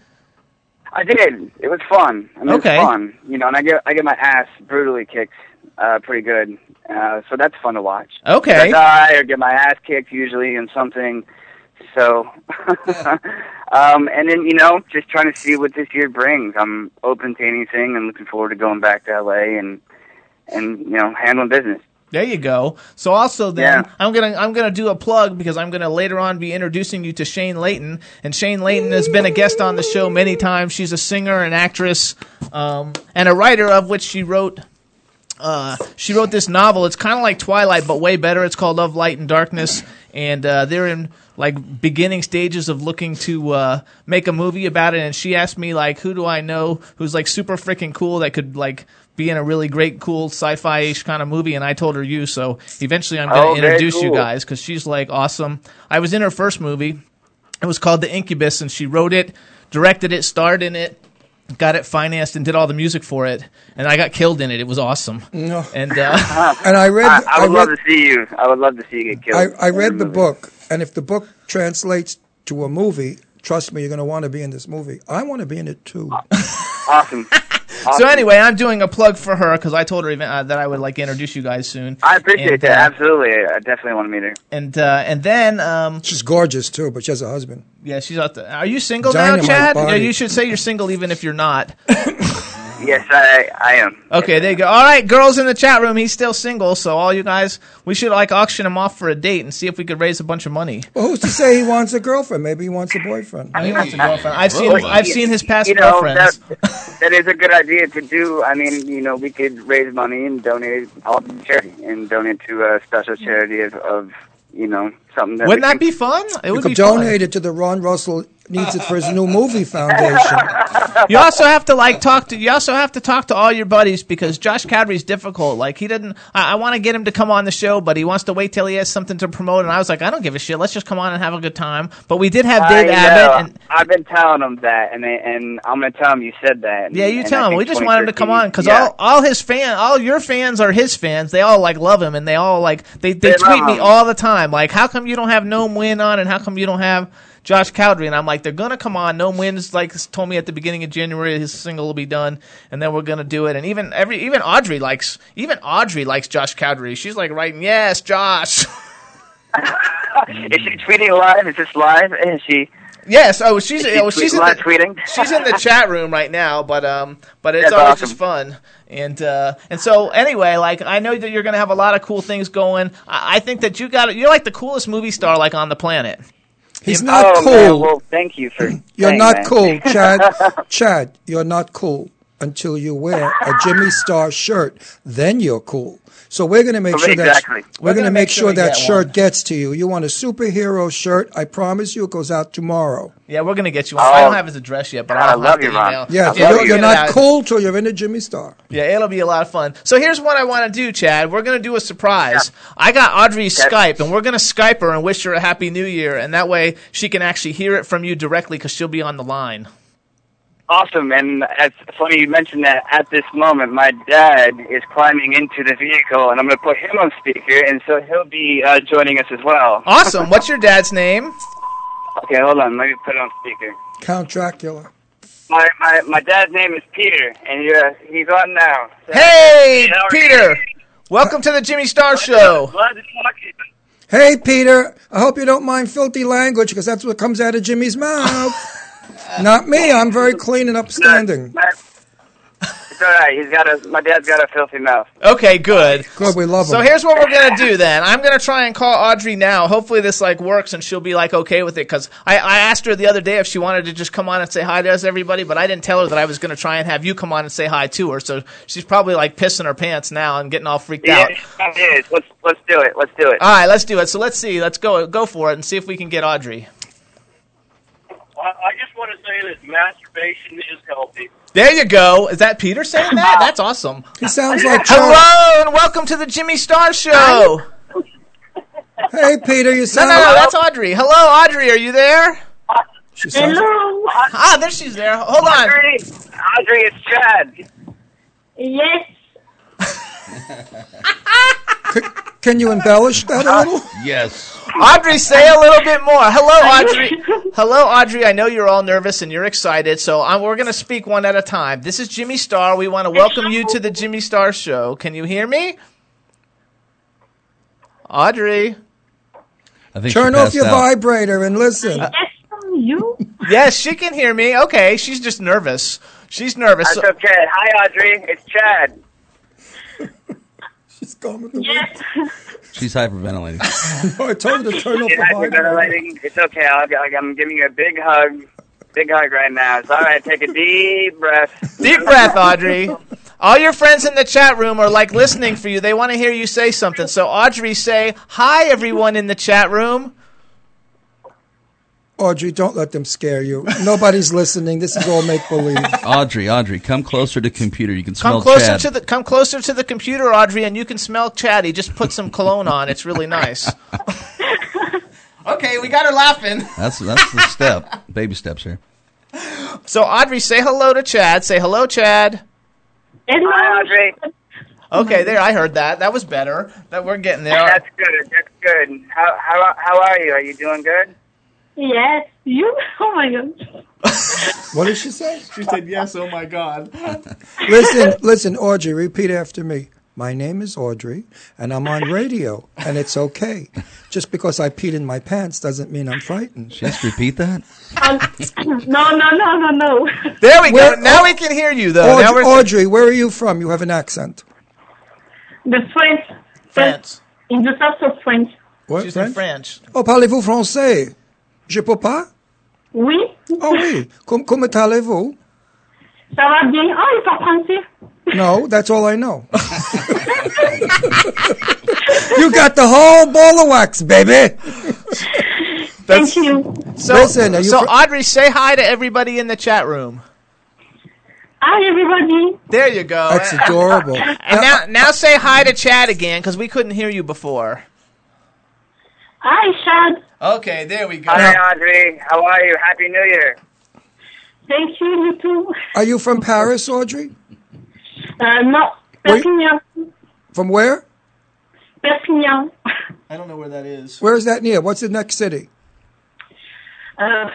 Speaker 17: I did. It was fun. I mean,
Speaker 3: Okay.
Speaker 17: It was fun. You know, and I get I get my ass brutally kicked, uh, pretty good. Uh, so that's fun to watch.
Speaker 3: Okay.
Speaker 17: I die or get my ass kicked usually in something. So, um, and then you know, just trying to see what this year brings. I'm open to anything and looking forward to going back to LA and and you know handling business.
Speaker 3: There you go. So also then
Speaker 17: Yeah.
Speaker 3: I'm gonna I'm gonna do a plug because I'm gonna later on be introducing you to Shane Layton, and Shane Layton has been a guest on the show many times. She's a singer, an actress, um, and a writer of which she wrote. Uh, she wrote this novel. It's kind of like Twilight, but way better. It's called Of Light and Darkness, and uh, they're in like beginning stages of looking to uh, make a movie about it. And she asked me like, "Who do I know who's like super freaking cool that could like be in a really great, cool sci-fi ish kind of movie?" And I told her you. So eventually, I'm going
Speaker 17: Oh,
Speaker 3: to
Speaker 17: very
Speaker 3: introduce you
Speaker 17: cool.
Speaker 3: guys because she's like awesome. I was in her first movie. It was called The Incubus, and she wrote it, directed it, starred in it, got it financed, and did all the music for it. And I got killed in it. It was awesome.
Speaker 4: No.
Speaker 3: And uh,
Speaker 4: And I read.
Speaker 17: I, I would
Speaker 4: read,
Speaker 17: love to see you. I would love to see you get killed.
Speaker 4: I, I read the book, and if the book translates to a movie, trust me, you're going to want to be in this movie. I want to be in it too.
Speaker 17: Uh, Awesome.
Speaker 3: so anyway, I'm doing a plug for her because I told her even, uh, that I would like introduce you guys soon.
Speaker 17: I appreciate
Speaker 3: And,
Speaker 17: that.
Speaker 3: uh,
Speaker 17: Absolutely, I definitely want to meet her.
Speaker 3: and uh, and then um,
Speaker 4: she's gorgeous too, but she has a husband.
Speaker 3: Yeah, she's out there. Are you single
Speaker 4: Dynamite
Speaker 3: now, Chad?
Speaker 4: body.
Speaker 3: Yeah, you should say you're single even if you're not.
Speaker 17: Yes, I, I am.
Speaker 3: Okay, there you go. All right, girls in the chat room, he's still single, so all you guys, we should like auction him off for a date and see if we could raise a bunch of money.
Speaker 4: Well, who's to say he wants a girlfriend? Maybe he wants a boyfriend.
Speaker 3: He wants a girlfriend. I've seen I've seen his past
Speaker 17: you know,
Speaker 3: girlfriends.
Speaker 17: That, that is a good idea to do. I mean, you know, we could raise money and donate it all to charity and donate to a special charity of, of you know, something that. we can-
Speaker 3: fun?
Speaker 17: It
Speaker 4: you
Speaker 17: would
Speaker 4: could
Speaker 17: be fun.
Speaker 4: donate it to the Ron Russell needs it for his new movie foundation.
Speaker 3: you also have to like talk to you also have to talk to all your buddies because Josh Cadry's difficult. Like he didn't I, I want to get him to come on the show, but he wants to wait till he has something to promote and I was like, I don't give a shit. Let's just come on and have a good time. But we did have Dave
Speaker 17: I
Speaker 3: Abbott
Speaker 17: know.
Speaker 3: and
Speaker 17: I've been telling him that, and they- and I'm gonna tell him you said that. and-
Speaker 3: yeah, you
Speaker 17: and I
Speaker 3: tell him.
Speaker 17: think
Speaker 3: We just want him to come on because
Speaker 17: 2013 yeah.
Speaker 3: all, all his fan, all your fans are his fans. They all like love him, and they all like they, they,
Speaker 17: They love
Speaker 3: tweet me
Speaker 17: him.
Speaker 3: all the time. Like, how come you don't have Gnome Win on, and how come you don't have Josh Cowdery? And I'm like, they're gonna come on. Gnome Win's like told me at the beginning of January his single will be done, and then we're gonna do it. And even every even Audrey likes even Audrey likes Josh Cowdery. She's like writing, yes, Josh.
Speaker 17: Is she tweeting live? Is this live? Is she?
Speaker 3: Yes. Oh, she's
Speaker 17: Is she
Speaker 3: oh, she's
Speaker 17: tweet-
Speaker 3: in the,
Speaker 17: live tweeting?
Speaker 3: She's in the chat room right now, but um, but it's
Speaker 17: That's
Speaker 3: always
Speaker 17: awesome.
Speaker 3: just fun. And uh, and so anyway, like I know that you're gonna have a lot of cool things going. I, I think that you got you're like the coolest movie star like on the planet.
Speaker 4: He's not
Speaker 17: oh,
Speaker 4: cool.
Speaker 17: Man, well, thank you for.
Speaker 4: You're
Speaker 17: saying
Speaker 4: not
Speaker 17: that.
Speaker 4: cool, Chad. Chad, you're not cool until you wear a Jimmy Star shirt. Then you're cool. So we're going to make sure
Speaker 17: Exactly.
Speaker 4: that we're, going to make sure, that shirt gets to you. You want a superhero shirt? I promise you, it goes out tomorrow.
Speaker 3: Yeah, we're gonna get you. on. I don't have his address yet, but
Speaker 17: God, Oh. I
Speaker 3: I'll have
Speaker 17: love
Speaker 3: to
Speaker 17: you, Ron.
Speaker 3: email.
Speaker 4: Yeah,
Speaker 3: I'll
Speaker 4: you're,
Speaker 3: Uh, get
Speaker 4: you're
Speaker 3: it
Speaker 4: not
Speaker 3: out.
Speaker 4: cool till you're in a Jimmy Star.
Speaker 3: Yeah, it'll be a lot of fun. So here's what I want to do, Chad. We're gonna do a surprise. I got Audrey's Skype, and we're gonna Skype her and wish her a happy New Year, and that way she can actually hear it from you directly because she'll be on the line.
Speaker 17: Awesome, and it's funny you mentioned that. At this moment, my dad is climbing into the vehicle, and I'm going to put him on speaker, and so he'll be uh, joining us as well.
Speaker 3: Awesome. What's your dad's name?
Speaker 17: Okay, hold on. Let me put it on speaker.
Speaker 4: Count Dracula.
Speaker 17: My my, my dad's name is Peter, and you're, he's on now. So-
Speaker 3: Hey,
Speaker 17: How are you?
Speaker 3: Peter. Welcome to the Jimmy Star Show.
Speaker 17: Glad to talk to you.
Speaker 4: Hey, Peter. I hope you don't mind filthy language because that's what comes out of Jimmy's mouth. not me. I'm very clean and upstanding.
Speaker 17: My- It's all right. He's got a my dad's got a filthy mouth.
Speaker 3: Okay, good.
Speaker 4: Good, we love
Speaker 3: So
Speaker 4: him.
Speaker 3: here's what we're gonna do then. I'm gonna try and call Audrey now. Hopefully this like works and she'll be like okay with it because I, I asked her the other day if she wanted to just come on and say hi to us everybody, but I didn't tell her that I was gonna try and have you come on and say hi to her. So she's probably like pissing her pants now and getting all freaked
Speaker 17: Yeah,
Speaker 3: out.
Speaker 17: it is. Let's let's do it. Let's do it.
Speaker 3: All right, let's do it. So let's see. Let's go go for it and see if we can get Audrey.
Speaker 18: I I just want to say that masturbation is healthy.
Speaker 3: There you go. Is that Peter saying that? That's awesome. He
Speaker 4: sounds like Charlie.
Speaker 3: Hello and welcome to the Jimmy Star Show.
Speaker 4: Hey, Peter. You
Speaker 3: No,
Speaker 4: sound
Speaker 3: no, no, that's Audrey. Hello, Audrey. Are you there?
Speaker 4: She sounds-
Speaker 18: Hello.
Speaker 3: Ah, there she's there. Hold on.
Speaker 18: Audrey,
Speaker 17: Audrey it's Chad.
Speaker 18: Yes.
Speaker 4: Can you embellish that
Speaker 3: Uh,
Speaker 4: a little?
Speaker 5: Yes.
Speaker 3: Audrey, say a little bit more. Hello, Audrey. Hello, Audrey. I know you're all nervous and you're excited, so i we're going to speak one at a time. This is Jimmy Star. We want to welcome you to the Jimmy Star Show. Can you hear me? Audrey.
Speaker 5: I think
Speaker 4: Turn
Speaker 5: she
Speaker 4: off
Speaker 5: passed
Speaker 4: your
Speaker 5: out.
Speaker 4: vibrator and listen.
Speaker 18: You?
Speaker 3: Yes, she can hear me. Okay, she's just nervous. She's nervous.
Speaker 17: That's okay. Hi Audrey, it's Chad.
Speaker 4: She's gone with the
Speaker 5: She's hyperventilating.
Speaker 4: wind. I told her to turn off
Speaker 17: You're
Speaker 4: the vibrator.
Speaker 17: hyperventilating. It's okay. I'll, I'm giving you a big hug. Big hug right now. It's all right. Take a deep breath.
Speaker 3: Deep breath, Audrey. All your friends in the chat room are like listening for you. They want to hear you say something. So, Audrey, say hi, everyone in the chat room.
Speaker 4: Audrey, don't let them scare you. Nobody's listening. This is all make believe.
Speaker 5: Audrey, Audrey, come closer to computer. You can
Speaker 3: Come
Speaker 5: smell
Speaker 3: closer
Speaker 5: Chad.
Speaker 3: to the come closer to the computer, Audrey, and you can smell Chatty. Just put some cologne on; it's really nice. okay, we got her laughing.
Speaker 5: that's that's the step. Baby steps here.
Speaker 3: So, Audrey, say hello to Chad. Say hello, Chad.
Speaker 17: Hi Audrey.
Speaker 3: Okay, there. I heard that. That was better. That we're getting there.
Speaker 17: That's good. That's good. How how how are you? Are you doing good?
Speaker 18: Yes. You? Oh my God.
Speaker 4: What did she say?
Speaker 3: She said yes. Oh my God.
Speaker 4: Listen, listen, Audrey, repeat after me. My name is Audrey, and I'm on radio, and it's okay. Just because I peed in my pants doesn't mean I'm frightened.
Speaker 5: Just repeat that.
Speaker 19: Um, no, no, no, no, no.
Speaker 3: There we
Speaker 4: Where-
Speaker 3: go. Now we can hear you, though.
Speaker 4: Audrey,
Speaker 3: now we're
Speaker 4: Audrey, where are you from? You have an accent.
Speaker 19: The French. France. In the south of France.
Speaker 4: What,
Speaker 3: She's
Speaker 4: French?
Speaker 3: in French.
Speaker 4: Oh, parlez-vous français? Je peux pas?
Speaker 19: Oui.
Speaker 4: Oh oui. Com- comment allez-vous?
Speaker 19: Ça va bien. Ah, il parle français.
Speaker 4: No, that's all I know. you got the whole ball of wax, baby.
Speaker 19: Thank you.
Speaker 3: So,
Speaker 4: Listen, are you
Speaker 3: so
Speaker 4: fr-
Speaker 3: Audrey, say hi to everybody in the chat room.
Speaker 19: Hi, everybody.
Speaker 3: There you go.
Speaker 4: That's adorable.
Speaker 3: And now, now say hi to Chad again because we couldn't hear you before.
Speaker 19: Hi, Chad.
Speaker 3: Okay, there we go.
Speaker 17: Hi, Audrey. How are you? Happy New Year.
Speaker 19: Thank you, you too.
Speaker 4: Are you from Paris, Audrey?
Speaker 19: Uh, no. Perpignan.
Speaker 4: From where?
Speaker 19: Perpignan.
Speaker 3: I don't know where that is.
Speaker 4: Where is that near? What's the next city?
Speaker 19: Uh,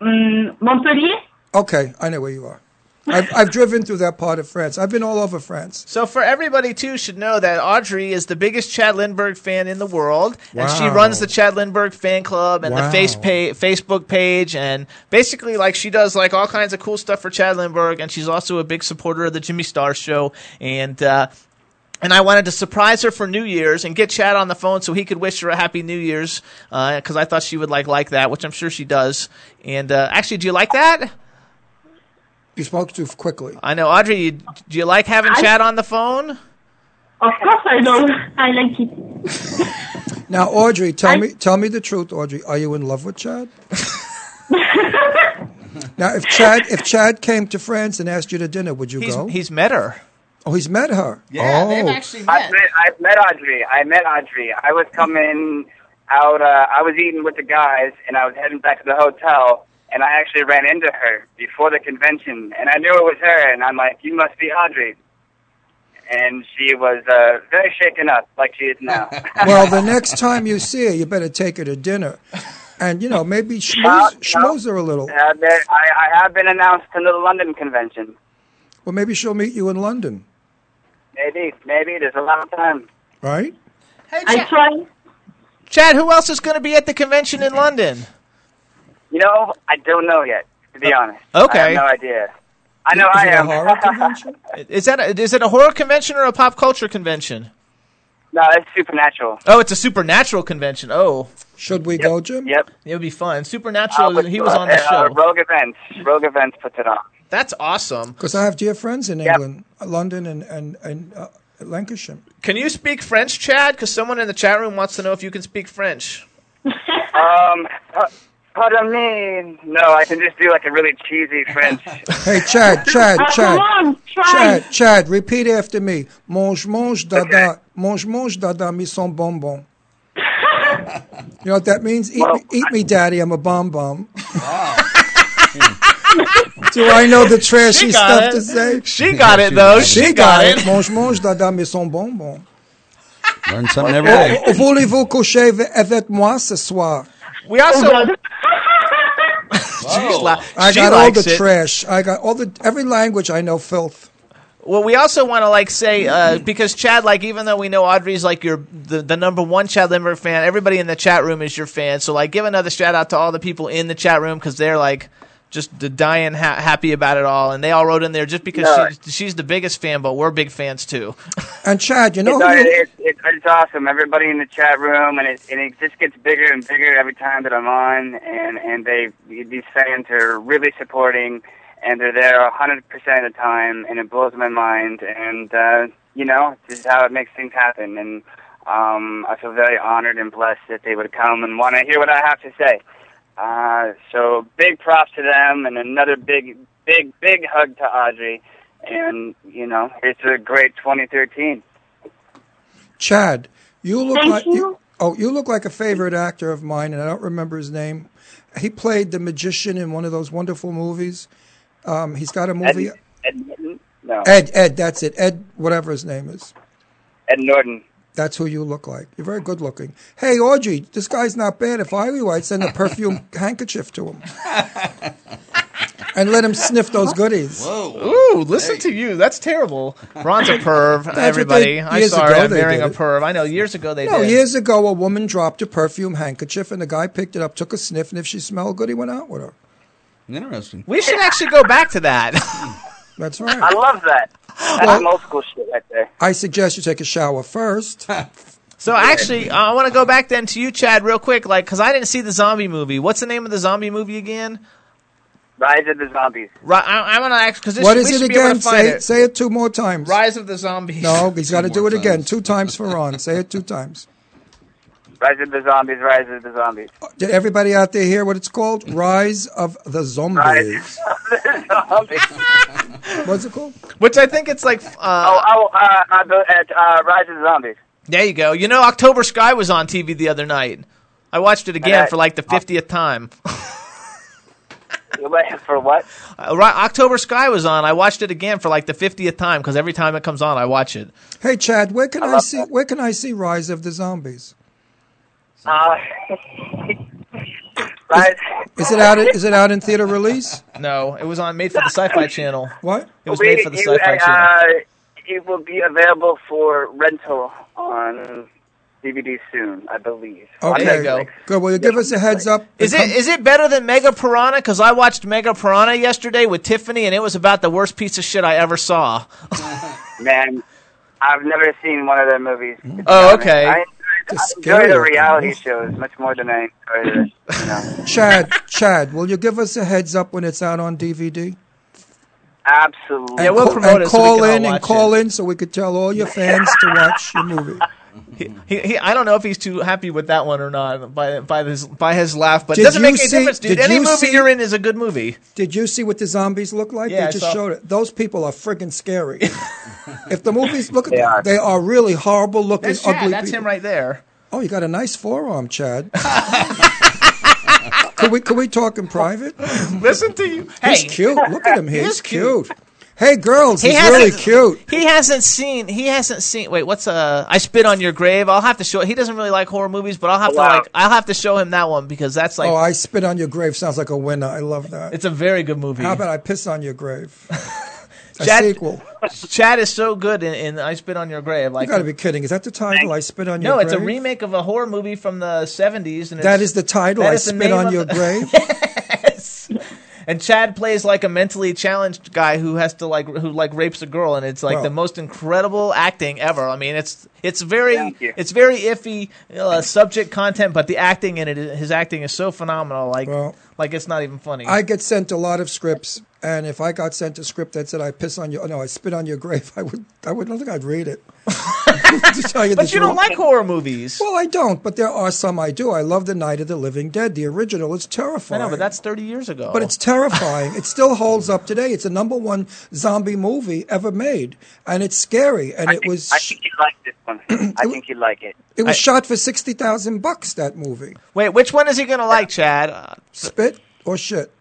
Speaker 19: mm, Montpellier.
Speaker 4: Okay, I know where you are. I've, I've driven through that part of France. I've been all over France.
Speaker 3: So for everybody too should know that Audrey is the biggest Chad Lindberg fan in the world, and she
Speaker 4: Wow.
Speaker 3: runs the Chad Lindberg fan club and the face
Speaker 4: Wow.
Speaker 3: pa- Facebook page, and basically like she does like all kinds of cool stuff for Chad Lindberg, and she's also a big supporter of the Jimmy Star Show, and. Uh, and I wanted to surprise her for New Year's and get Chad on the phone so he could wish her a happy New Year's because I thought she would like like that, which I'm sure she does. And uh, actually, do you like that?
Speaker 4: You spoke too quickly.
Speaker 3: I know, Audrey. You, do you like having
Speaker 19: I-
Speaker 3: Chad on the phone?
Speaker 19: Of course, I know. I like it.
Speaker 4: Now, Audrey, tell me tell me the truth, Audrey. Are you in love with Chad? now, if Chad if Chad came to France and asked you to dinner, would you
Speaker 3: He's,
Speaker 4: go?
Speaker 3: he's met her.
Speaker 4: oh, he's met her. oh.
Speaker 17: I've met, I've met Audrey. I met Audrey. I was coming out. Uh, I was eating with the guys, and I was heading back to the hotel. And I actually ran into her before the convention, and I knew it was her. And I'm like, "You must be Audrey." And she was uh, very shaken up, like she is now.
Speaker 4: well, the next time you see her, you better take her to dinner, and you know maybe schmooze, schmooze her a little.
Speaker 17: Uh, there, I, I have been announced to the London convention.
Speaker 4: Well, maybe she'll meet you in London,
Speaker 17: Maybe, maybe there's a lot of time.
Speaker 4: right?
Speaker 19: I try.
Speaker 3: Chad, who else is going to be at the convention in London?
Speaker 17: You know, I don't know yet. To be honest, I
Speaker 3: Uh, okay.
Speaker 17: have no idea. I know
Speaker 4: Is
Speaker 17: I
Speaker 4: it a
Speaker 17: am.
Speaker 4: horror convention?
Speaker 3: Is that a, is it a horror convention or a pop culture convention?
Speaker 17: no, it's supernatural.
Speaker 3: Oh, it's a supernatural convention. Oh,
Speaker 4: Should we go, Jim?
Speaker 17: Yep.
Speaker 3: it would be fun. Supernatural. he was on the
Speaker 17: uh, uh,
Speaker 3: show.
Speaker 17: Rogue Events. Rogue Events puts it on.
Speaker 3: That's awesome.
Speaker 4: Because I have dear friends in
Speaker 17: Yep.
Speaker 4: England, London, and and and uh, Lancashire.
Speaker 3: Can you speak French, Chad? Because someone in the chat room wants to know if you can speak French.
Speaker 17: Um, uh, pardon me. No, I can just do like a really cheesy French.
Speaker 4: Hey, Chad, Chad,
Speaker 19: Uh, come
Speaker 4: Chad,
Speaker 19: on, try.
Speaker 4: Chad, Chad. Repeat after me. Mange, mange, dada, mange, mange, dada, me son bonbon. You know what that means? Eat, me, eat me, daddy. I'm a bomb bomb. Do I know the trashy stuff to say?
Speaker 3: She got it though. She, got, it.
Speaker 4: Mange, mange, dada, me son bonbon.
Speaker 5: Learn something every day.
Speaker 4: Oh, Voulez-vous coucher ve- avec moi ce soir?
Speaker 3: We also. She's la-
Speaker 4: I
Speaker 3: she
Speaker 4: got all
Speaker 3: likes
Speaker 4: the
Speaker 3: it.
Speaker 4: trash. I got all the every language I know. Filth.
Speaker 3: Well, we also want to like say uh, because Chad, like, even though we know Audrey's like your the, the number one Chad Lindbergh fan, everybody in the chat room is your fan. So like, give another shout out to all the people in the chat room because they're like just the dying ha- happy about it all, and they all wrote in there just because
Speaker 17: No.
Speaker 3: she's, she's the biggest fan, but we're big fans too.
Speaker 4: And Chad, you know
Speaker 17: It's,
Speaker 4: who you,
Speaker 17: it's, it's, it's awesome. Everybody in the chat room, and it, and it just gets bigger and bigger every time that I'm on. And and they these fans are really supporting, and they're there a hundred percent of the time, and it blows my mind. And uh, you know, this is how it makes things happen. And um, I feel very honored and blessed that they would come and want to hear what I have to say. Uh, so big props to them, and another big, big, big hug to Audrey. And you know, it's a great 2013.
Speaker 4: Chad, you look
Speaker 19: Thank
Speaker 4: like
Speaker 19: you.
Speaker 4: oh, you look like a favorite actor of mine, and I don't remember his name. He played the magician in one of those wonderful movies. Um, he's got a movie.
Speaker 17: Ed, Ed Norton? No.
Speaker 4: Ed, Ed, that's it. Ed, whatever his name is.
Speaker 17: Ed Norton.
Speaker 4: That's who you look like. You're very good looking. Hey, Audrey, this guy's not bad. If I were you, I'd send a perfume handkerchief to him and let him sniff those goodies.
Speaker 3: Ooh, listen to you. That's terrible. Ron's a perv.
Speaker 4: That's what they-
Speaker 3: everybody, I'm
Speaker 4: years
Speaker 3: sorry.
Speaker 4: ago
Speaker 3: I'm
Speaker 4: they
Speaker 3: marrying
Speaker 4: did
Speaker 3: a
Speaker 4: it.
Speaker 3: perv. I know. Years ago they
Speaker 4: No,
Speaker 3: did.
Speaker 4: years ago, a woman dropped a perfume handkerchief, and the guy picked it up, took a sniff, and if she smelled good, he went out with her.
Speaker 5: Interesting.
Speaker 3: We should actually go back to that.
Speaker 4: That's right.
Speaker 7: I love that. That's
Speaker 4: Well-
Speaker 7: some old school shit right there.
Speaker 4: I suggest you take a shower first.
Speaker 3: So actually, uh, I want to go back then to you, Chad, real quick, like because I didn't see the zombie movie. What's the name of the zombie movie again?
Speaker 7: Rise of the Zombies.
Speaker 3: Right, I, I'm gonna ask because
Speaker 4: what is
Speaker 3: we
Speaker 4: it
Speaker 3: should be able
Speaker 4: again?
Speaker 3: to find
Speaker 4: Say
Speaker 3: it.
Speaker 4: it, say it two more times.
Speaker 3: Rise of the Zombies.
Speaker 4: No, he's got to do it again. Two times for Ron. Say it two times.
Speaker 7: Rise of the Zombies. Rise of the Zombies.
Speaker 4: Did everybody out there hear what it's called? Rise of the Zombies.
Speaker 7: Rise of the Zombies.
Speaker 4: What's it called?
Speaker 3: Which I think it's like. Uh,
Speaker 7: oh, oh, uh, uh, the- at, uh, Rise of the Zombies.
Speaker 3: There you go. You know, October Sky was on TV the other night. I watched it again
Speaker 7: Uh,
Speaker 3: for like the fiftieth time.
Speaker 7: For what?
Speaker 3: Uh, right, October Sky was on. I watched it again for like the fiftieth time because every time it comes on, I watch it.
Speaker 4: Hey, Chad, where can I, see where can I see Rise of the Zombies?
Speaker 7: Uh, Rise.
Speaker 4: Is it out? Is it out in theater release?
Speaker 3: No, it was on made for the Sci-Fi Channel.
Speaker 4: What?
Speaker 3: It was
Speaker 7: We-
Speaker 3: made for the
Speaker 7: you-
Speaker 3: Sci-Fi
Speaker 7: uh,
Speaker 3: Channel.
Speaker 7: It will be available for rental on DVD soon, I believe.
Speaker 4: Okay,
Speaker 3: There you go.
Speaker 4: good. Well, you give us a heads up.
Speaker 3: Is it is it better than Mega Piranha? Because I watched Mega Piranha yesterday with Tiffany, and it was about the worst piece of shit I ever saw.
Speaker 7: Man, I've never seen one of their movies.
Speaker 3: Oh, okay.
Speaker 7: I, I enjoy
Speaker 4: scary
Speaker 7: the
Speaker 4: looking
Speaker 7: reality
Speaker 4: movies.
Speaker 7: shows much more than I enjoy the. You know.
Speaker 4: Chad, Chad, will you give us a heads up when it's out on DVD?
Speaker 7: Absolutely.
Speaker 4: And ca- and call in and call in so we could tell all your fans to watch your movie.
Speaker 3: He, he, I don't know if he's too happy with that one or not by by his by his laugh, but it
Speaker 4: Did
Speaker 3: doesn't
Speaker 4: you
Speaker 3: make any
Speaker 4: see-
Speaker 3: difference, dude.
Speaker 4: did
Speaker 3: Any
Speaker 4: you
Speaker 3: movie
Speaker 4: see-
Speaker 3: you're in is a good movie.
Speaker 4: Did you see what the zombies look like?
Speaker 3: Yeah, I
Speaker 4: they just
Speaker 3: saw-
Speaker 4: showed it. Those people are friggin' scary. if the movies look at them, they are really horrible looking,
Speaker 3: That's Chad.
Speaker 4: ugly
Speaker 3: That's
Speaker 4: people.
Speaker 3: him right there.
Speaker 4: Oh, you got a nice forearm, Chad. could we could we talk in private?
Speaker 3: Listen to you.
Speaker 4: He's
Speaker 3: Hey.
Speaker 4: cute. Look at him.
Speaker 3: He
Speaker 4: He's,
Speaker 3: is
Speaker 4: cute.
Speaker 3: cute.
Speaker 4: Hey, girls, he's really cute.
Speaker 3: He hasn't seen. He hasn't seen. Wait, what's uh? I spit on your grave. I'll have to show. He doesn't really like horror movies, but I'll have
Speaker 4: Oh, wow.
Speaker 3: to like. I'll have to show him that one because that's like.
Speaker 4: oh, I spit on your grave sounds like a winner. I love that.
Speaker 3: it's a very good movie.
Speaker 4: How about I piss on your grave? a
Speaker 3: Chad-
Speaker 4: sequel.
Speaker 3: Chad is so good in, in I Spit on Your Grave. Like
Speaker 4: you got to be kidding. Is that the title? I spit on your
Speaker 3: No,
Speaker 4: grave.
Speaker 3: it's a remake of a horror movie from the 70s. And
Speaker 4: That
Speaker 3: it's-
Speaker 4: is the title.
Speaker 3: that
Speaker 4: I
Speaker 3: is the
Speaker 4: spit
Speaker 3: name
Speaker 4: on
Speaker 3: of
Speaker 4: your
Speaker 3: the-
Speaker 4: grave.
Speaker 3: And Chad plays like a mentally challenged guy who has to like who like rapes a girl, and it's like
Speaker 4: Wow.
Speaker 3: the most incredible acting ever. I mean, it's it's very it's very iffy uh, subject content, but the acting in it, his acting is so phenomenal. Like like it's not even funny.
Speaker 4: I get sent a lot of scripts, and if I got sent a script that said I piss on your no, I spit on your grave, I would I would I don't think I'd read it. To tell you
Speaker 3: but
Speaker 4: the
Speaker 3: you don't
Speaker 4: truth.
Speaker 3: like horror movies.
Speaker 4: Well, I don't, but there are some I do. I love The Night of the Living Dead, the original. It's
Speaker 3: I
Speaker 4: terrifying.
Speaker 3: know, but that's thirty years ago.
Speaker 4: But it's terrifying. it still holds up today. It's the number one zombie movie ever made, and it's scary. And it was
Speaker 7: I think you'd like this one. I think you'd like it.
Speaker 4: it was shot for sixty thousand bucks. That movie,
Speaker 3: Wait, which one is he gonna like, Chad? Uh,
Speaker 4: spit or shit.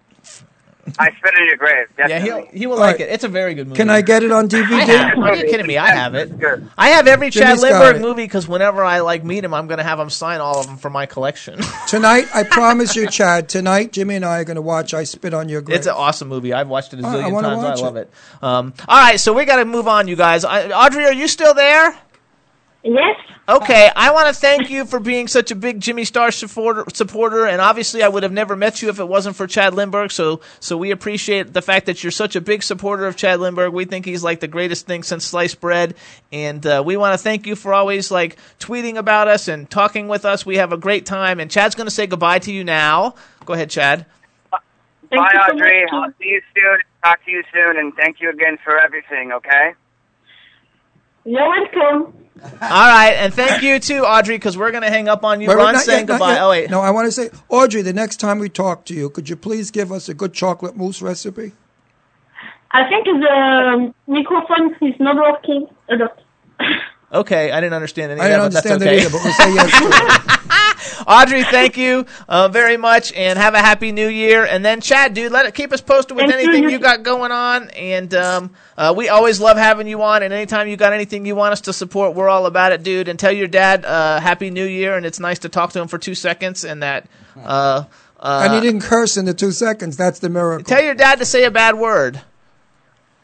Speaker 7: I spit in your grave.
Speaker 3: yeah, he'll, he will
Speaker 4: All
Speaker 3: like
Speaker 4: right.
Speaker 3: it. It's a very good movie.
Speaker 4: Can I get it on DVD?
Speaker 3: I have, it. are you kidding me? I have it. I have every Chad
Speaker 4: Jimmy's got
Speaker 3: Lindbergh
Speaker 4: it.
Speaker 3: movie because whenever I like meet him, I'm gonna have him sign all of them for my collection.
Speaker 4: Tonight, I promise you, Chad. Tonight, Jimmy and I are going to watch "I Spit on Your Grave."
Speaker 3: It's an awesome movie. I've watched it a
Speaker 4: I- I
Speaker 3: zillion
Speaker 4: wanna
Speaker 3: times.
Speaker 4: watch
Speaker 3: I love it. Um, all right, so we got to move on, you guys. I, Audrey, are you still there?
Speaker 19: Yes.
Speaker 3: Okay, I want to thank you for being such a big Jimmy Star supporter, supporter, and obviously I would have never met you if it wasn't for Chad Lindbergh. So, so we appreciate the fact that you're such a big supporter of Chad Lindbergh. We think he's like the greatest thing since sliced bread, and uh, we want to thank you for always like tweeting about us and talking with us. We have a great time, and Chad's going to say goodbye to you now. Go ahead, Chad.
Speaker 7: Bye,
Speaker 3: you so
Speaker 7: Audrey.
Speaker 3: much.
Speaker 7: I'll see you soon. Talk to you soon, and thank you again for everything. Okay.
Speaker 19: You're welcome.
Speaker 3: All right, and thank you too, Audrey, because we're gonna hang up on you.
Speaker 4: Wait, wait,
Speaker 3: Ron's
Speaker 4: not
Speaker 3: saying
Speaker 4: yet, not
Speaker 3: goodbye.
Speaker 4: yet.
Speaker 3: Oh wait,
Speaker 4: No, I want to say, Audrey, the next time we talk to you, could you please give us a good chocolate mousse recipe?
Speaker 19: I think the
Speaker 10: um,
Speaker 19: microphone is not working a
Speaker 10: Uh,
Speaker 19: lot.
Speaker 3: okay, I didn't understand any
Speaker 4: I didn't
Speaker 3: of that,
Speaker 4: understand
Speaker 3: but that's okay.
Speaker 4: that either, but we'll say yes. to it.
Speaker 3: Audrey, thank you uh, very much, and have a happy New Year. And then Chad, dude, let it keep us posted with
Speaker 19: Thank you,
Speaker 3: anything
Speaker 19: you
Speaker 3: you got going on, and um, uh, we always love having you on. And anytime you got anything you want us to support, we're all about it, dude. And tell your dad uh, happy New Year, and it's nice to talk to him for two seconds, and that. Uh, uh,
Speaker 4: and he didn't curse in the two seconds. That's the miracle.
Speaker 3: Tell your dad to say a bad word.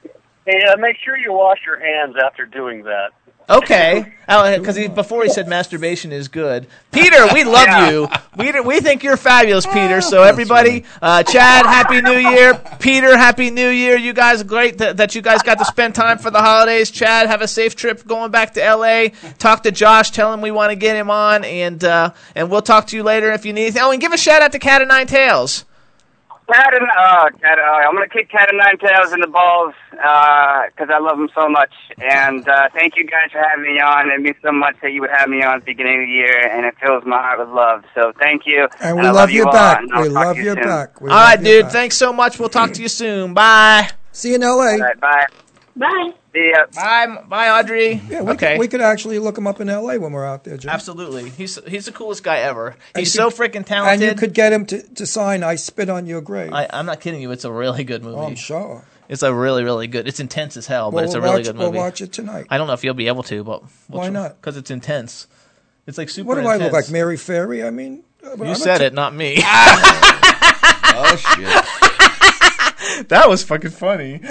Speaker 18: Yeah, uh, make sure you wash your hands after doing that.
Speaker 3: Okay, because he, before he said masturbation is good. Peter, we love
Speaker 18: Yeah.
Speaker 3: you. We, we think you're fabulous, Peter. So everybody, uh, Chad, happy New Year. Peter, happy New Year. You guys, great that, that you guys got to spend time for the holidays. Chad, have a safe trip going back to L.A. Talk to Josh, tell him we want to get him on, and uh, and we'll talk to you later if you need. anything. Oh, and give a shout out to Cat of Nine Tails.
Speaker 17: Cat and uh, cat, uh, I'm gonna kick Cat and Nine Tails in the balls because I love him so much. And uh, thank you guys for having me on. It means so much that you would have me on at the beginning of the year, and it fills my heart with love. So thank you.
Speaker 4: And we
Speaker 17: I
Speaker 4: love, you
Speaker 17: all,
Speaker 4: back.
Speaker 17: and I'll
Speaker 4: We
Speaker 17: talk
Speaker 4: love
Speaker 17: to
Speaker 4: you
Speaker 17: soon.
Speaker 4: back. We
Speaker 3: All
Speaker 4: love
Speaker 3: right,
Speaker 4: you
Speaker 3: dude.
Speaker 4: back.
Speaker 3: Thanks so much. We'll talk to you soon. Bye.
Speaker 4: See you in L.A.
Speaker 17: All right, bye.
Speaker 19: Bye.
Speaker 3: Bye, bye, Audrey.
Speaker 4: Yeah, we,
Speaker 3: okay.
Speaker 4: could, we could actually look him up in L.A. when we're out there, Jim.
Speaker 3: Absolutely. He's he's the coolest guy ever.
Speaker 4: And
Speaker 3: He's so
Speaker 4: you-
Speaker 3: freaking
Speaker 4: And
Speaker 3: talented. Uh,
Speaker 4: you could get him to, to sign I Spit on Your Grave.
Speaker 3: I, I'm not kidding you. It's a really good movie.
Speaker 4: Oh, I'm sure.
Speaker 3: It's a really, really good. It's intense as hell, but
Speaker 4: Well,
Speaker 3: it's a
Speaker 4: we'll
Speaker 3: really
Speaker 4: watch-
Speaker 3: good
Speaker 4: we'll
Speaker 3: movie.
Speaker 4: watch it tonight.
Speaker 3: I don't know if you'll be able to, but
Speaker 4: Why not?
Speaker 3: Because it's intense. It's like super.
Speaker 4: What do I look
Speaker 3: intense.
Speaker 4: like, Mary Ferry? I mean, uh, but
Speaker 3: You
Speaker 4: I'm a
Speaker 3: said
Speaker 4: t-
Speaker 3: it, not me. oh shit! that was fucking funny.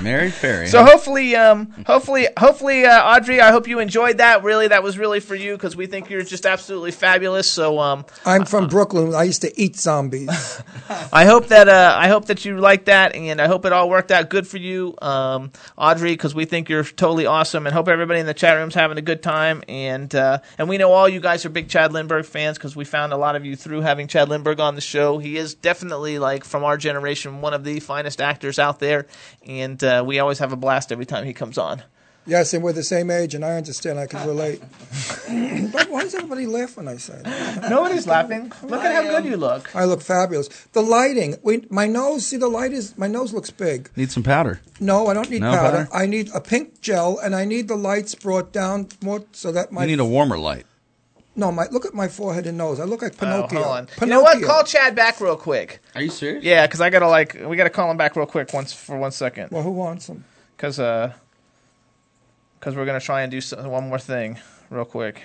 Speaker 5: Mary Ferry.
Speaker 3: So hopefully, um, hopefully, hopefully, uh, Audrey, I hope you enjoyed that. Really, that was really for you because we think you're just absolutely fabulous. So, um,
Speaker 4: I'm from Brooklyn. I used to eat zombies.
Speaker 3: I hope that uh, I hope that you like that, and I hope it all worked out good for you, um, Audrey, because we think you're totally awesome, and hope everybody in the chat room's having a good time, and uh, and we know all you guys are big Chad Lindbergh fans because we found a lot of you through having Chad Lindbergh on the show. He is definitely like from our generation, one of the finest actors out there, and uh, we always have a blast every time he comes on.
Speaker 4: yes, and we're the same age, and I understand. I can relate. but why does everybody laugh when I say that?
Speaker 3: Nobody's laughing. Look at how good you look.
Speaker 4: I look fabulous. The lighting. We, my nose. See, the light is. My nose looks big.
Speaker 5: Need some powder.
Speaker 4: No, I don't need
Speaker 5: No
Speaker 4: powder.
Speaker 5: powder?
Speaker 4: I need a pink gel, and I need the lights brought down more so that my
Speaker 5: you need a warmer light.
Speaker 4: no. My look at my forehead and nose. I look like Pinocchio.
Speaker 3: Oh, hold on.
Speaker 4: Pinocchio.
Speaker 3: You know what? Call Chad back real quick.
Speaker 5: Are you serious?
Speaker 3: Yeah, because I gotta like we gotta call him back real quick once for one second.
Speaker 4: Well, who wants them?
Speaker 3: because uh, because we're gonna try and do so- one more thing real quick.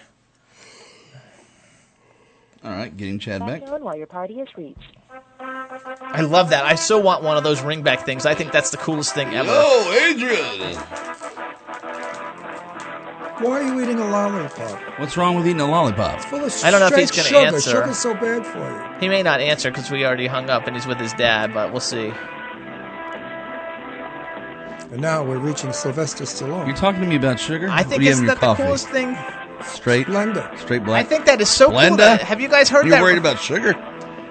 Speaker 5: All right, getting Chad back.
Speaker 16: Tone while your party is reached.
Speaker 3: I love that. I so want one of those ring back things. I think that's the coolest thing ever.
Speaker 5: Adrian.
Speaker 4: Why are you eating a lollipop?
Speaker 5: What's wrong with eating a lollipop?
Speaker 4: Full of
Speaker 3: I don't know if
Speaker 4: straight
Speaker 3: he's gonna
Speaker 4: sugar.
Speaker 3: answer.
Speaker 4: Sugar's so bad for you.
Speaker 3: He may not answer because we already hung up and he's with his dad, but we'll see.
Speaker 4: And now we're reaching Sylvester Stallone.
Speaker 5: You're talking to me about sugar?
Speaker 3: I think
Speaker 5: what do you have
Speaker 3: isn't
Speaker 5: in your
Speaker 3: that
Speaker 5: coffee?
Speaker 3: the coolest thing?
Speaker 5: Straight
Speaker 4: Blender.
Speaker 5: Straight
Speaker 3: I
Speaker 5: black.
Speaker 3: think that is so cool.
Speaker 5: Blenda?
Speaker 3: That, have you guys heard
Speaker 5: You're
Speaker 3: that?
Speaker 5: worried about sugar?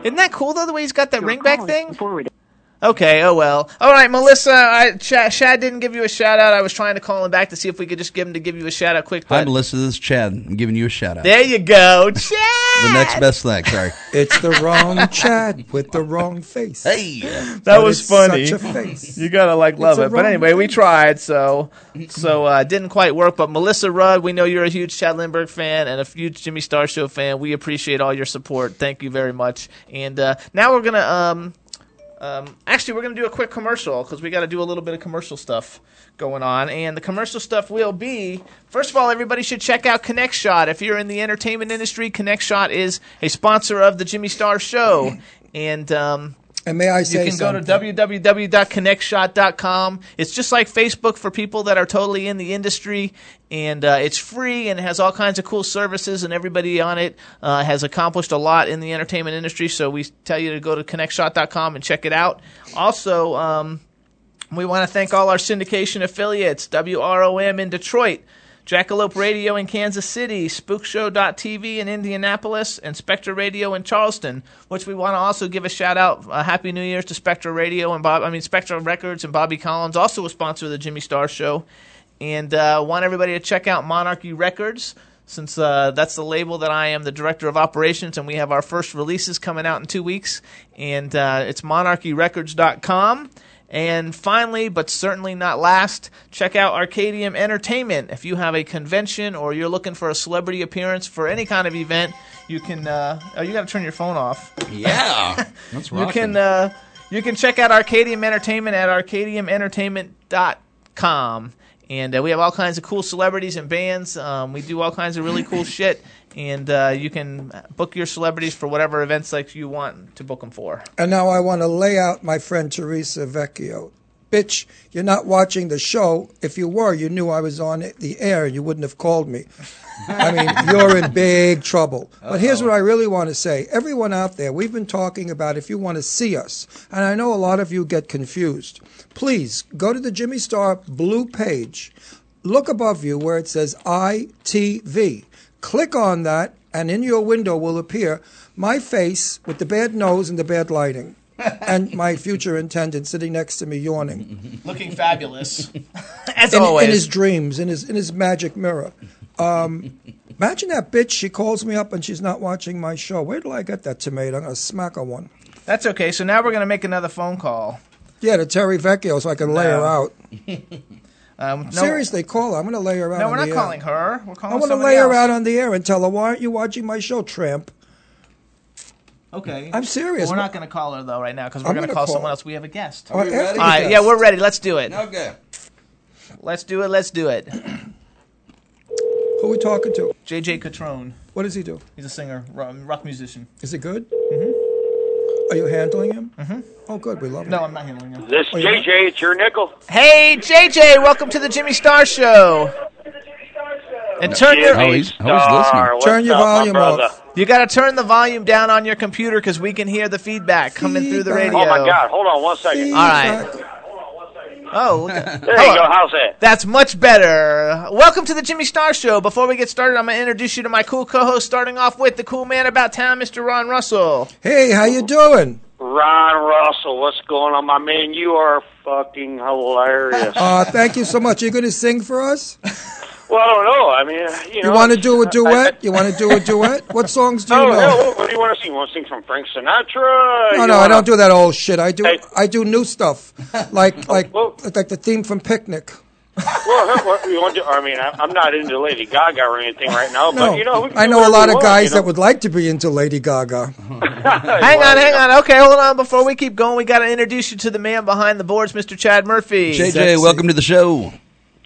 Speaker 3: Isn't that cool though? The way he's got that ring back thing. Okay. Oh well. All right, Melissa. I, Chad, Chad didn't give you a shout out. I was trying to call him back to see if we could just get him to give you a shout out quick.
Speaker 5: Hi,
Speaker 3: but-
Speaker 5: Melissa. This is Chad. I'm giving you a shout out.
Speaker 3: there you go, Chad.
Speaker 5: The next best thing. Sorry.
Speaker 4: It's the wrong Chad with the wrong face. Hey,
Speaker 5: that
Speaker 3: That was funny.
Speaker 4: Such a face.
Speaker 3: You gotta like love
Speaker 4: a
Speaker 3: it. But
Speaker 4: wrong
Speaker 3: anyway, we tried, so so uh, it didn't quite work. But Melissa Rudd, we know you're a huge Chad Lindbergh fan and a huge Jimmy Star Show fan. We appreciate all your support. Thank you very much. And uh, now we're gonna um, um, actually we're gonna do a quick commercial because we got to do a little bit of commercial stuff going on. And the commercial stuff will be first of all, everybody should check out Connect Shot if you're in the entertainment industry. Connect Shot is a sponsor of the Jimmy Star Show, and um,
Speaker 4: And may I say
Speaker 3: you can
Speaker 4: something?
Speaker 3: go to www.connectshot.com. It's just like Facebook for people that are totally in the industry, and uh, it's free and it has all kinds of cool services. And everybody on it uh, has accomplished a lot in the entertainment industry. So we tell you to go to connectshot.com and check it out. Also. Um, we want to thank all our syndication affiliates WROM in Detroit, Jackalope Radio in Kansas City, Spookshow.tv in Indianapolis, and Spectre Radio in Charleston. Which we want to also give a shout out, uh, Happy New Year's to Spectre Radio and Bob. I mean Spectre Records and Bobby Collins, also a sponsor of the Jimmy Star Show, and uh, want everybody to check out Monarchy Records. Since uh, that's the label that I am the director of operations, and we have our first releases coming out in two weeks, and uh, it's monarchyrecords.com. And finally, but certainly not last, check out Arcadium Entertainment. If you have a convention or you're looking for a celebrity appearance for any kind of event, you can. Uh, oh, you got to turn your phone off.
Speaker 5: Yeah. That's
Speaker 3: You can uh, you can check out Arcadium Entertainment at arcadiumentertainment.com. And uh, we have all kinds of cool celebrities and bands. Um, we do all kinds of really cool shit. And uh, you can book your celebrities for whatever events like you want to book them for.
Speaker 4: And now I want to lay out my friend Teresa Vecchio. bitch, you're not watching the show. If you were, you knew I was on the air. You wouldn't have called me. I mean, you're in big trouble. But here's what I really want to say. Everyone out there, we've been talking about if you want to see us, and I know a lot of you get confused. Please go to the Jimmy Star blue page. Look above you where it says ITV. Click on that, and in your window will appear my face with the bad nose and the bad lighting. and my future intendant sitting next to me yawning
Speaker 3: Looking fabulous. As
Speaker 4: in,
Speaker 3: always.
Speaker 4: in his dreams, in his in his magic mirror. Um, imagine that bitch. She calls me up and she's not watching my show. Where do I get that tomato? I'm gonna smack her one.
Speaker 3: That's okay. So now we're going to make another phone call.
Speaker 4: Yeah, to Terry Vecchio, so I can lay her
Speaker 3: No.
Speaker 4: out.
Speaker 3: Um, no,
Speaker 4: Seriously, call her. I'm gonna lay her out.
Speaker 3: No,
Speaker 4: on
Speaker 3: we're
Speaker 4: the
Speaker 3: not
Speaker 4: air.
Speaker 3: calling her. We're calling
Speaker 4: I want to
Speaker 3: somebody
Speaker 4: lay her
Speaker 3: else.
Speaker 4: out on the air and tell her why aren't you watching my show, tramp?
Speaker 3: Okay.
Speaker 4: I'm serious.
Speaker 3: Well, we're not going to call her though right now because we're
Speaker 4: I'm
Speaker 3: going to
Speaker 4: gonna
Speaker 3: call,
Speaker 4: call-
Speaker 3: someone else. We have a guest.
Speaker 4: Are we Are we ready? ready?
Speaker 3: All right.
Speaker 4: Yes.
Speaker 3: Yeah, we're ready. Let's do it.
Speaker 5: Okay.
Speaker 3: Let's do it. Let's do it.
Speaker 4: Who are we talking to?
Speaker 3: JJ Catrone.
Speaker 4: What does he do?
Speaker 3: He's a singer, ro- rock musician.
Speaker 4: Is it good? Mm-hmm. Are you handling him? Mm-hmm. Oh, good. We love him.
Speaker 3: No, I'm not handling him.
Speaker 18: This
Speaker 4: Oh, yeah.
Speaker 18: JJ, it's your nickel.
Speaker 3: Hey, JJ, welcome to the Jimmy Star Show. And turn your
Speaker 18: Jimmy Oh, he's- oh, he's Star, listening. what's
Speaker 3: turn your
Speaker 18: up, my
Speaker 3: volume
Speaker 18: brother?
Speaker 3: off. You got to turn the volume down on your computer because we can hear the feedback coming through the radio.
Speaker 18: Oh my God! Hold on one second.
Speaker 3: All right. Oh, look at-
Speaker 18: There you
Speaker 3: Hold
Speaker 18: go.
Speaker 3: on.
Speaker 18: How's that?
Speaker 3: That's much better. Welcome to the Jimmy Star Show. Before we get started, I'm going to introduce you to my cool co-host, starting off with the cool man about town, Mr. Ron Russell.
Speaker 4: Hey, how you doing?
Speaker 18: Ron Russell, what's going on, my man? You are fucking hilarious.
Speaker 4: Uh, thank you so much. You're gonna sing for us?
Speaker 18: well, I don't know. I mean, uh, you
Speaker 4: You,
Speaker 18: know.
Speaker 4: want to do a duet? You want to do a duet? What songs do you
Speaker 18: Oh,
Speaker 4: know?
Speaker 18: hell, what, what do you want to see? You want to sing from Frank Sinatra? You
Speaker 4: No, no, I
Speaker 18: wanna-
Speaker 4: don't do that old shit. I do I do new stuff,
Speaker 18: Oh,
Speaker 4: like like like the theme from Picnic.
Speaker 18: Well, what, what you want to, I mean, I, I'm not into Lady Gaga or anything right now,
Speaker 4: No,
Speaker 18: but you know, we can
Speaker 4: I
Speaker 18: do
Speaker 4: know a
Speaker 18: whatever
Speaker 4: lot
Speaker 18: we
Speaker 4: of
Speaker 18: want,
Speaker 4: guys
Speaker 18: you know?
Speaker 4: that would like to be into Lady Gaga.
Speaker 3: hang on, hang on. Okay, hold on. Before we keep going, we got to introduce you to the man behind the boards, Mr. Chad Murphy.
Speaker 5: JJ, welcome to the show.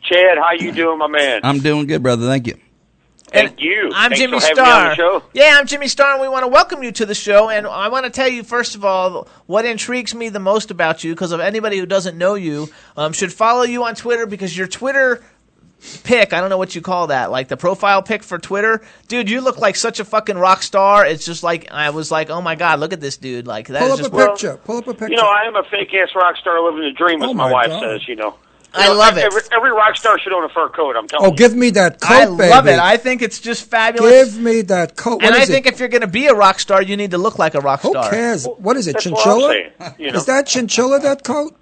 Speaker 18: Chad, how you doing, my man?
Speaker 5: I'm doing good, brother. Thank you.
Speaker 18: Thank you.
Speaker 3: I'm
Speaker 18: Thanks
Speaker 3: Jimmy
Speaker 18: for having me on
Speaker 3: Starr.
Speaker 18: the show.
Speaker 3: Yeah, I'm Jimmy Starr, and we want to welcome you to the show. And I want to tell you, first of all, what intrigues me the most about you, because of anybody who doesn't know you, um, should follow you on Twitter because your Twitter pick, I don't know what you call that, like the profile pick for Twitter, dude, you look like such a fucking rock star. It's just like, I was like, oh my God, look at this dude. Like, that is
Speaker 4: Pull up a
Speaker 3: just
Speaker 4: picture. Pull up a picture.
Speaker 18: You know, I am a fake ass rock star living the dream, as
Speaker 4: Oh,
Speaker 18: my,
Speaker 4: my
Speaker 18: wife
Speaker 4: God.
Speaker 18: says. You know,
Speaker 3: I love it.
Speaker 18: Every, every rock star should own a fur coat. I'm telling
Speaker 4: Oh, give me that coat,
Speaker 3: I
Speaker 4: baby.
Speaker 3: love it. I think it's just fabulous.
Speaker 4: give me that coat.
Speaker 3: and
Speaker 4: What
Speaker 3: I
Speaker 4: is
Speaker 3: think
Speaker 4: it?
Speaker 3: if you're going to be a rock star, you need to look like a rock
Speaker 4: Who
Speaker 3: star.
Speaker 4: cares? What is it?
Speaker 18: That's what I'm
Speaker 4: Chinchilla?
Speaker 18: saying, you know.
Speaker 4: Is that chinchilla? That coat?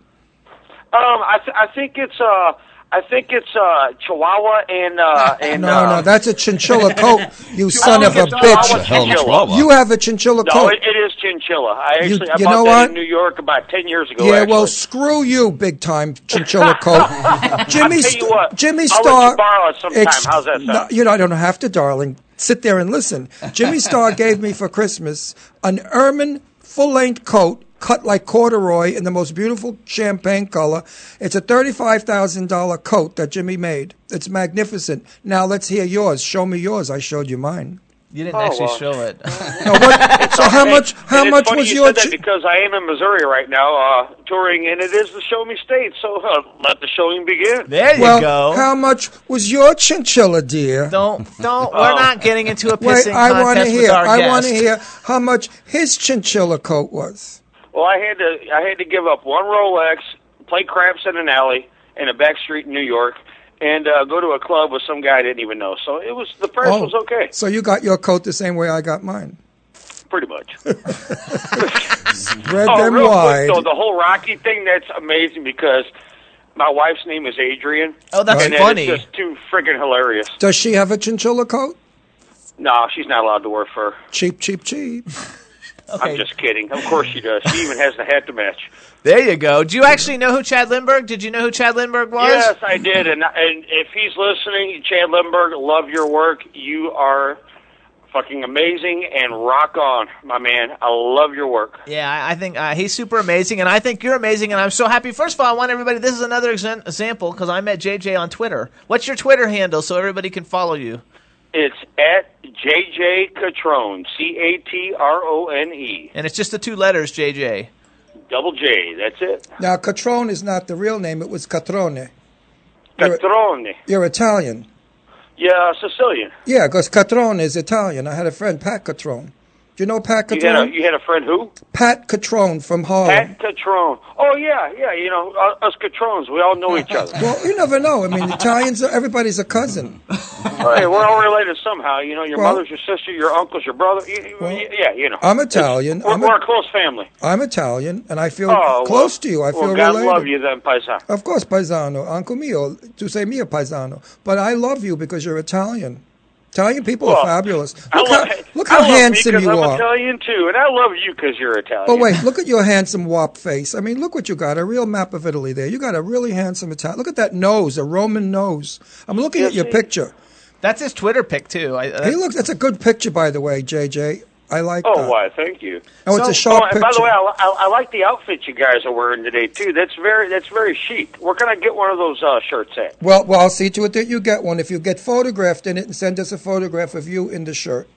Speaker 18: you. Um, I th- I think it's uh, I think it's uh, Chihuahua and uh, and
Speaker 4: No,
Speaker 18: uh,
Speaker 4: no, that's a chinchilla coat. You son of a
Speaker 18: it's- I want
Speaker 4: bitch!
Speaker 18: chinchilla.
Speaker 4: You have a chinchilla
Speaker 18: no,
Speaker 4: coat.
Speaker 18: it, it is chinchilla. I
Speaker 4: You-
Speaker 18: actually I
Speaker 4: you
Speaker 18: bought
Speaker 4: know
Speaker 18: that
Speaker 4: what?
Speaker 18: in New York about ten years ago.
Speaker 4: yeah,
Speaker 18: actually.
Speaker 4: well, screw you, big time chinchilla coat. Jimmy,
Speaker 18: I'll tell
Speaker 4: St-
Speaker 18: you what,
Speaker 4: Jimmy
Speaker 18: I'll
Speaker 4: Star.
Speaker 18: Let you borrow it sometime.
Speaker 4: Ex-
Speaker 18: How's that sound?
Speaker 4: No, you know, I don't have to, darling. Sit there and listen. Jimmy Starr gave me for Christmas an ermine full length coat cut like corduroy in the most beautiful champagne color. It's a $35,000 coat that Jimmy made. It's magnificent. Now let's hear yours. Show me yours. I showed you mine.
Speaker 3: You didn't
Speaker 18: Oh,
Speaker 3: actually
Speaker 18: well.
Speaker 3: show it.
Speaker 4: Now, what, so how
Speaker 18: Hey,
Speaker 4: much how
Speaker 18: and it's
Speaker 4: much
Speaker 18: funny
Speaker 4: was
Speaker 18: you
Speaker 4: your
Speaker 18: said that because I am in Missouri right now uh, touring, and it is the Show Me State, so uh, let the showing begin.
Speaker 3: There you
Speaker 4: well,
Speaker 3: go.
Speaker 4: how much was your chinchilla, dear?
Speaker 3: Don't, don't.
Speaker 18: Uh,
Speaker 3: We're
Speaker 4: Oh.
Speaker 3: not getting into a pissing
Speaker 4: Wait, I want to
Speaker 3: contest
Speaker 4: hear.
Speaker 3: with our
Speaker 4: I
Speaker 3: guest.
Speaker 4: want to hear how much his chinchilla coat was.
Speaker 18: Well, I had to I had to give up one Rolex, play craps in an alley in a back street in New York, and uh, go to a club with some guy I didn't even know. So it was the price
Speaker 4: Oh,
Speaker 18: was okay,
Speaker 4: So you got your coat the same way I got mine.
Speaker 18: pretty much.
Speaker 4: Spread
Speaker 18: oh,
Speaker 4: them
Speaker 18: real
Speaker 4: wide.
Speaker 18: quick though, the whole Rocky thing—that's amazing because my wife's name is Adrian.
Speaker 3: Oh, that's
Speaker 18: and
Speaker 3: funny.
Speaker 18: It's just too friggin' hilarious.
Speaker 4: Does she have a chinchilla coat?
Speaker 18: No, she's not allowed to wear fur.
Speaker 4: Cheap, cheap, cheap.
Speaker 18: I'm just kidding. Of course she does. She even has the hat to match.
Speaker 3: There you go. Do you actually know who Chad Lindbergh? Did you know who Chad Lindbergh was?
Speaker 18: Yes, I did. And and if he's listening, Chad Lindberg, love your work. You are fucking amazing and rock on, my man. I love your work.
Speaker 3: Yeah, I, I think uh, he's super amazing, and I think you're amazing, and I'm so happy. First of all, I want everybody. This is another exam- example because I met JJ on Twitter. What's your Twitter handle so everybody can follow you?
Speaker 18: It's at JJ Catrone, C A T R O N E.
Speaker 3: And it's just the two letters, JJ.
Speaker 18: Double J. That's it.
Speaker 4: Now, Catrone is not the real name. It was Catrone. You're,
Speaker 18: Catrone.
Speaker 4: you're Italian.
Speaker 18: Yeah, Sicilian.
Speaker 4: Yeah, because Catrone is Italian. I had a friend, Pat Catrone. Do you know Pat
Speaker 18: You had, a,
Speaker 4: Uh, Catrone?
Speaker 18: you had a friend who?
Speaker 4: Pat Catrone from Harlem.
Speaker 18: Pat Catrone. Oh yeah, yeah. You know uh, us Catrones, we all know each other.
Speaker 4: Well, you never know. I mean, Italians, are, everybody's a cousin.
Speaker 18: hey, we're all related somehow. You know, your
Speaker 4: Well-
Speaker 18: mother's your sister, your uncle's your brother. You- you- yeah, you know.
Speaker 4: I'm Italian.
Speaker 18: We're,
Speaker 4: I'm,
Speaker 18: we're
Speaker 4: a,
Speaker 18: a close family. Oh,
Speaker 4: I'm Italian, and I feel
Speaker 18: well-
Speaker 4: close to you. I feel
Speaker 18: well, God
Speaker 4: related.
Speaker 18: love you then, Paisan.
Speaker 4: Of course, paisano, uncle mio, tu sei mio paisano. But I love you because you're Italian. Italian people
Speaker 18: Well,
Speaker 4: are fabulous.
Speaker 18: I
Speaker 4: Look
Speaker 18: love-
Speaker 4: how, look
Speaker 18: I
Speaker 4: how
Speaker 18: love
Speaker 4: handsome
Speaker 18: because
Speaker 4: you
Speaker 18: I'm
Speaker 4: are.
Speaker 18: Italian too, and I love you because you're Italian.
Speaker 4: Oh wait, look at your handsome wop face. I mean, look what you got—a real map of Italy there. You got a really handsome Italian. Look at that nose, a Roman nose. I'm looking at your picture.
Speaker 3: That's his Twitter pic too. I,
Speaker 4: Hey, look, that's a good picture, by the way, JJ. I like
Speaker 18: Uh, Oh,
Speaker 4: that.
Speaker 18: why? Thank you.
Speaker 4: Oh, it's a sharp
Speaker 18: oh, and by the
Speaker 4: picture.
Speaker 18: way, I, li- I, I like the outfit you guys are wearing today too. That's very that's very chic. Where can I get one of those uh, shirts at?
Speaker 4: Well, well, I'll see to it that you get one. If you get photographed in it, and send us a photograph of you in the shirt.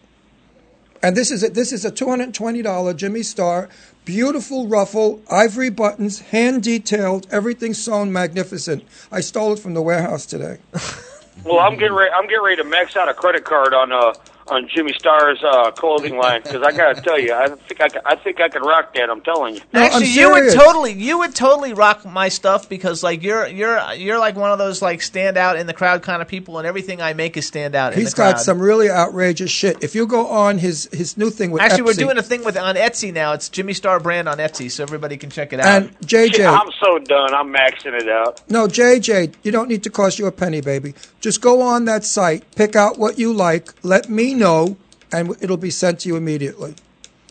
Speaker 4: And this is a, this is a two hundred twenty dollar Jimmy Star, beautiful ruffle, ivory buttons, hand detailed, everything sewn magnificent. I stole it from the warehouse today.
Speaker 18: Well, I'm getting ready. I'm getting ready to max out a credit card on uh on Jimmy Starr's uh, clothing line because I got to tell you, I think I, ca- I think I could rock that. I'm telling you.
Speaker 3: Actually, you would totally, you would totally rock my stuff because like you're, you're, you're like one of those like stand out in the crowd kind of people, and everything I make is stand out. in
Speaker 4: He's
Speaker 3: the crowd.
Speaker 4: got some really outrageous shit. If you go on his his new thing with
Speaker 3: Actually, we're
Speaker 4: Epsi-
Speaker 3: doing a thing with on Etsy now. It's Jimmy Star brand on Etsy, so everybody can check it out.
Speaker 4: And JJ.
Speaker 18: Shit, I'm so done. I'm maxing it out.
Speaker 4: No, JJ, you don't need to cost you a penny, baby. Just go on that site, pick out what you like, let me know, and it'll be sent to you immediately.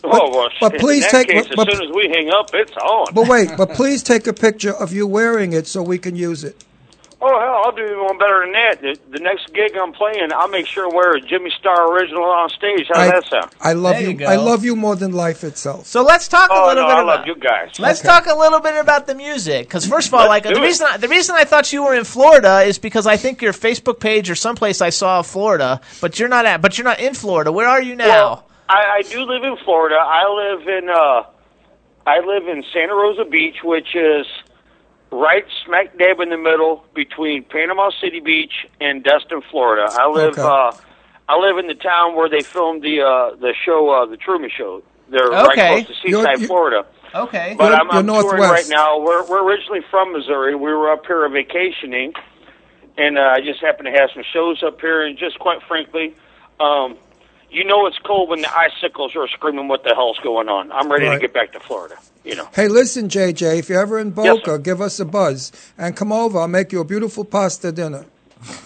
Speaker 18: oh well,
Speaker 4: but
Speaker 18: shit,
Speaker 4: please
Speaker 18: in that
Speaker 4: take-
Speaker 18: Case,
Speaker 4: but-
Speaker 18: as soon as we hang up, it's on.
Speaker 4: But wait, but please take a picture of you wearing it so we can use it.
Speaker 18: Oh hell, I'll do even one better than that. The, the next gig I'm playing, I'll make sure to wear a Jimmy Star original on stage. How's
Speaker 4: I,
Speaker 18: that sound?
Speaker 4: I love
Speaker 3: There
Speaker 4: you.
Speaker 3: you go.
Speaker 4: I love you more than life itself.
Speaker 3: So let's talk a
Speaker 18: Oh,
Speaker 3: little
Speaker 18: no,
Speaker 3: bit
Speaker 18: I
Speaker 3: about
Speaker 18: love you guys.
Speaker 3: Let's talk a little bit about the music, because first of all,
Speaker 18: Let's
Speaker 3: like the
Speaker 18: do it.
Speaker 3: reason I, the reason I thought you were in Florida is because I think your Facebook page or someplace I saw of Florida, but you're not at, but you're not in Florida. Where are you now?
Speaker 18: Well, I, I do live in Florida. I live in uh, I live in Santa Rosa Beach, which is right smack dab in the middle between Panama City Beach and Destin, Florida. I live
Speaker 4: Okay.
Speaker 18: uh, I live in the town where they filmed the uh, the show uh, the Truman Show. They're
Speaker 3: Okay.
Speaker 18: right close to Seaside,
Speaker 3: You're- you-
Speaker 18: Florida.
Speaker 3: okay,
Speaker 18: But I'm, I'm touring right now. We're, we're originally from Missouri. We were up here vacationing, and uh, I just happened to have some shows up here. And just quite frankly, um, you know it's cold when the icicles are screaming, "What the hell's going on?" I'm ready to
Speaker 4: Right.
Speaker 18: get back to Florida. You know.
Speaker 4: Hey, listen, JJ, if you're ever in
Speaker 18: Yes,
Speaker 4: Boca, give us a buzz and come over. I'll make you a beautiful pasta dinner.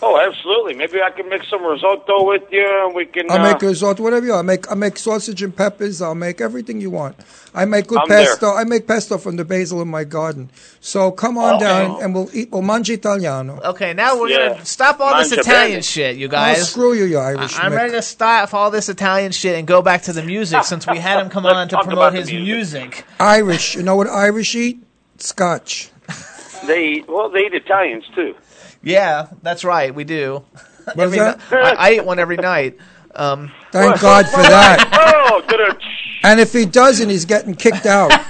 Speaker 18: Oh, absolutely. Maybe I can make some risotto with you, and we can.
Speaker 4: I'll
Speaker 18: uh,
Speaker 4: make risotto, whatever you want. I make I make sausage and peppers. I'll make everything you want. I make good
Speaker 18: I'm there.
Speaker 4: pesto. I make pesto from the basil in my garden. So come on
Speaker 3: Oh.
Speaker 4: down and we'll eat. We'll mangi italiano.
Speaker 3: okay, now we're
Speaker 4: Yeah.
Speaker 3: gonna stop all
Speaker 4: Mind
Speaker 3: this
Speaker 4: your
Speaker 3: Italian
Speaker 4: business.
Speaker 3: shit, you
Speaker 4: Oh,
Speaker 3: guys.
Speaker 4: screw you, you Irish.
Speaker 3: I'm
Speaker 4: mick.
Speaker 3: ready to stop all this Italian shit and go back to the music since we had him come on to promote his music.
Speaker 4: Irish. You know what Irish eat? Scotch.
Speaker 18: They eat, well, they eat Italians too.
Speaker 3: Yeah, that's right. We do. every
Speaker 4: that?
Speaker 3: ni- I, I eat one every night. Um,
Speaker 4: Thank God for that.
Speaker 18: oh,
Speaker 4: And if he doesn't, he's getting kicked out.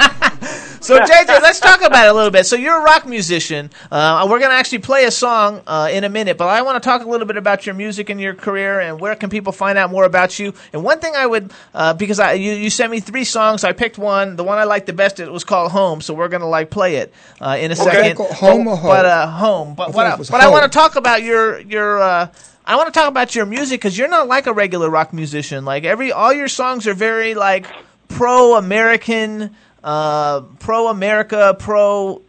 Speaker 3: So JJ, let's talk about it a little bit. So you're a rock musician. Uh, we're going to actually play a song uh, in a minute, but I want to talk a little bit about your music and your career, and where can people find out more about you. And one thing I would, uh, because I you, you sent me three songs, I picked one. The one I liked the best it was called Home, so we're going to like play it uh, in a
Speaker 4: Okay.
Speaker 3: second.
Speaker 4: Called Home or
Speaker 3: but,
Speaker 4: Home?
Speaker 3: but, uh, home. But
Speaker 4: I
Speaker 3: what?
Speaker 4: thought
Speaker 3: I,
Speaker 4: it was
Speaker 3: but I want
Speaker 4: Home.
Speaker 3: to talk about your your. Uh, I want to talk about your music because you're not like a regular rock musician. Like every all your songs are very like pro American, uh, pro America, pro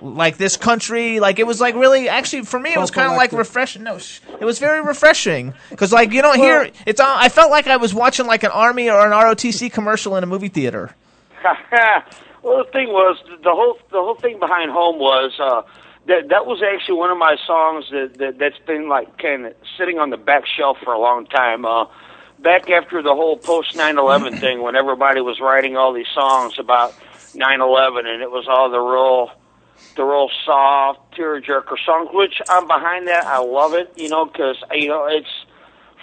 Speaker 3: like this country. Like it was like really actually for me it was kind of like
Speaker 4: Prophylactic.
Speaker 3: refreshing. No, sh- it was very refreshing because like you don't hear it's. all- I felt like I was watching like an army or an ROTC commercial in a movie theater.
Speaker 18: well, the thing was the whole the whole thing behind home was uh, that that was actually one of my songs that, that that's been like kind of sitting on the back shelf for a long time. Uh, back after the whole post nine eleven thing, when everybody was writing all these songs about nine eleven, and it was all the real the real soft tearjerker songs, which I'm behind that. I love it, you know, because you know it's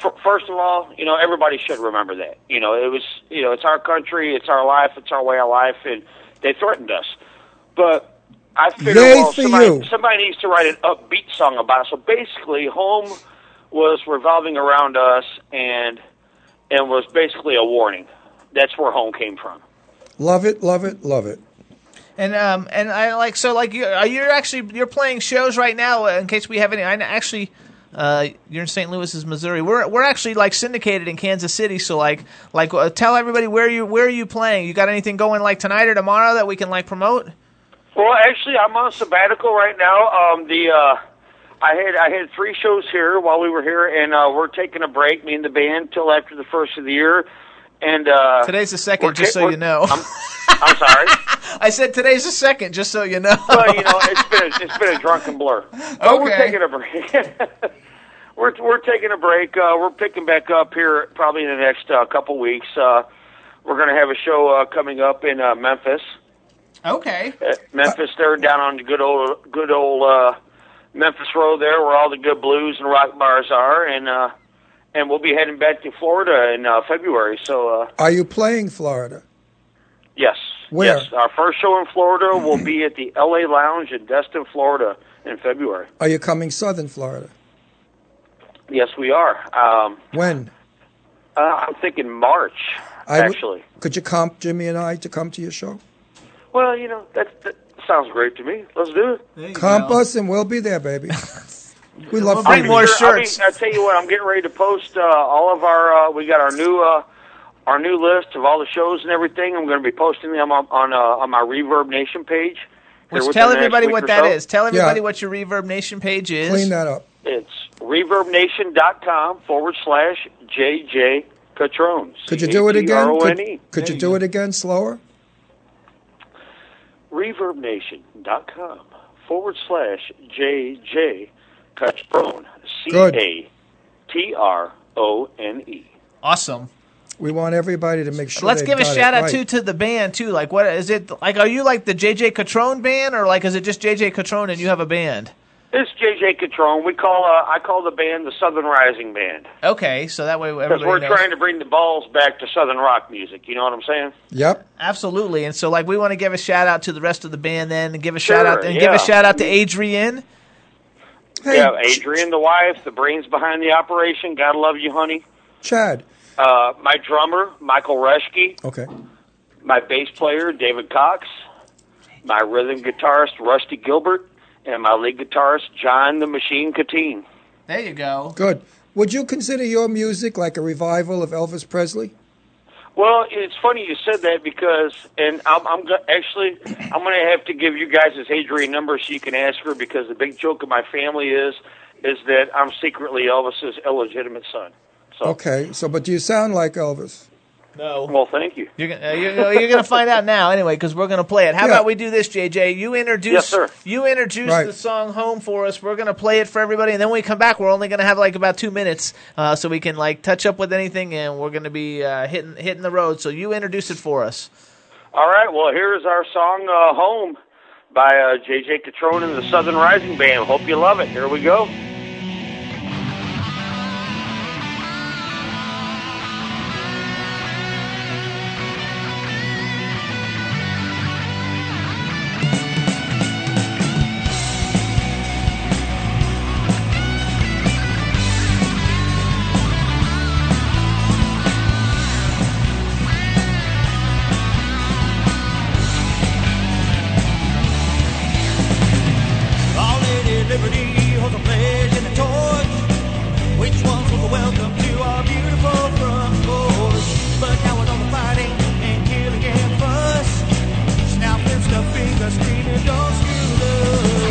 Speaker 18: f- first of all, you know, everybody should remember that. You know, it was, you know, it's our country, it's our life, it's our way of life, and They threatened us, but I figured
Speaker 4: Yay
Speaker 18: well,
Speaker 4: for
Speaker 18: somebody,
Speaker 4: you.
Speaker 18: somebody needs to write an upbeat song about it. So basically, home was revolving around us and and was basically a warning. That's where home came from.
Speaker 4: Love it, love it, love it.
Speaker 3: And um and I like so like you are you're actually you're playing shows right now uh, in case we have any I actually uh you're in St. Louis is Missouri. We're we're actually like syndicated in Kansas City so like like uh, tell everybody where you where are you playing? You got anything going like tonight or tomorrow that we can like promote?
Speaker 18: Well, actually, I'm on sabbatical right now. Um, the uh, I had I had three shows here while we were here, and uh, we're taking a break, me and the band, till after the first of the year. And uh,
Speaker 3: Today's the second
Speaker 18: we're
Speaker 3: just
Speaker 18: ta-
Speaker 3: so
Speaker 18: we're-
Speaker 3: you know.
Speaker 18: I'm, I'm sorry.
Speaker 3: I said today's the second just so you know.
Speaker 18: well, you know, it's been a, it's been a drunken blur. But we're
Speaker 3: Okay.
Speaker 18: taking a break. we're we're taking a break. Uh, we're picking back up here probably in the next uh, couple weeks. Uh, we're going to have a show uh, coming up in uh, Memphis.
Speaker 3: Okay.
Speaker 18: Uh, Memphis, they're down on the good old good old uh, Memphis Road there, where all the good blues and rock bars are, and uh, and we'll be heading back to Florida in uh, February. So uh,
Speaker 4: Are you playing Florida?
Speaker 18: yes,
Speaker 4: Where?
Speaker 18: yes, our first show in Florida will be at the L.A. Lounge in Destin, Florida, in February.
Speaker 4: Are you coming Southern Florida?
Speaker 18: Yes, we are. Um,
Speaker 4: When?
Speaker 18: uh, I'm thinking March,
Speaker 4: I w-
Speaker 18: actually.
Speaker 4: Could you comp Jimmy and I to come to your show?
Speaker 18: Well, you know that, that sounds great to me. Let's do it.
Speaker 4: Comp us and we'll be there, baby. we love
Speaker 18: I'm
Speaker 4: you.
Speaker 18: sure- I mean, I tell you what, I'm getting ready to post uh, all of our. Uh, we got our new uh, our new list of all the shows and everything. I'm going to be posting them on on, uh, on my Reverb Nation page. here
Speaker 3: Which
Speaker 18: within
Speaker 3: tell
Speaker 18: the next
Speaker 3: everybody
Speaker 18: week
Speaker 3: what
Speaker 18: or
Speaker 3: that is.
Speaker 18: so.
Speaker 3: Tell everybody what your Reverb Nation page is. Clean
Speaker 4: that up.
Speaker 18: It's reverbnation.com forward slash JJ Catrones. E
Speaker 4: Could you do it again?
Speaker 18: C-A-T-R-O-N-E.
Speaker 4: Could, could you do it again slower?
Speaker 18: ReverbNation.com forward slash JJ Catrone. C
Speaker 4: Good.
Speaker 18: A T R O N E.
Speaker 3: Awesome.
Speaker 4: We want everybody to make sure.
Speaker 3: Let's
Speaker 4: they
Speaker 3: give a
Speaker 4: got it
Speaker 3: shout out
Speaker 4: right.
Speaker 3: too to the band too. Like, what is it? Like, are you like the JJ Catrone band, or like is it just JJ Catrone and you have a band?
Speaker 18: This is JJ Catrone. We call uh, I call the band the Southern Rising Band
Speaker 3: Okay, so that way
Speaker 18: because
Speaker 3: everybody
Speaker 18: we're
Speaker 3: knows.
Speaker 18: trying to bring the balls back to Southern rock music. You know what I'm saying?
Speaker 4: Yep.
Speaker 3: Absolutely. And so, like, we want to give a shout out to the rest of the band then, and give a
Speaker 18: Sure,
Speaker 3: shout out and give
Speaker 18: yeah.
Speaker 3: a shout out to Adrian.
Speaker 18: yeah, Adrian, the wife, the brains behind the operation. Gotta love you, honey.
Speaker 4: Chad.
Speaker 18: Uh, my drummer, Michael Reschke.
Speaker 4: Okay.
Speaker 18: my bass player David Cox, my rhythm guitarist Rusty Gilbert, and my lead guitarist John the Machine Katine.
Speaker 3: There you go.
Speaker 4: Good. Would you consider your music like a revival of Elvis Presley?
Speaker 18: Well, it's funny you said that because, and I'm, I'm go- actually I'm going to have to give you guys this Adrian number so you can ask her because the big joke of my family is is that I'm secretly Elvis's illegitimate son.
Speaker 4: Okay. So, but do you sound like Elvis?
Speaker 3: No.
Speaker 18: Well, thank you.
Speaker 3: You're gonna, uh, you're, gonna- you're gonna find out now anyway because we're gonna play it. How
Speaker 4: Yeah.
Speaker 3: about we do this, JJ? You introduce,
Speaker 18: Yes, sir.
Speaker 3: you introduce
Speaker 4: Right.
Speaker 3: the song home for us. We're gonna play it for everybody, and then when we come back, we're only gonna have like about two minutes, uh, so we can like touch up with anything, and we're gonna be uh, hitting hitting the road. So you introduce it for us.
Speaker 18: All right, well here is our song uh, "Home" by uh, JJ Catrone and the Southern Rising Band. Hope you love it. Here we go.
Speaker 12: All lady liberty holds a pledge and a torch. Which one's for the welcome to our beautiful front porch? But now with all the fighting and killing and fuss, she now flips the finger, screaming, "Don't screw us!"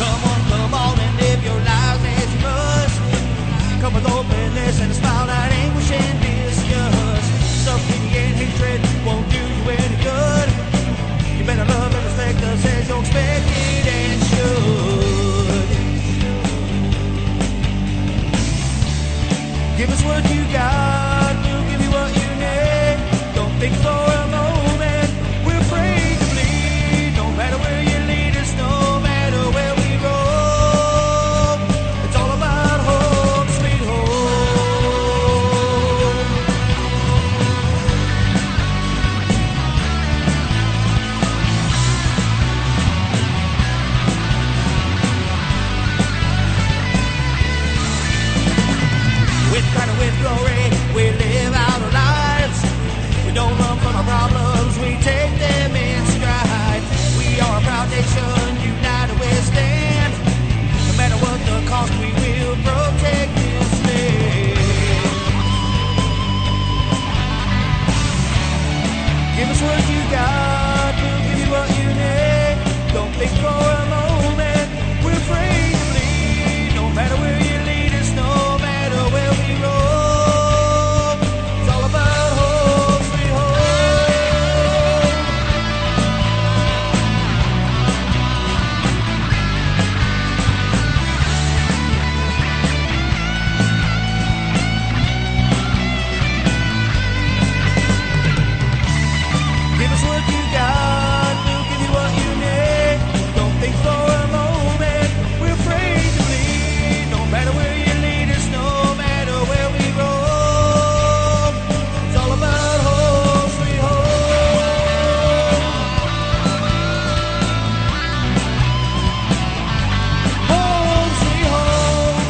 Speaker 12: Come on, come on and live your lives as you must. Come with openness and a smile at anguish and vicious. Self-pity and hatred won't do you any good. You better love and respect us as you're expected and should. Give us what you got, we'll give you what you need. Don't think for a moment, we're free
Speaker 13: with glory. We live out our lives. We don't run from our problems. We take them in stride. We are a proud nation. United we stand. No matter what the cost, we will protect this land. Give us what you got. We'll give you what you need. Don't think for a moment. We're free to bleed. No matter where you lead us, no matter where we roll. It's all about hope, free hope. Give us what you got, we'll give you what you need. Don't think for a moment, we're free to bleed. No matter where you lead us, no matter where we roam. It's all about hope, free hope. Home, free home.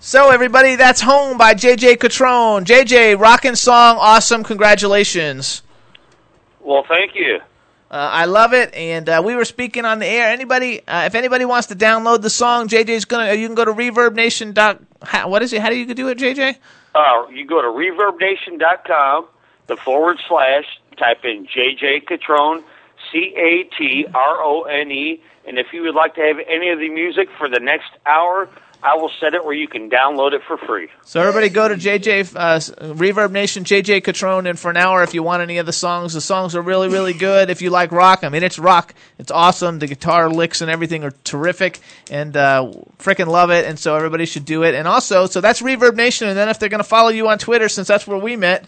Speaker 3: So everybody, that's home by JJ Catrone. JJ, rockin' song, awesome. Congratulations.
Speaker 18: Well, thank you.
Speaker 3: Uh, I love it, and uh, we were speaking on the air. Anybody, uh, if anybody wants to download the song, JJ's gonna. You can go to ReverbNation. Dot, how, what is it? How do you do it, JJ?
Speaker 18: Uh, you go to ReverbNation.com, the forward slash, type in JJ Catrone, C A T R O N E, and if you would like to have any of the music for the next hour, I will set it where you can download it for free.
Speaker 3: So everybody go to JJ uh, Reverb Nation, JJ Catrone, and for an hour if you want any of the songs. The songs are really, really good. If you like rock, I mean it's rock. It's awesome. The guitar licks and everything are terrific, and uh, freaking love it. And so everybody should do it. And also, so that's Reverb Nation. And then if they're going to follow you on Twitter, since that's where we met,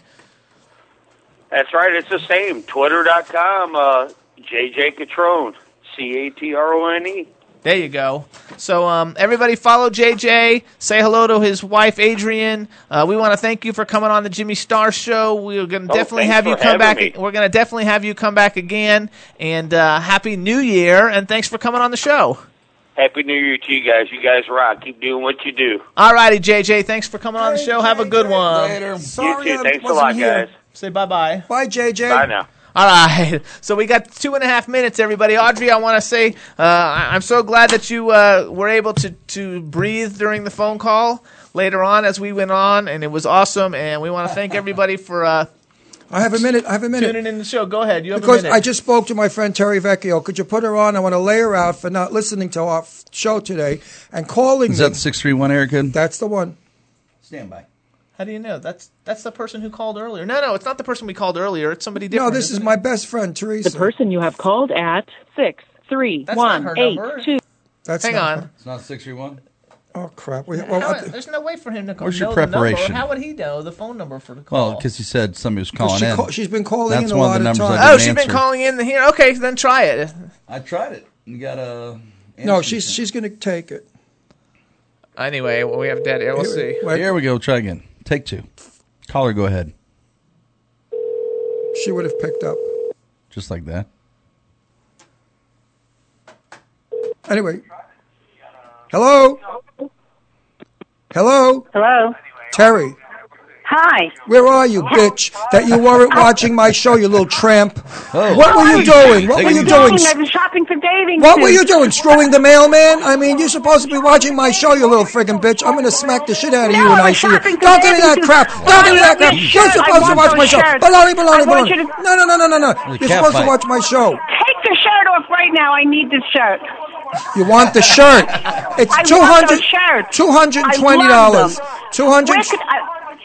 Speaker 18: That's right, it's the same. Twitter.com, uh, JJ Catrone, C A T R O N E.
Speaker 3: There you go. So um, everybody follow JJ. Say hello to his wife Adrian. Uh, we want to thank you for coming on the Jimmy Star Show. We're going to
Speaker 18: Oh,
Speaker 3: definitely
Speaker 18: thanks
Speaker 3: have you
Speaker 18: for
Speaker 3: come back.
Speaker 18: having me.
Speaker 3: We're going to definitely have you come back again. And uh, happy New Year! And thanks for coming on the show.
Speaker 18: Happy New Year to you guys. You guys rock. Keep doing what you do.
Speaker 3: All righty, JJ. Thanks for coming on the show. Have a good one. Later.
Speaker 18: Sorry too. I Thanks a wasn't lot, here. guys.
Speaker 3: Say bye bye. Bye, JJ.
Speaker 18: Bye now.
Speaker 3: All right. So we got two and a half minutes, everybody. Audrey, I want to say uh, I- I'm so glad that you uh, were able to, to breathe during the phone call later on as we went on, and it was awesome. And we want to thank everybody for uh,
Speaker 4: I have a minute. I have a minute.
Speaker 3: tuning in the show. Go ahead. You have
Speaker 4: because
Speaker 3: a minute.
Speaker 4: I just spoke to my friend Terry Vecchio. Could you put her on? I want to lay her out for not listening to our f- show today and calling
Speaker 5: Is
Speaker 4: me.
Speaker 5: that the 631 area code?
Speaker 4: That's the one.
Speaker 5: Stand by.
Speaker 3: How do you know? That's that's the person who called earlier. No, no, it's not the person we called earlier. It's somebody different.
Speaker 4: No, this is my best friend Teresa.
Speaker 3: The
Speaker 20: person you have called at six three
Speaker 3: That's
Speaker 20: one
Speaker 3: not her
Speaker 20: eight
Speaker 3: number.
Speaker 20: two.
Speaker 4: That's
Speaker 3: Hang
Speaker 4: not
Speaker 3: on.
Speaker 5: It's not 631.
Speaker 4: Oh crap! We,
Speaker 3: How-
Speaker 4: well, I-
Speaker 3: there's no way for him to call.
Speaker 5: Where's your
Speaker 3: know the number.
Speaker 5: preparation?
Speaker 3: How would he know the phone number for the call?
Speaker 5: Well, because he said somebody was calling
Speaker 4: she
Speaker 5: in.
Speaker 4: call- she's been calling
Speaker 5: That's
Speaker 4: in a
Speaker 5: one
Speaker 4: lot
Speaker 5: of the
Speaker 4: of
Speaker 5: numbers
Speaker 4: times.
Speaker 5: I
Speaker 3: oh,
Speaker 5: didn't
Speaker 3: she's been
Speaker 5: answer.
Speaker 3: calling in here. Okay, then try it.
Speaker 5: I tried it. You got a.
Speaker 4: no, she's she's going to take it.
Speaker 3: Anyway, well, we have dead air. We'll see.
Speaker 5: Here we go. Try again. Take two. Caller, go ahead.
Speaker 4: She would have picked up
Speaker 5: Just like that.
Speaker 4: anyway. Hello. Hello.
Speaker 10: Hello.
Speaker 4: Terry.
Speaker 10: Hi.
Speaker 4: Where are you, bitch? That you weren't watching my show, you little tramp.
Speaker 5: Oh.
Speaker 3: Oh.
Speaker 4: What were you doing? What were you doing?
Speaker 10: I've been shopping for dating.
Speaker 4: What
Speaker 10: suits.
Speaker 4: were you doing? Screwing the mailman? I mean, you're supposed to be watching my show, you little friggin' bitch. I'm gonna smack the shit out of you when I see you. Don't give me that crap. Don't give me that crap.
Speaker 10: Shirts.
Speaker 4: You're
Speaker 10: I
Speaker 4: supposed to
Speaker 10: want
Speaker 4: watch
Speaker 10: those
Speaker 4: my show.
Speaker 10: shirts.
Speaker 4: Baloney,
Speaker 10: I
Speaker 4: baloney,
Speaker 10: want you
Speaker 4: baloney. No, no, no, no, no, no. You're
Speaker 10: cat
Speaker 4: supposed to
Speaker 10: fight.
Speaker 4: watch my show.
Speaker 10: Take the shirt off right now. I need this shirt.
Speaker 4: You want the shirt? It's
Speaker 10: I
Speaker 4: two
Speaker 10: want
Speaker 4: hundred.
Speaker 10: those shirts.
Speaker 4: Two hundred and
Speaker 10: I
Speaker 4: twenty
Speaker 10: love
Speaker 4: dollars.
Speaker 10: them.
Speaker 4: Two hundred.
Speaker 10: Where could I-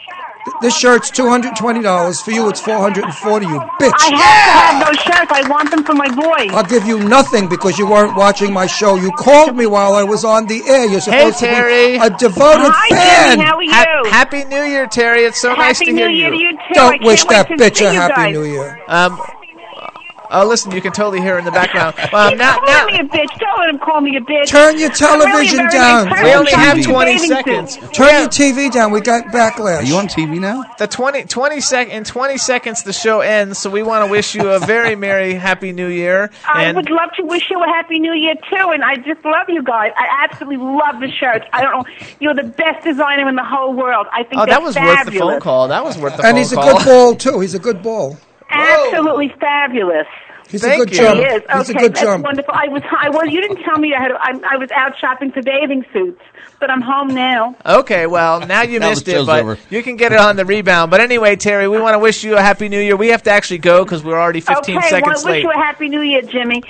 Speaker 4: This shirt's two hundred twenty dollars. For you, it's four hundred and forty. You bitch.
Speaker 10: I have to have those shirts. I want them for my boy.
Speaker 4: I'll give you nothing because you weren't watching my show. You called me while I was on the air. You're supposed
Speaker 3: Terry.
Speaker 4: to be a devoted
Speaker 3: Hi,
Speaker 4: fan.
Speaker 3: Terry. How are
Speaker 4: Hap-
Speaker 3: you? Happy New Year, Terry. It's so nice to
Speaker 4: Happy
Speaker 3: hear
Speaker 4: New
Speaker 3: you.
Speaker 4: Year to you, too. Don't I can't wish wait that to bitch see a you Happy guys. New Year.
Speaker 3: Um, oh, listen, you can totally hear in the background. Um,
Speaker 10: He's
Speaker 3: now,
Speaker 10: calling me a bitch. Don't let him call me a bitch.
Speaker 4: Turn your
Speaker 10: I'm really a
Speaker 4: television
Speaker 10: very
Speaker 4: down.
Speaker 10: nice person.
Speaker 3: we only
Speaker 10: I'm
Speaker 3: have
Speaker 10: just
Speaker 3: 20
Speaker 10: bathing suit.
Speaker 3: seconds.
Speaker 4: Turn your TV down. We got backlash. Are you
Speaker 5: on TV now?
Speaker 3: The 20, 20 sec- in 20 seconds, the show ends, so we want to wish you a very merry, happy new year.
Speaker 10: I
Speaker 3: and
Speaker 10: would love to wish you a happy new year too, and I just love you guys. I absolutely love the shirts. I don't know, you're the best designer in the whole world. I think
Speaker 3: Oh,
Speaker 10: they're
Speaker 3: that was
Speaker 10: fabulous.
Speaker 3: worth the phone call. That was worth the phone
Speaker 4: And he's a
Speaker 3: call.
Speaker 4: good ball too. He's a good ball.
Speaker 10: Absolutely fabulous.
Speaker 4: He's a Thank good you. jump.
Speaker 10: He is.
Speaker 4: He's a
Speaker 10: Okay,
Speaker 4: good
Speaker 10: that's
Speaker 4: jump.
Speaker 10: wonderful. I was, I was. You didn't tell me I had. I, I was out shopping for bathing suits, but I'm home now.
Speaker 3: Okay, well, now you
Speaker 5: Now the
Speaker 3: missed it,
Speaker 5: show's
Speaker 3: but
Speaker 5: over.
Speaker 3: you can get it on the rebound. But anyway, Terry, we want to wish you a happy new year. We have to actually go because we're already 15
Speaker 10: okay, well,
Speaker 3: seconds
Speaker 10: I wish
Speaker 3: late.
Speaker 10: you a happy new year, Jimmy.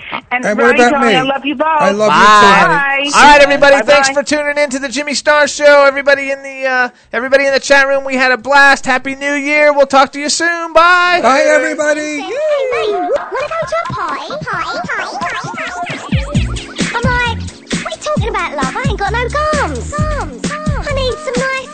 Speaker 3: And
Speaker 10: And,
Speaker 3: what
Speaker 10: Ronnie,
Speaker 3: about
Speaker 10: darling,
Speaker 3: me?
Speaker 10: I love you both.
Speaker 3: I love you too, honey.
Speaker 10: Bye.
Speaker 3: All right, everybody, thanks for tuning in to the Jimmy Star Show. Everybody in the uh, everybody in the chat room, we had a blast. Happy New Year. We'll talk to you soon. Bye.
Speaker 4: Bye, everybody.
Speaker 1: Wanna go to a party? Party, party, party, party, party. I'm like, what are you talking about, love? I ain't got no gums. Gums, I need some nice